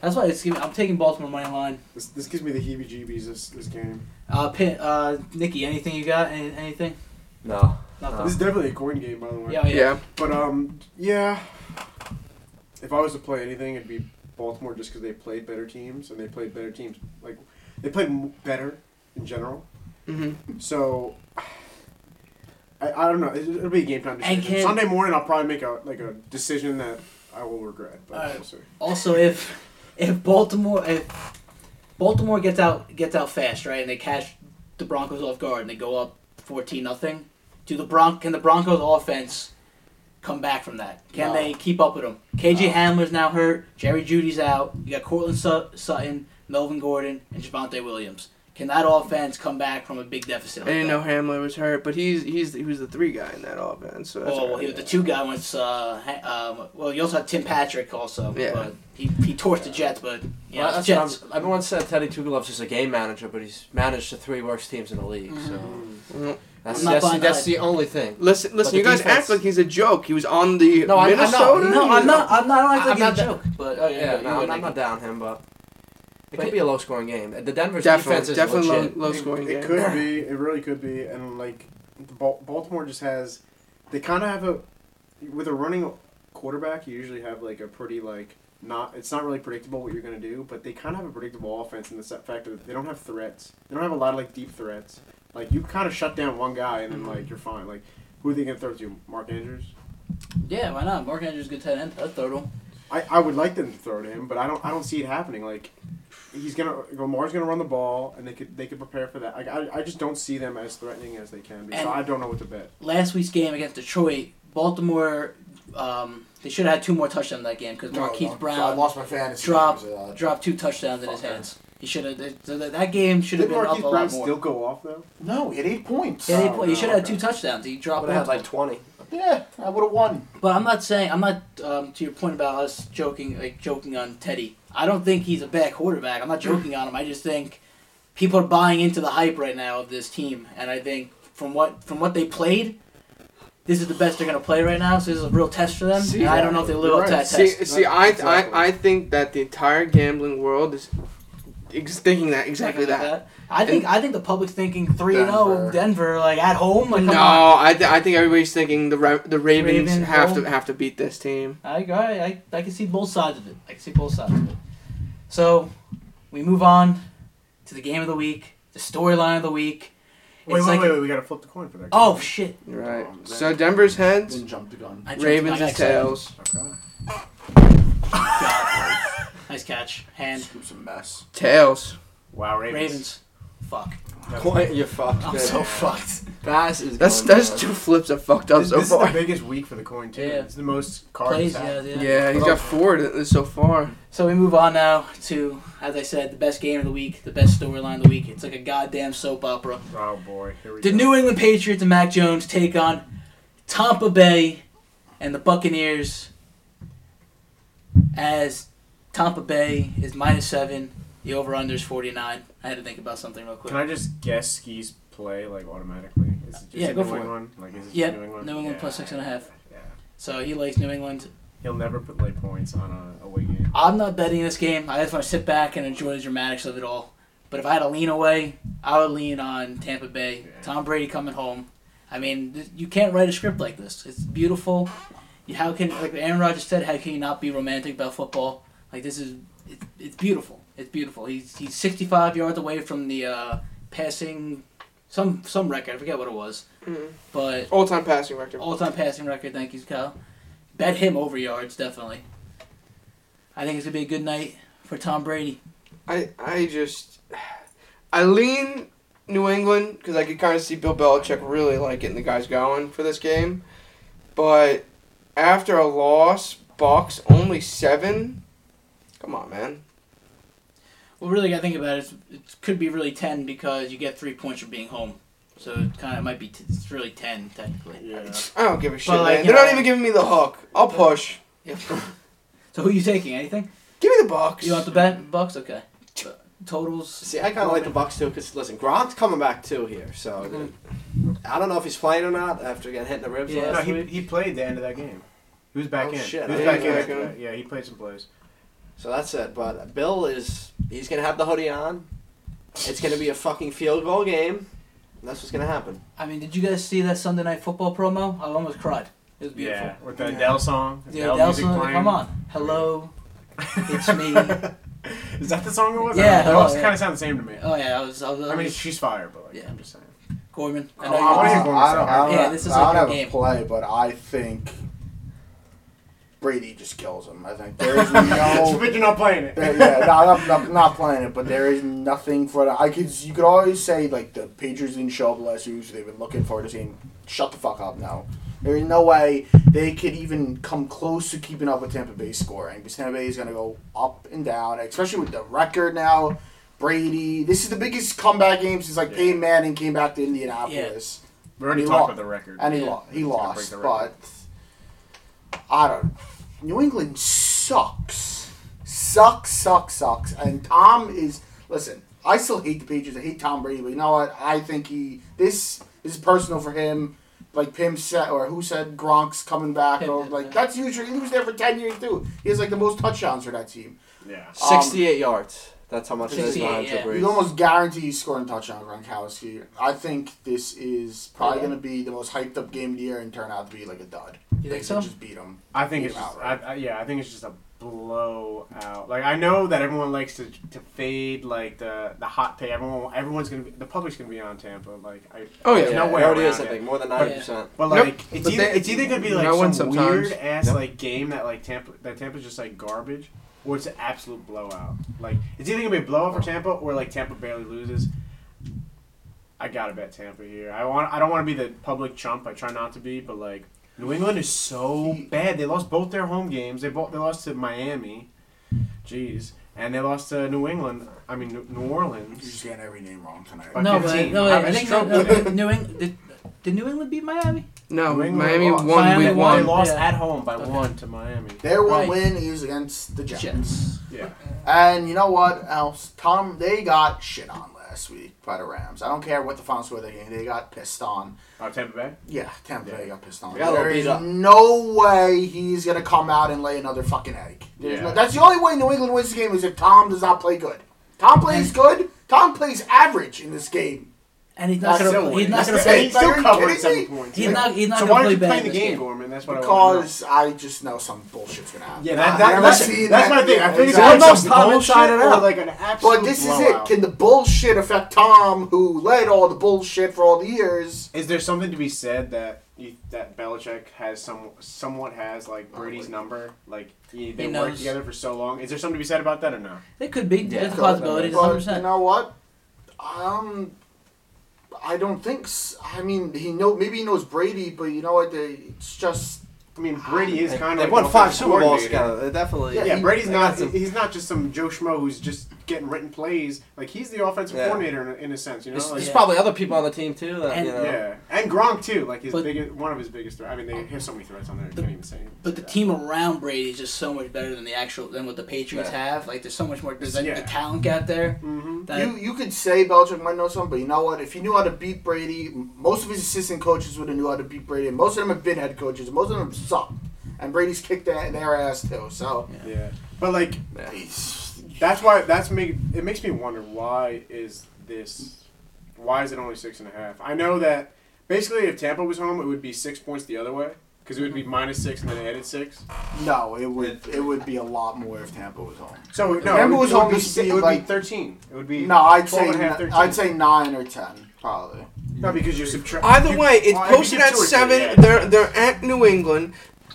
C: That's why it's giving, I'm taking Baltimore money line.
D: this, this gives me the heebie-jeebies. This this game.
C: Uh, pin, uh, Nikki, anything you got? Any, anything?
F: No.
C: Nothing.
D: This is definitely a coin game, by the way.
C: yeah, oh, yeah.
E: Yeah,
D: But um, yeah. If I was to play anything, it'd be Baltimore, just because they played better teams and they played better teams. Like they played m- better in general.
E: Mhm.
D: So I, I don't know. It, it'll be a game time
C: And
D: decision.
C: can-
D: Sunday morning, I'll probably make a like a decision that I will regret. But
C: Alright.
D: we'll see.
C: Also, if if Baltimore if Baltimore gets out gets out fast, right, and they catch the Broncos off guard and they go up fourteen nothing, do the Bron can the Broncos offense come back from that? Can
G: No.
C: they keep up with them? KJ Hamler's now hurt. Jerry Judy's out. You got Cortland Sut- Sutton, Melvin Gordon, and Javante Williams. Can that offense come back from a big deficit?
E: I
C: like
E: didn't
C: that?
E: know Hamler was hurt, but he's he's he was the three guy in that offense. So that's
C: Oh, well,
E: alright.
C: he was the two guy once. Uh, ha- um, well, you also had Tim Patrick also.
E: Yeah.
C: But he he torched the Jets, but yeah,
F: Well,
C: it's
F: that's what
C: Jets.
F: I'm- everyone said Teddy Tugelov's just a game manager, but he's managed the three worst teams in the league.
E: Mm.
F: So that's
C: Mm-hmm. I'm not
F: that's,
C: buying
F: that's
C: that.
F: the only thing.
E: Listen,
F: But
E: listen,
F: the
E: you guys
F: defense-
E: act like he's a joke. He was on the
F: No, I- I'm not.
E: Minnesota.
C: No, I'm not. I'm not. I don't
F: I'm
C: have
F: not
C: to
F: that-
C: get a joke. But oh yeah,
F: Yeah,
C: you
F: no,
C: go,
F: I'm, I'm
C: Nick.
F: not down him, but it
C: But-
F: could be a low scoring game. The Denver's defense
E: Definitely,
F: is
E: definitely low,
F: legit.
E: low scoring
D: it,
E: game.
D: It could be. It really could be. And like, the Bal- Baltimore just has. They kind of have a. With a running quarterback, you usually have like a pretty like not. It's not really predictable what you're gonna do, but they kind of have a predictable offense in the set fact that they don't have threats. They don't have a lot of like deep threats. Like you kind of shut down one guy and
E: Mm-hmm.
D: then like you're fine. Like who are they gonna throw to? Mark Andrews.
C: Yeah, why not? Mark Andrews is a good tight end. That's third one.
D: I, I would like them to throw to him, but I don't I don't see it happening. Like he's gonna Lamar's gonna run the ball, and they could they could prepare for that. Like, I I just don't see them as threatening as they can be.
C: And-
D: so I don't know what to bet.
C: Last week's game against Detroit, Baltimore, um, they should have had two more touchdowns that game because
G: No,
C: Marquise
G: Oh, no. So I
C: Brown
G: lost my fantasy. uh,
C: Drop.
G: because of that.
C: dropped two touchdowns in his
G: Fucker.
C: hands. He should have. So that, that game should have
D: Did
C: been up
D: Marquise
C: a
D: Brown
C: lot more.
D: still go off though?
G: No, he had eight points.
C: yeah, he,
D: Oh,
C: played- he
D: no,
C: should have had
D: okay.
C: two touchdowns. He
F: I
C: dropped
F: would have had
C: multiple.
F: like 20.
G: Yeah, I would have won.
C: But I'm not saying I'm not um, to your point about us joking like joking on Teddy. I don't think he's a bad quarterback. I'm not joking on him. I just think people are buying into the hype right now of this team, and I think from what from what they played, this is the best they're gonna play right now. So this is a real test for them.
E: See,
C: and I don't know if they live
D: you're
C: up to
D: right.
C: that
E: See,
C: test.
E: see, I,
D: Exactly.
E: I, I think that the entire gambling world is ex- thinking that exactly
C: Something like
E: that.
C: I think I think the public's thinking three and
G: Denver.
C: zero Denver like at home. Like, oh, come on.
E: No, I, th- I think everybody's thinking the Ra- the Ravens
C: Ravens, oh.
E: have
C: home.
E: to have to beat this team.
C: I, I I I can see both sides of it. I can see both sides of it. So we move on to the game of the week, the storyline of the week. It's
D: Wait, wait,
C: like-
D: wait, wait, we gotta flip the coin for that.
C: Oh shit!
E: You're Right.
D: man.
E: So Denver's heads,
G: Then jumped the gun.
C: I tripped.
E: Ravens
C: I got
E: is
C: excited.
E: tails.
D: Okay.
C: Nice catch. Hand.
G: Scoops a mess.
E: Tails.
D: Wow, Ravens.
C: Ravens. Fuck.
F: Coin, you're fucked.
C: I'm
F: baby.
C: so fucked.
F: That is
E: That's
F: going
E: that's
F: down.
E: two flips that fucked up
D: This,
E: so
D: this is the
E: far.
D: biggest week for the coin too.
C: Yeah.
D: It's the most cards.
C: Plays.
D: it's had.
C: Yeah, yeah.
E: Yeah, he's got four th- so far.
C: So we move on now to, as I said, the best game of the week, the best storyline of the week. It's like a goddamn soap opera.
D: Oh boy, here we
C: The
D: go.
C: New England Patriots and Mac Jones take on Tampa Bay and the Buccaneers. As Tampa Bay is minus seven, the over under is 49. I had to think about something real quick.
D: Can I just guess skis play like automatically? Is it just
C: Yeah,
D: a
C: go
D: New
C: for it.
D: England? Like is it just
C: Yep,
D: New England?
C: New England
D: Yeah.
C: plus six and a half.
D: Yeah.
C: So he likes New England
D: He'll never put late points on a away game.
C: I'm not betting this game. I just want to sit back and enjoy the dramatics of it all. But if I had to lean away, I would lean on Tampa Bay.
D: Yeah.
C: Tom Brady coming home. I mean, th- you can't write a script like this. It's beautiful. You- How can, like Aaron Rodgers said, how can you not be romantic about football? Like this is, it, it's beautiful. It's beautiful. He's he's 65 yards away from the uh, passing, some some record. I forget what it was,
E: Mhm.
C: but
E: All time passing record.
C: all time passing record. Thank you, Kyle. Bet him over yards, definitely. I think it's gonna be a good night for Tom Brady.
E: I I just I lean New England because I could kind of see Bill Belichick really like getting the guys going for this game, but after a loss, Bucks only seven. Come on, man.
C: Well, really, got to think about it. It's, it could be really ten because you get three points from being home, so it kind of might be. T- it's really ten technically.
H: Yeah.
E: I don't give a shit,
C: like,
E: man.
C: you
E: They're not
C: know-
E: even giving me the hook. I'll push.
C: So who you taking? Anything?
E: Give me the Bucks.
C: You want the bet? Bucks? Okay. Totals.
F: See, I kind of like the Bucks too, because listen, Gronk's coming back too here, so I don't know if he's playing or not after getting hit in the ribs
C: Yeah.
D: No,
F: last
D: he,
F: week.
D: he played the end of that game. He was back
F: Oh,
D: in.
F: shit,
D: he
F: I
D: was
E: didn't
D: back in.
E: know
D: after
E: that.
D: that. Yeah, he played some plays.
F: So that's it. But Bill is he's gonna have the hoodie on. It's gonna be a fucking field goal game. And that's what's gonna happen.
C: I mean, did you guys see that Sunday night football promo? I almost cried. It was beautiful.
D: Yeah, with the Adele song.
C: Yeah,
D: Adele
C: Adele
D: music
C: song,
D: playing.
C: come on. Hello. It's me.
D: Is that the song it was?
C: Yeah,
D: It
C: hello,
D: all
C: yeah.
D: kind of sounds the same to me.
C: Oh yeah, I was. I was. I
D: I mean,
C: was-
D: she's fire, but like,
C: Yeah.
D: I'm just saying.
C: Gorman. I
D: Oh,
C: know you
D: I
C: want
D: wanna
C: to-
D: hear
G: Uh, I don't, I don't,
C: Yeah, this is
G: I
C: like
G: don't
C: your
G: have
C: game.
G: a play, but I think Brady just kills him. I think there is no.
D: but you're not playing it.
G: there- yeah, no, I'm not, not playing it, but there is nothing for the, I could. You could always say like the Patriots didn't show up last week, so they've been looking forward to seeing. Shut the fuck up now. There is no way they could even come close to keeping up with Tampa Bay scoring because Tampa Bay is going to go up and down, especially with the record now. Brady, this is the biggest comeback game since like
D: Yeah.
G: Peyton Manning came back to Indianapolis.
D: We already
G: He
D: talked
G: lost.
D: about the record.
G: And he,
C: Yeah.
G: lo- he
D: gonna
G: lost,
D: break the
G: but
D: record.
G: I don't. New England sucks, sucks, sucks, sucks. And Tom is listen. I still hate the Patriots. I hate Tom Brady, but you know what? I think he this is personal for him. Like Pim said, or who said Gronk's coming back,
C: Pim
G: or
C: did, yeah.
G: like that's usually he was there for ten years too. He has like the most touchdowns for that team.
D: yeah.
G: Um,
F: Sixty-eight yards. That's how much it is
C: 68,
F: behind
C: yeah.
F: to
G: You
F: Breeze.
G: can almost guarantee he's scoring a touchdown, Gronkowski. I think this is probably going to be the most hyped up game of the year and turn out to be like a dud.
C: You
G: They
C: think so?
G: could Just beat him.
D: I think it's just, I, I, yeah, I think it's just a blowout. Like I know that everyone likes to, to fade like the the hot take. Everyone everyone's gonna be the public's gonna be on Tampa. Like I
E: Oh
D: there's
E: yeah.
D: no way
F: it already
D: around
F: is, I
D: it.
F: think, more than
D: Yeah.
F: ninety percent.
D: But
E: Nope.
D: like it's
E: But
D: either
E: they-
D: it's either gonna be
E: No
D: like
E: one
D: some
E: sometimes.
D: weird ass
F: Yep.
D: like game that like Tampa that Tampa's just like garbage, or it's an absolute blowout. Like it's either gonna be a blowout for Tampa or like Tampa barely loses. I gotta bet Tampa here. I want I don't want to be the public chump. I try not to be, but like New England is so bad. They lost both their home games. They both they lost to Miami. Jeez. And they lost to New England. I mean, New- New
G: You're just
D: Orleans.
G: getting every name wrong tonight.
D: By
C: No, but
D: 15.
C: no,
D: I'm
C: I
D: just
C: think no,
D: joking.
C: no, New England. Did, did New England beat Miami?
E: No,
D: New England
E: Um, Miami
D: lost.
E: won
C: Miami
E: week
C: won.
D: They
E: one.
D: lost
C: Yeah.
D: at home by
C: Okay.
D: one to Miami.
G: Their one
C: Right.
G: win is against the Jets.
C: Jets.
D: Yeah.
G: And you know what else? Tom, they got shit on last week by the Rams. I don't care what the final score of the game, they got pissed on.
D: Oh, Tampa Bay.
G: Yeah, Tampa Bay got pissed on.
F: They got a little
G: There
F: beat
G: is
F: up.
G: no way he's gonna come out and lay another fucking egg. There's
D: Yeah.
G: no- that's the only way New England wins the game is if Tom does not play good. Tom plays good. Tom plays average in this game.
C: And he's not gonna.
D: That's still
C: He's not
D: weird.
C: gonna
G: That's
C: play.
G: it. Are you kidding me?
D: points.
C: He's not. He's not
D: so
C: gonna
D: why
C: play
D: don't you play
C: bad
D: in the
C: this
D: game, Gorman? That's what
G: Because I just know some bullshit's gonna
D: I
G: happen.
D: want to know. Yeah, that,
G: I've
D: that,
G: never
D: that's,
G: seen
D: that's
G: that.
D: my thing. I think it's
G: Exactly.
D: either
F: almost
D: some
F: Tom
D: bullshit
F: inside and
D: or
F: out.
D: like an absolute
G: But this
D: blowout.
G: is it. Can the bullshit affect Tom, who led all the bullshit for all the years?
D: Is there something to be said that you, that Belichick has some somewhat has like Brady's number? Like he, they
C: He
D: worked
C: knows.
D: together for so long. Is there something to be said about that or no?
C: It could be.
F: Yeah.
C: It's a possibility. One hundred
G: But you
C: percent.
G: know what? Um, I don't think. s I I mean, he know maybe he knows Brady, but you know what? They, it's just
D: I mean, Brady is
F: They,
D: kind of
F: they
D: like
F: won
D: an
F: five
D: offensive
F: Super Bowls
D: coordinator.
F: together. They definitely.
G: Yeah,
D: Yeah,
G: he-
D: Brady's
G: they
D: not.
G: got some-
D: He's not just some Joe schmo who's just getting written plays. Like he's the offensive
F: Yeah.
D: coordinator in a, in a sense. You know,
F: There's,
D: like,
F: there's probably other people on the team too. That,
C: And-
F: you know.
D: Yeah, and Gronk too. Like his
C: But-
D: biggest, one of his biggest threats. I mean, they have so many threats on there. I
C: The-
D: can't even say.
C: But the
D: that.
C: team around Brady is just so much better than the actual than what the Patriots have. Like there's so much more. There's like,
D: Yeah.
C: a talent gap there.
D: Mhm.
C: That
G: you you could say Belichick might know something, but you know what? If he knew how to beat Brady, m- most of his assistant coaches would have knew how to beat Brady, and most of them have been head coaches. and Most of them suck. and Brady's kicked that their ass too. So
D: Yeah, but like
G: he's-
D: that's why that's make it makes me wonder why is this? Why is it only six and a half? I know that basically if Tampa was home, it would be six points the other way because it would be minus six and then they added six.
G: no, it would it would be a lot more if Tampa was home.
D: So no,
G: Tampa
D: it would,
G: was
D: it would
G: home,
D: be
G: this
D: si-
G: would
D: it would
G: be like-
D: be thirteen. It would be
G: No, I'd
D: 12
G: say
D: and a half,
G: ni-
D: 13.
G: I'd say nine or ten probably.
D: no because you subtract.
E: Either
D: you-
E: way, it's
D: well, I mean,
E: posted
D: you
E: at
D: two or three,
E: seven.
D: yeah.
E: They're they're at New England.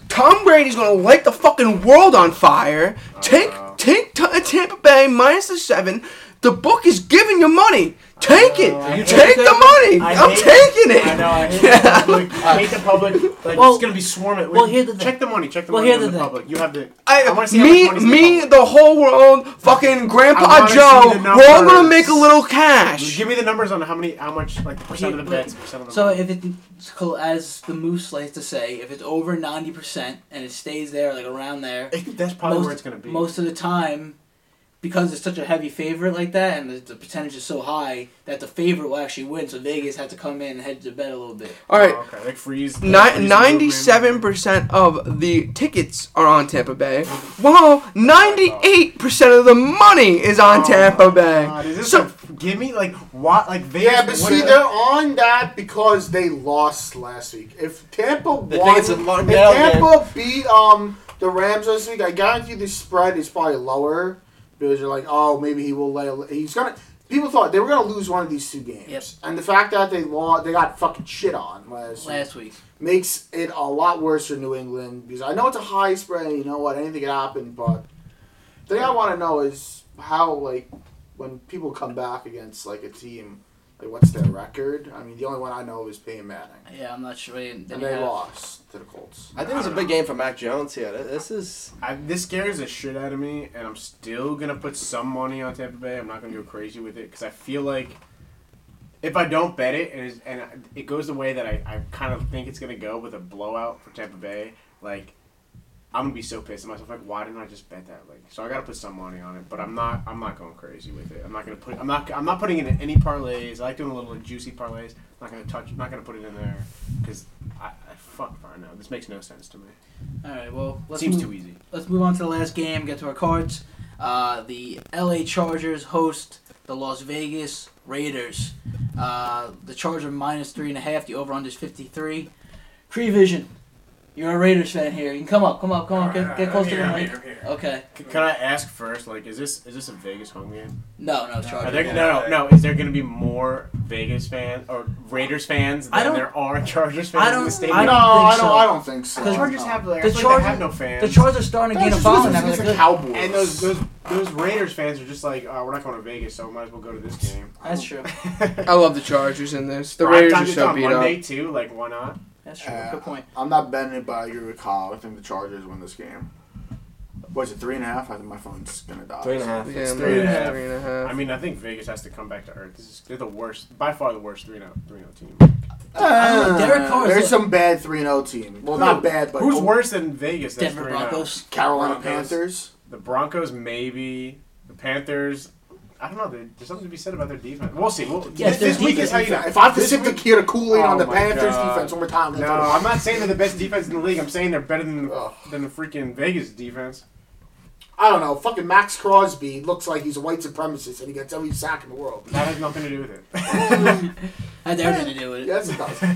E: Tom Brady's gonna light the fucking world on fire. Take
D: wow.
E: take Ta- uh, Tampa Bay minus the seven. The book is giving you money. Take it.
D: Uh,
C: I
E: take
C: hate
E: the
C: that.
E: money.
C: I
E: I'm
C: hate-
E: taking it.
D: I know. I hate
E: Yeah.
D: the public. I hate the public. Like
C: Well-
D: it's gonna be swarming.
C: well, here's the thing.
D: Check the money. Check the
C: Well,
D: money
C: here's
D: on
C: the
D: the
C: thing.
D: public. You have the.
E: I,
D: wanna see how much
E: me,
D: money's in the
E: me,
D: public.
E: the whole world, fucking
D: I
E: Grandpa
D: wanna see
E: Joe.
D: the
E: We're all gonna
D: numbers.
E: make a little cash.
D: Give me the numbers on how many, how much, like the percent of the bets, percent of the.
C: So if it's cool, as the moose likes to say, if it's over ninety percent and it stays there, like around there,
D: I think that's probably
C: most,
D: where it's gonna be.
C: Most of the time, because it's such a heavy favorite like that, and the, the percentage is so high that the favorite will actually win. So Vegas had to come in and head to bed a little bit.
E: All right.
D: Oh, okay, like freeze. freeze the
E: Ninety-seven percent of the tickets are on Tampa Bay, while ninety-eight percent of the money is on
D: movement.
E: Tampa
D: Oh my
E: Bay.
D: God, is this
E: so
D: a, give me like what like Vegas?
G: Yeah, but
D: what
G: see,
D: is-
G: they're on that because they lost last week. If Tampa
F: They
G: won,
F: think it's
G: if
F: a Martindale
G: Tampa beat um the Rams last week, I guarantee the spread is probably lower because you're like, oh, maybe he will lay. a- He's gonna. People thought they were gonna lose one of these two games,
C: Yep.
G: and the fact that they lost, they got fucking shit on last, week
C: Last week,
G: makes it a lot worse for New England because I know it's a high spread. and You know what? Anything can happen. But the thing I want to know is how like when people come back against like a team, like what's their record? I mean, the only one I know is Peyton Manning,
C: yeah, I'm not sure. And
G: and they
C: yeah.
G: lost to the Colts.
F: I think it's a big game for Mac Jones here. Th- This is
D: I, this scares the shit out of me, and I'm still gonna put some money on Tampa Bay. I'm not gonna go crazy with it because I feel like if I don't bet it and, it's, and it goes the way that I, I kind of think it's gonna go with a blowout for Tampa Bay, like I'm gonna be so pissed at myself. Like, why didn't I just bet that? Like, so I gotta put some money on it, but I'm not. I'm not going crazy with it. I'm not gonna put. I'm not. I'm not putting it in any parlays. I like doing a little juicy parlays. I'm not gonna touch. I'm not gonna put it in there because I, I fuck. I know this makes no sense to me.
C: All right, well, let's
D: Seems
C: move,
D: too easy.
C: let's move on to the last game. Get to our cards. Uh, the L.A. Chargers host the Las Vegas Raiders. Uh, the Chargers are minus three and a half. The over/under is fifty-three. Cree Vision, you're a Raiders fan here. You can come up, come up, come up. Get, get close to the
I: here, I'm
C: mic.
I: here, I'm here.
C: Okay.
D: C- Can I ask first, like, is this is this a Vegas home game?
C: No, no,
D: Are
C: Chargers.
D: there, no, no, no. Is there going to be more Vegas fans or Raiders fans
C: I
D: than
C: don't-
D: there are Chargers fans
C: I
D: in
C: don't-
D: the stadium?
C: I
G: no,
C: don't
G: I don't.
C: think so.
G: I don't think so.
D: the Chargers have like,
C: The
D: I feel like they
C: Chargers-
D: have no fans.
C: The Chargers are starting to gain a following. now.
G: It's
C: They're
G: the
C: good.
G: Cowboys.
D: and those those those Raiders fans are just like, oh, we're not going to Vegas, so we might as well go to this game.
C: That's true.
E: I love the Chargers in this. The
D: Prime
E: Raiders
D: time
E: are
D: is
E: so
D: on
E: beat
D: Monday
E: up.
D: too. Like, why not?
C: That's true.
G: Uh,
C: Good point.
G: I'm not betting it, but I agree with Kyle. I think the Chargers win this game. Was it three and a half? I think my phone's gonna die.
F: three and a half.
E: Yeah,
F: It's
E: I'm
F: three.
D: and a
E: like
D: half.
E: three and a half.
D: I mean, I think Vegas has to come back to earth. This is they're the worst, by far the worst three and oh, three team.
C: I don't know, Derek Carr is
G: Uh, There's
C: a-
G: some bad 3 0 team. Well, not bad, but
D: Who's worse than Vegas? that's oh?
C: Denver
D: 3-0?
C: Broncos.
G: Carolina
I: Broncos.
G: Panthers.
D: The Broncos, maybe. The Panthers. I don't know. there- There's something to be said about their defense. We'll see. We'll,
C: Yes,
D: this, this
C: their
D: week is how you know.
G: If I have to
D: this
G: sit the
D: week-
G: kid of Kool Aid
D: Oh
G: on the
D: my
G: Panthers
D: God.
G: defense one more time,
D: No, I'm not saying they're the best defense in the league. I'm saying they're better than
G: Ugh.
D: than the freaking Vegas defense.
G: I don't know. Fucking Max Crosby looks like he's a white supremacist and he gets every sack in the world.
D: That has nothing to do with it.
C: Had everything to do with it.
G: Yes, it does.
D: I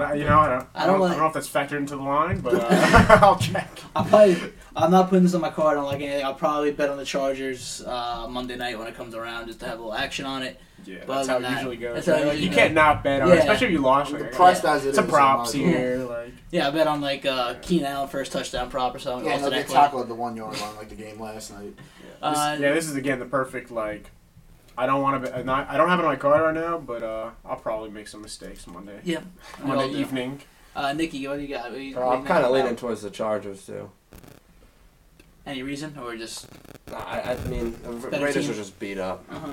D: don't, you know,
C: I don't
D: I don't. I don't, I
C: like-
D: don't know if that's factored into the line, but uh, I'll check.
C: I'm probably. I'm not putting this on my card. I don't like anything. I'll probably bet on the Chargers uh, Monday night when it comes around, just to have a little action on it.
D: Yeah,
C: But
D: that's
C: other
D: how
C: than
D: it
C: that,
D: usually goes.
C: that's how it
D: Like,
C: usually
D: you
C: goes.
D: can't not bet on,
C: Yeah.
D: it, especially if you lost.
G: The
D: Like,
G: price as it is.
D: some props
G: I'm not-
D: here. Like,
C: Yeah, I bet on like uh, Keenan Allen first touchdown prop or something.
G: Yeah,
C: also
G: no, they
C: that play.
G: tackled at the one yard line like the game last night.
D: This-
C: Uh,
D: yeah, this is again the perfect like. I don't want to. Not I don't have it on my card right now, but uh, I'll probably make some mistakes Monday.
C: Yeah, we all
D: Monday
C: do.
D: evening.
C: Uh, Nikki, what do you got? What do you-
F: Uh,
C: what do
F: I'm
C: you
F: kind
C: think
F: of leaning
C: about-
F: towards the Chargers too.
C: Any reason or just?
F: I, I mean, the Ra-
C: Better
F: Raiders
C: team.
F: are just beat up.
C: Uh-huh.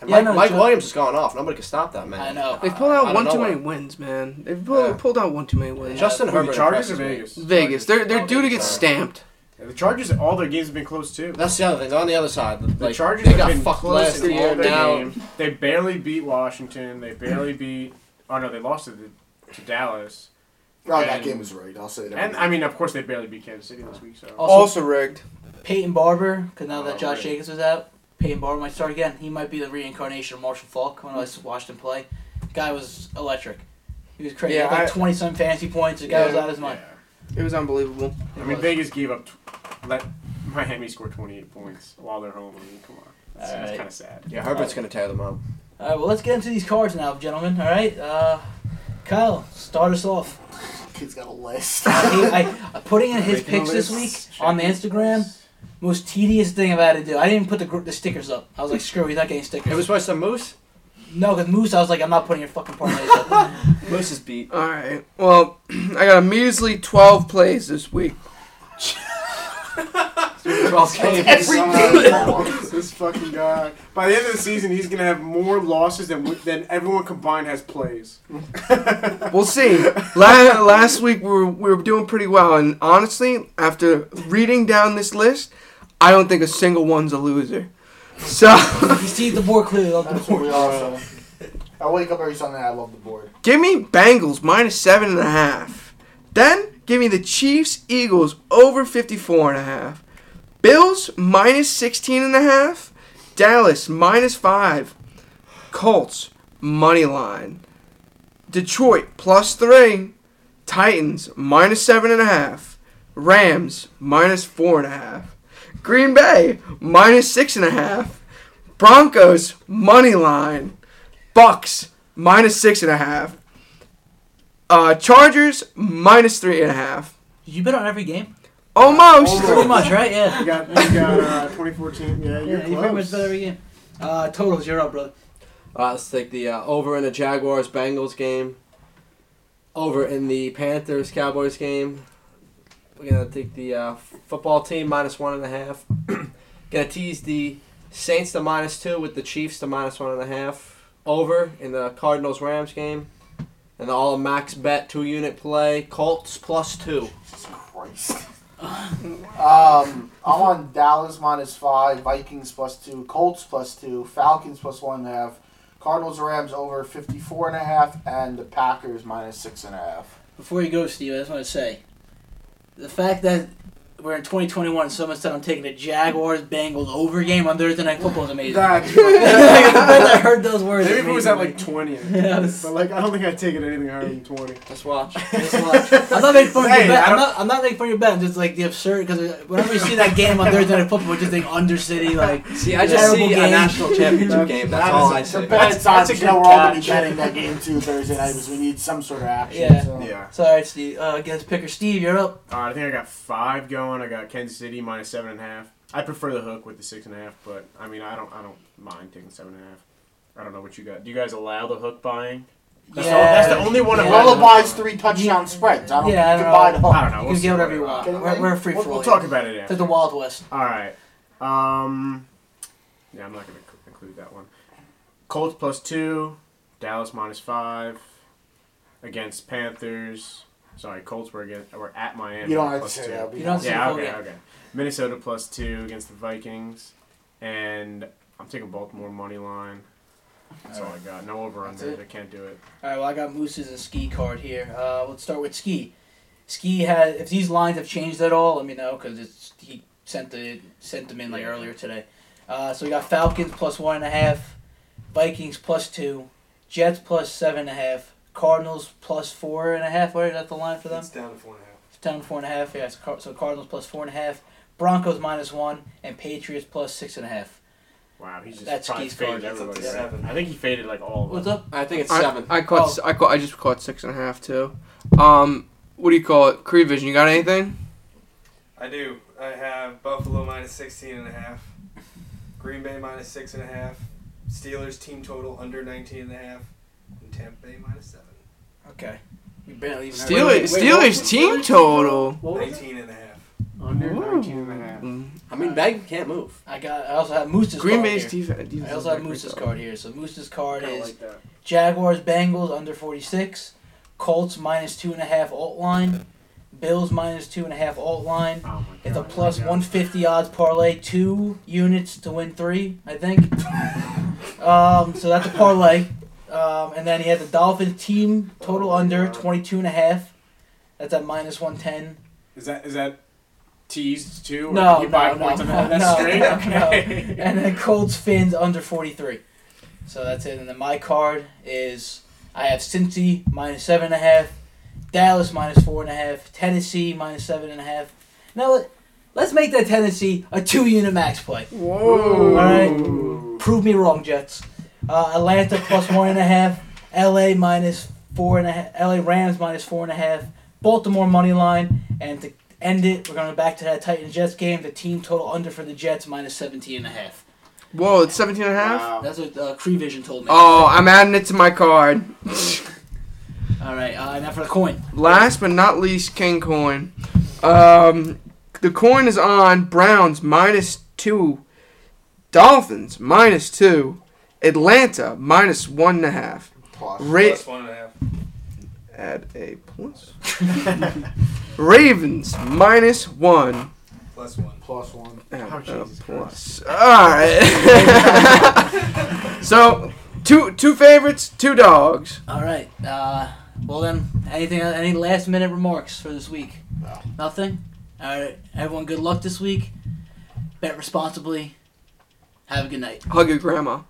F: And
C: Yeah,
F: Mike,
C: no,
F: Mike
C: Char-
F: Williams has gone off. Nobody can stop that man.
C: I know.
E: They pulled out
F: I
E: one
F: don't
E: too
F: know
E: many
F: why.
E: wins, man. They pulled,
F: Yeah.
E: pulled out one too many wins.
F: Justin
D: Who, the
F: Herbert.
D: Chargers or
F: impresses me.
D: Vegas?
E: Vegas, they're they're due to get
F: Chargers.
E: stamped.
D: Yeah, the Chargers. All their games have been close too.
F: That's the other thing. They're on the other side.
D: The
F: Like,
D: Chargers
F: they
D: have
F: got
D: been
F: fucked
D: close
F: last
D: in all
F: year.
D: their
F: Now
D: games. They barely beat Washington. They barely beat. Oh no, they lost to, the, to Dallas.
G: Oh, that
D: And-
G: game was rigged. I'll say that. Oh,
D: And I mean, of course, they barely beat Kansas City this week. So
C: Also,
E: Also rigged.
C: Peyton Barber, because now that
D: Oh,
C: Josh
D: right.
C: Jacobs was out, Peyton Barber might start again. He might be the reincarnation of Marshall Falk when I watched him play. Guy was electric. He was crazy.
E: Yeah,
C: he had like
E: I-
C: 20 some fantasy points. The guy was
E: Yeah.
C: out of his mind.
E: It was unbelievable.
C: He
D: I mean,
C: was.
D: Vegas gave up. T- let Miami score 28 points while they're home. I mean, come on, that's,
C: All right.
D: kind of sad.
F: Yeah, Herbert's gonna tear them up.
C: All right, well, let's get into these cards now, gentlemen. All right, uh, Kyle, start us off.
G: Kid's got a list.
C: I, hate- I, I'm putting in his
D: Making
C: picks
D: a
C: this week
D: list,
C: on the
D: checking
C: Instagram,
D: lists.
C: most tedious thing I've had to do. I didn't put the, gr- the stickers up. I was like, screw, it, he's not getting stickers.
F: It was by some moose.
C: no, because Moose, I was like, I'm not putting your fucking parlays up.
F: Moose is beat.
E: All right. Well, I got a measly 12 plays this week.
F: Twelve games.
G: Every day.
D: This fucking guy. By the end of the season, he's gonna have more losses than we- than everyone combined has plays.
E: We'll see. La- last week we were, we were doing pretty well, and honestly, after reading down this list, I don't think a single one's a loser. So
C: you see the board clearly. Love the
G: That's
C: board.
G: what we all say. I wake up every Sunday. I love the board.
E: give me Bengals minus seven and a half. Then give me the Chiefs Eagles over 54 and a half. Bills minus 16 and a half. Dallas minus five. Colts money line. Detroit plus three. Titans minus seven and a half. Rams minus four and a half. Green Bay minus six and a half. Broncos money line. Bucks minus six and a half. Uh, Chargers minus three and a half.
C: You bet on every game?
E: Almost.
C: Pretty much, right? Yeah.
D: You got you got uh, 2014. Yeah, you're
C: Yeah, you pretty much bet
D: close.
C: every game. Uh, totals, you're up, brother.
F: All right, let's take the uh, over in the Jaguars Bengals game. Over in the Panthers Cowboys game. We're gonna take the uh, f- football team minus one and a half. gonna tease the Saints to minus two with the Chiefs to minus one and a half. Over in the Cardinals Rams game. And the all max bet two unit play Colts plus two.
G: Jesus Christ. um, I'm on Dallas minus five, Vikings plus two, Colts plus two, Falcons plus one and a half, Cardinals Rams over 54 and a half, and the Packers minus six and a half.
C: Before you go, Steve, I just want to say the fact that we're in 2021 and someone said I'm taking a Jaguars Bengals over game on Thursday Night Football is amazing. the
D: That-
C: fact that I heard those words.
D: Maybe if it was at like
C: amazed
D: 20.
C: Yeah, that's-
D: But like, I don't think I'd take it anything higher than 20.
F: Just watch.
C: me. Just watch. I'm not making fun of
D: Hey,
C: your bet.
D: I
C: I'm
D: don't-
C: not, I'm not making fun of your bet. I'm just like the absurd because whenever you see that game on Thursday Night Football, we just think under city like
F: See, I just see
C: Terrible
F: a
C: game.
F: national championship
D: That's-
F: game. That's
D: that
F: all
D: is-
F: I
G: It's a
F: see.
G: bad
D: That's- that's
G: sign
D: a
G: because now
D: good
G: we're all going to
D: catch.
G: be betting that game too Thursday night because we need some sort of action.
C: Yeah.
G: so.
D: Yeah.
C: Sorry, Steve. Uh, guess picker Steve, you're up.
D: All right, I think I got five going. I got Kansas City minus seven and a half. I prefer the hook with the six and a half, but I mean, I don't, I don't mind taking seven and a half. I don't know what you got. Do you guys allow the hook buying? That's, the, that's the only one.
C: Yeah.
D: I'm
G: Well,
D: allowed
G: it
D: to
G: buys
D: buy.
G: three touchdown spreads. I don't
C: Yeah, I
G: think Oh, you can
C: don't
G: buy
C: know.
G: the hook.
D: I don't know.
C: You
D: We'll
C: can
D: see
C: get whatever
D: what
C: you
D: I-
C: want.
G: Okay,
C: We're, we're free
D: We'll,
C: for
D: we'll
C: all.
D: talk about it after.
C: To the Wild West.
D: All right. Um, yeah, I'm not going to include that one. Colts plus two, Dallas minus five against Panthers. Sorry, Colts were against were at Miami.
G: You don't have to
D: plus
G: say
D: two.
G: that. we
C: You don't
G: know.
D: Yeah,
C: Full
D: okay,
C: game.
D: okay. Minnesota plus two against the Vikings, and I'm taking Baltimore money line. That's all I got. No over
C: That's
D: under.
C: it.
D: I can't do it.
C: All right, well, I got Moose's and Ski card here. Uh, let's start with Ski. Ski has, if these lines have changed at all, let me know because it's he sent the sent them in like earlier today. Uh, so we got Falcons plus one and a half, Vikings plus two, Jets plus seven and a half, Cardinals plus four and a half. Where is that the line for them?
I: It's down to four and a half.
C: Down four and a half. Yeah, it's Car- so Cardinals plus four and a half, Broncos minus one, and Patriots plus six and a half.
D: Wow, he's just
C: That's
D: probably
C: Keith's card.
D: faded
I: That's up to
D: everybody.
I: seven.
D: I think he faded like all of
C: What's
D: them.
C: up?
F: I think it's
E: I,
F: seven.
E: I caught. s- I caught. I just caught six and a half too. Um, what do you call it? Creed Vision. You got anything?
I: I do. I have Buffalo minus 16 and a half. Green Bay minus six and a half. Steelers team total under 19 and a half. And Tampa Bay minus seven.
C: Okay. You barely even
E: Steelers. Steelers team total.
I: 19 and a half.
D: Under
E: Ooh.
D: 19 and a half.
E: Mm.
F: I mean, Bag can't move.
C: I got. I also have Moose's
E: Green
C: card
E: Bay's
C: here.
E: defense. defense
C: I also
E: is
C: have
E: very
C: Moose's
E: good.
C: card here. So Moose's card
D: Kinda
C: is
D: like that.
C: Jaguars Bengals under forty six, Colts minus two and a half alt line, Bills minus two and a half alt line.
D: Oh my
C: It's a
D: God,
C: plus
D: yeah.
C: one fifty odds parlay, two units to win three, I think. um, so that's a parlay. Um, and then he had the Dolphins team total under 22 and a half, That's at minus one ten.
D: Is that is that teased too? Or
C: No,
D: you buy
C: no, no,
D: points on
C: no,
D: that? That's
C: no,
D: straight.
C: no,
D: okay.
C: And then Colts Finns under forty three. So that's it. And then my card is I have Cincy minus seven and a half, Dallas minus four and a half, Tennessee minus seven and a half. Now let- let's make that Tennessee a two unit max play.
E: Whoa.
C: Alright. Prove me wrong, Jets. Uh, Atlanta plus one and a half. L.A. minus four and a half. L.A. Rams minus four and a half. Baltimore money line. And to end it, we're going back to that Titans Jets game. The team total under for the Jets minus 17 and a half.
E: Whoa, it's 17 and a half?
D: Wow.
C: That's what uh, Cree Vision told me.
E: Oh, I'm adding it to my card.
C: All right. Uh, now for the coin.
E: Last but not least, King Coin. Um, the coin is on Browns minus two, Dolphins minus two, Atlanta minus one and a half.
G: Plus.
E: Ra-
I: Plus one and a half.
E: add a plus. Ravens minus one.
I: Plus one.
G: Plus one.
E: Add
D: Oh,
E: a
D: Jesus
E: plus. All right. so two two favorites, two dogs.
C: All right. Uh, well then, anything? Any last minute remarks for this week?
G: No.
C: Nothing. All right. Everyone, good luck this week. Bet responsibly. Have a good night.
E: Hug your grandma.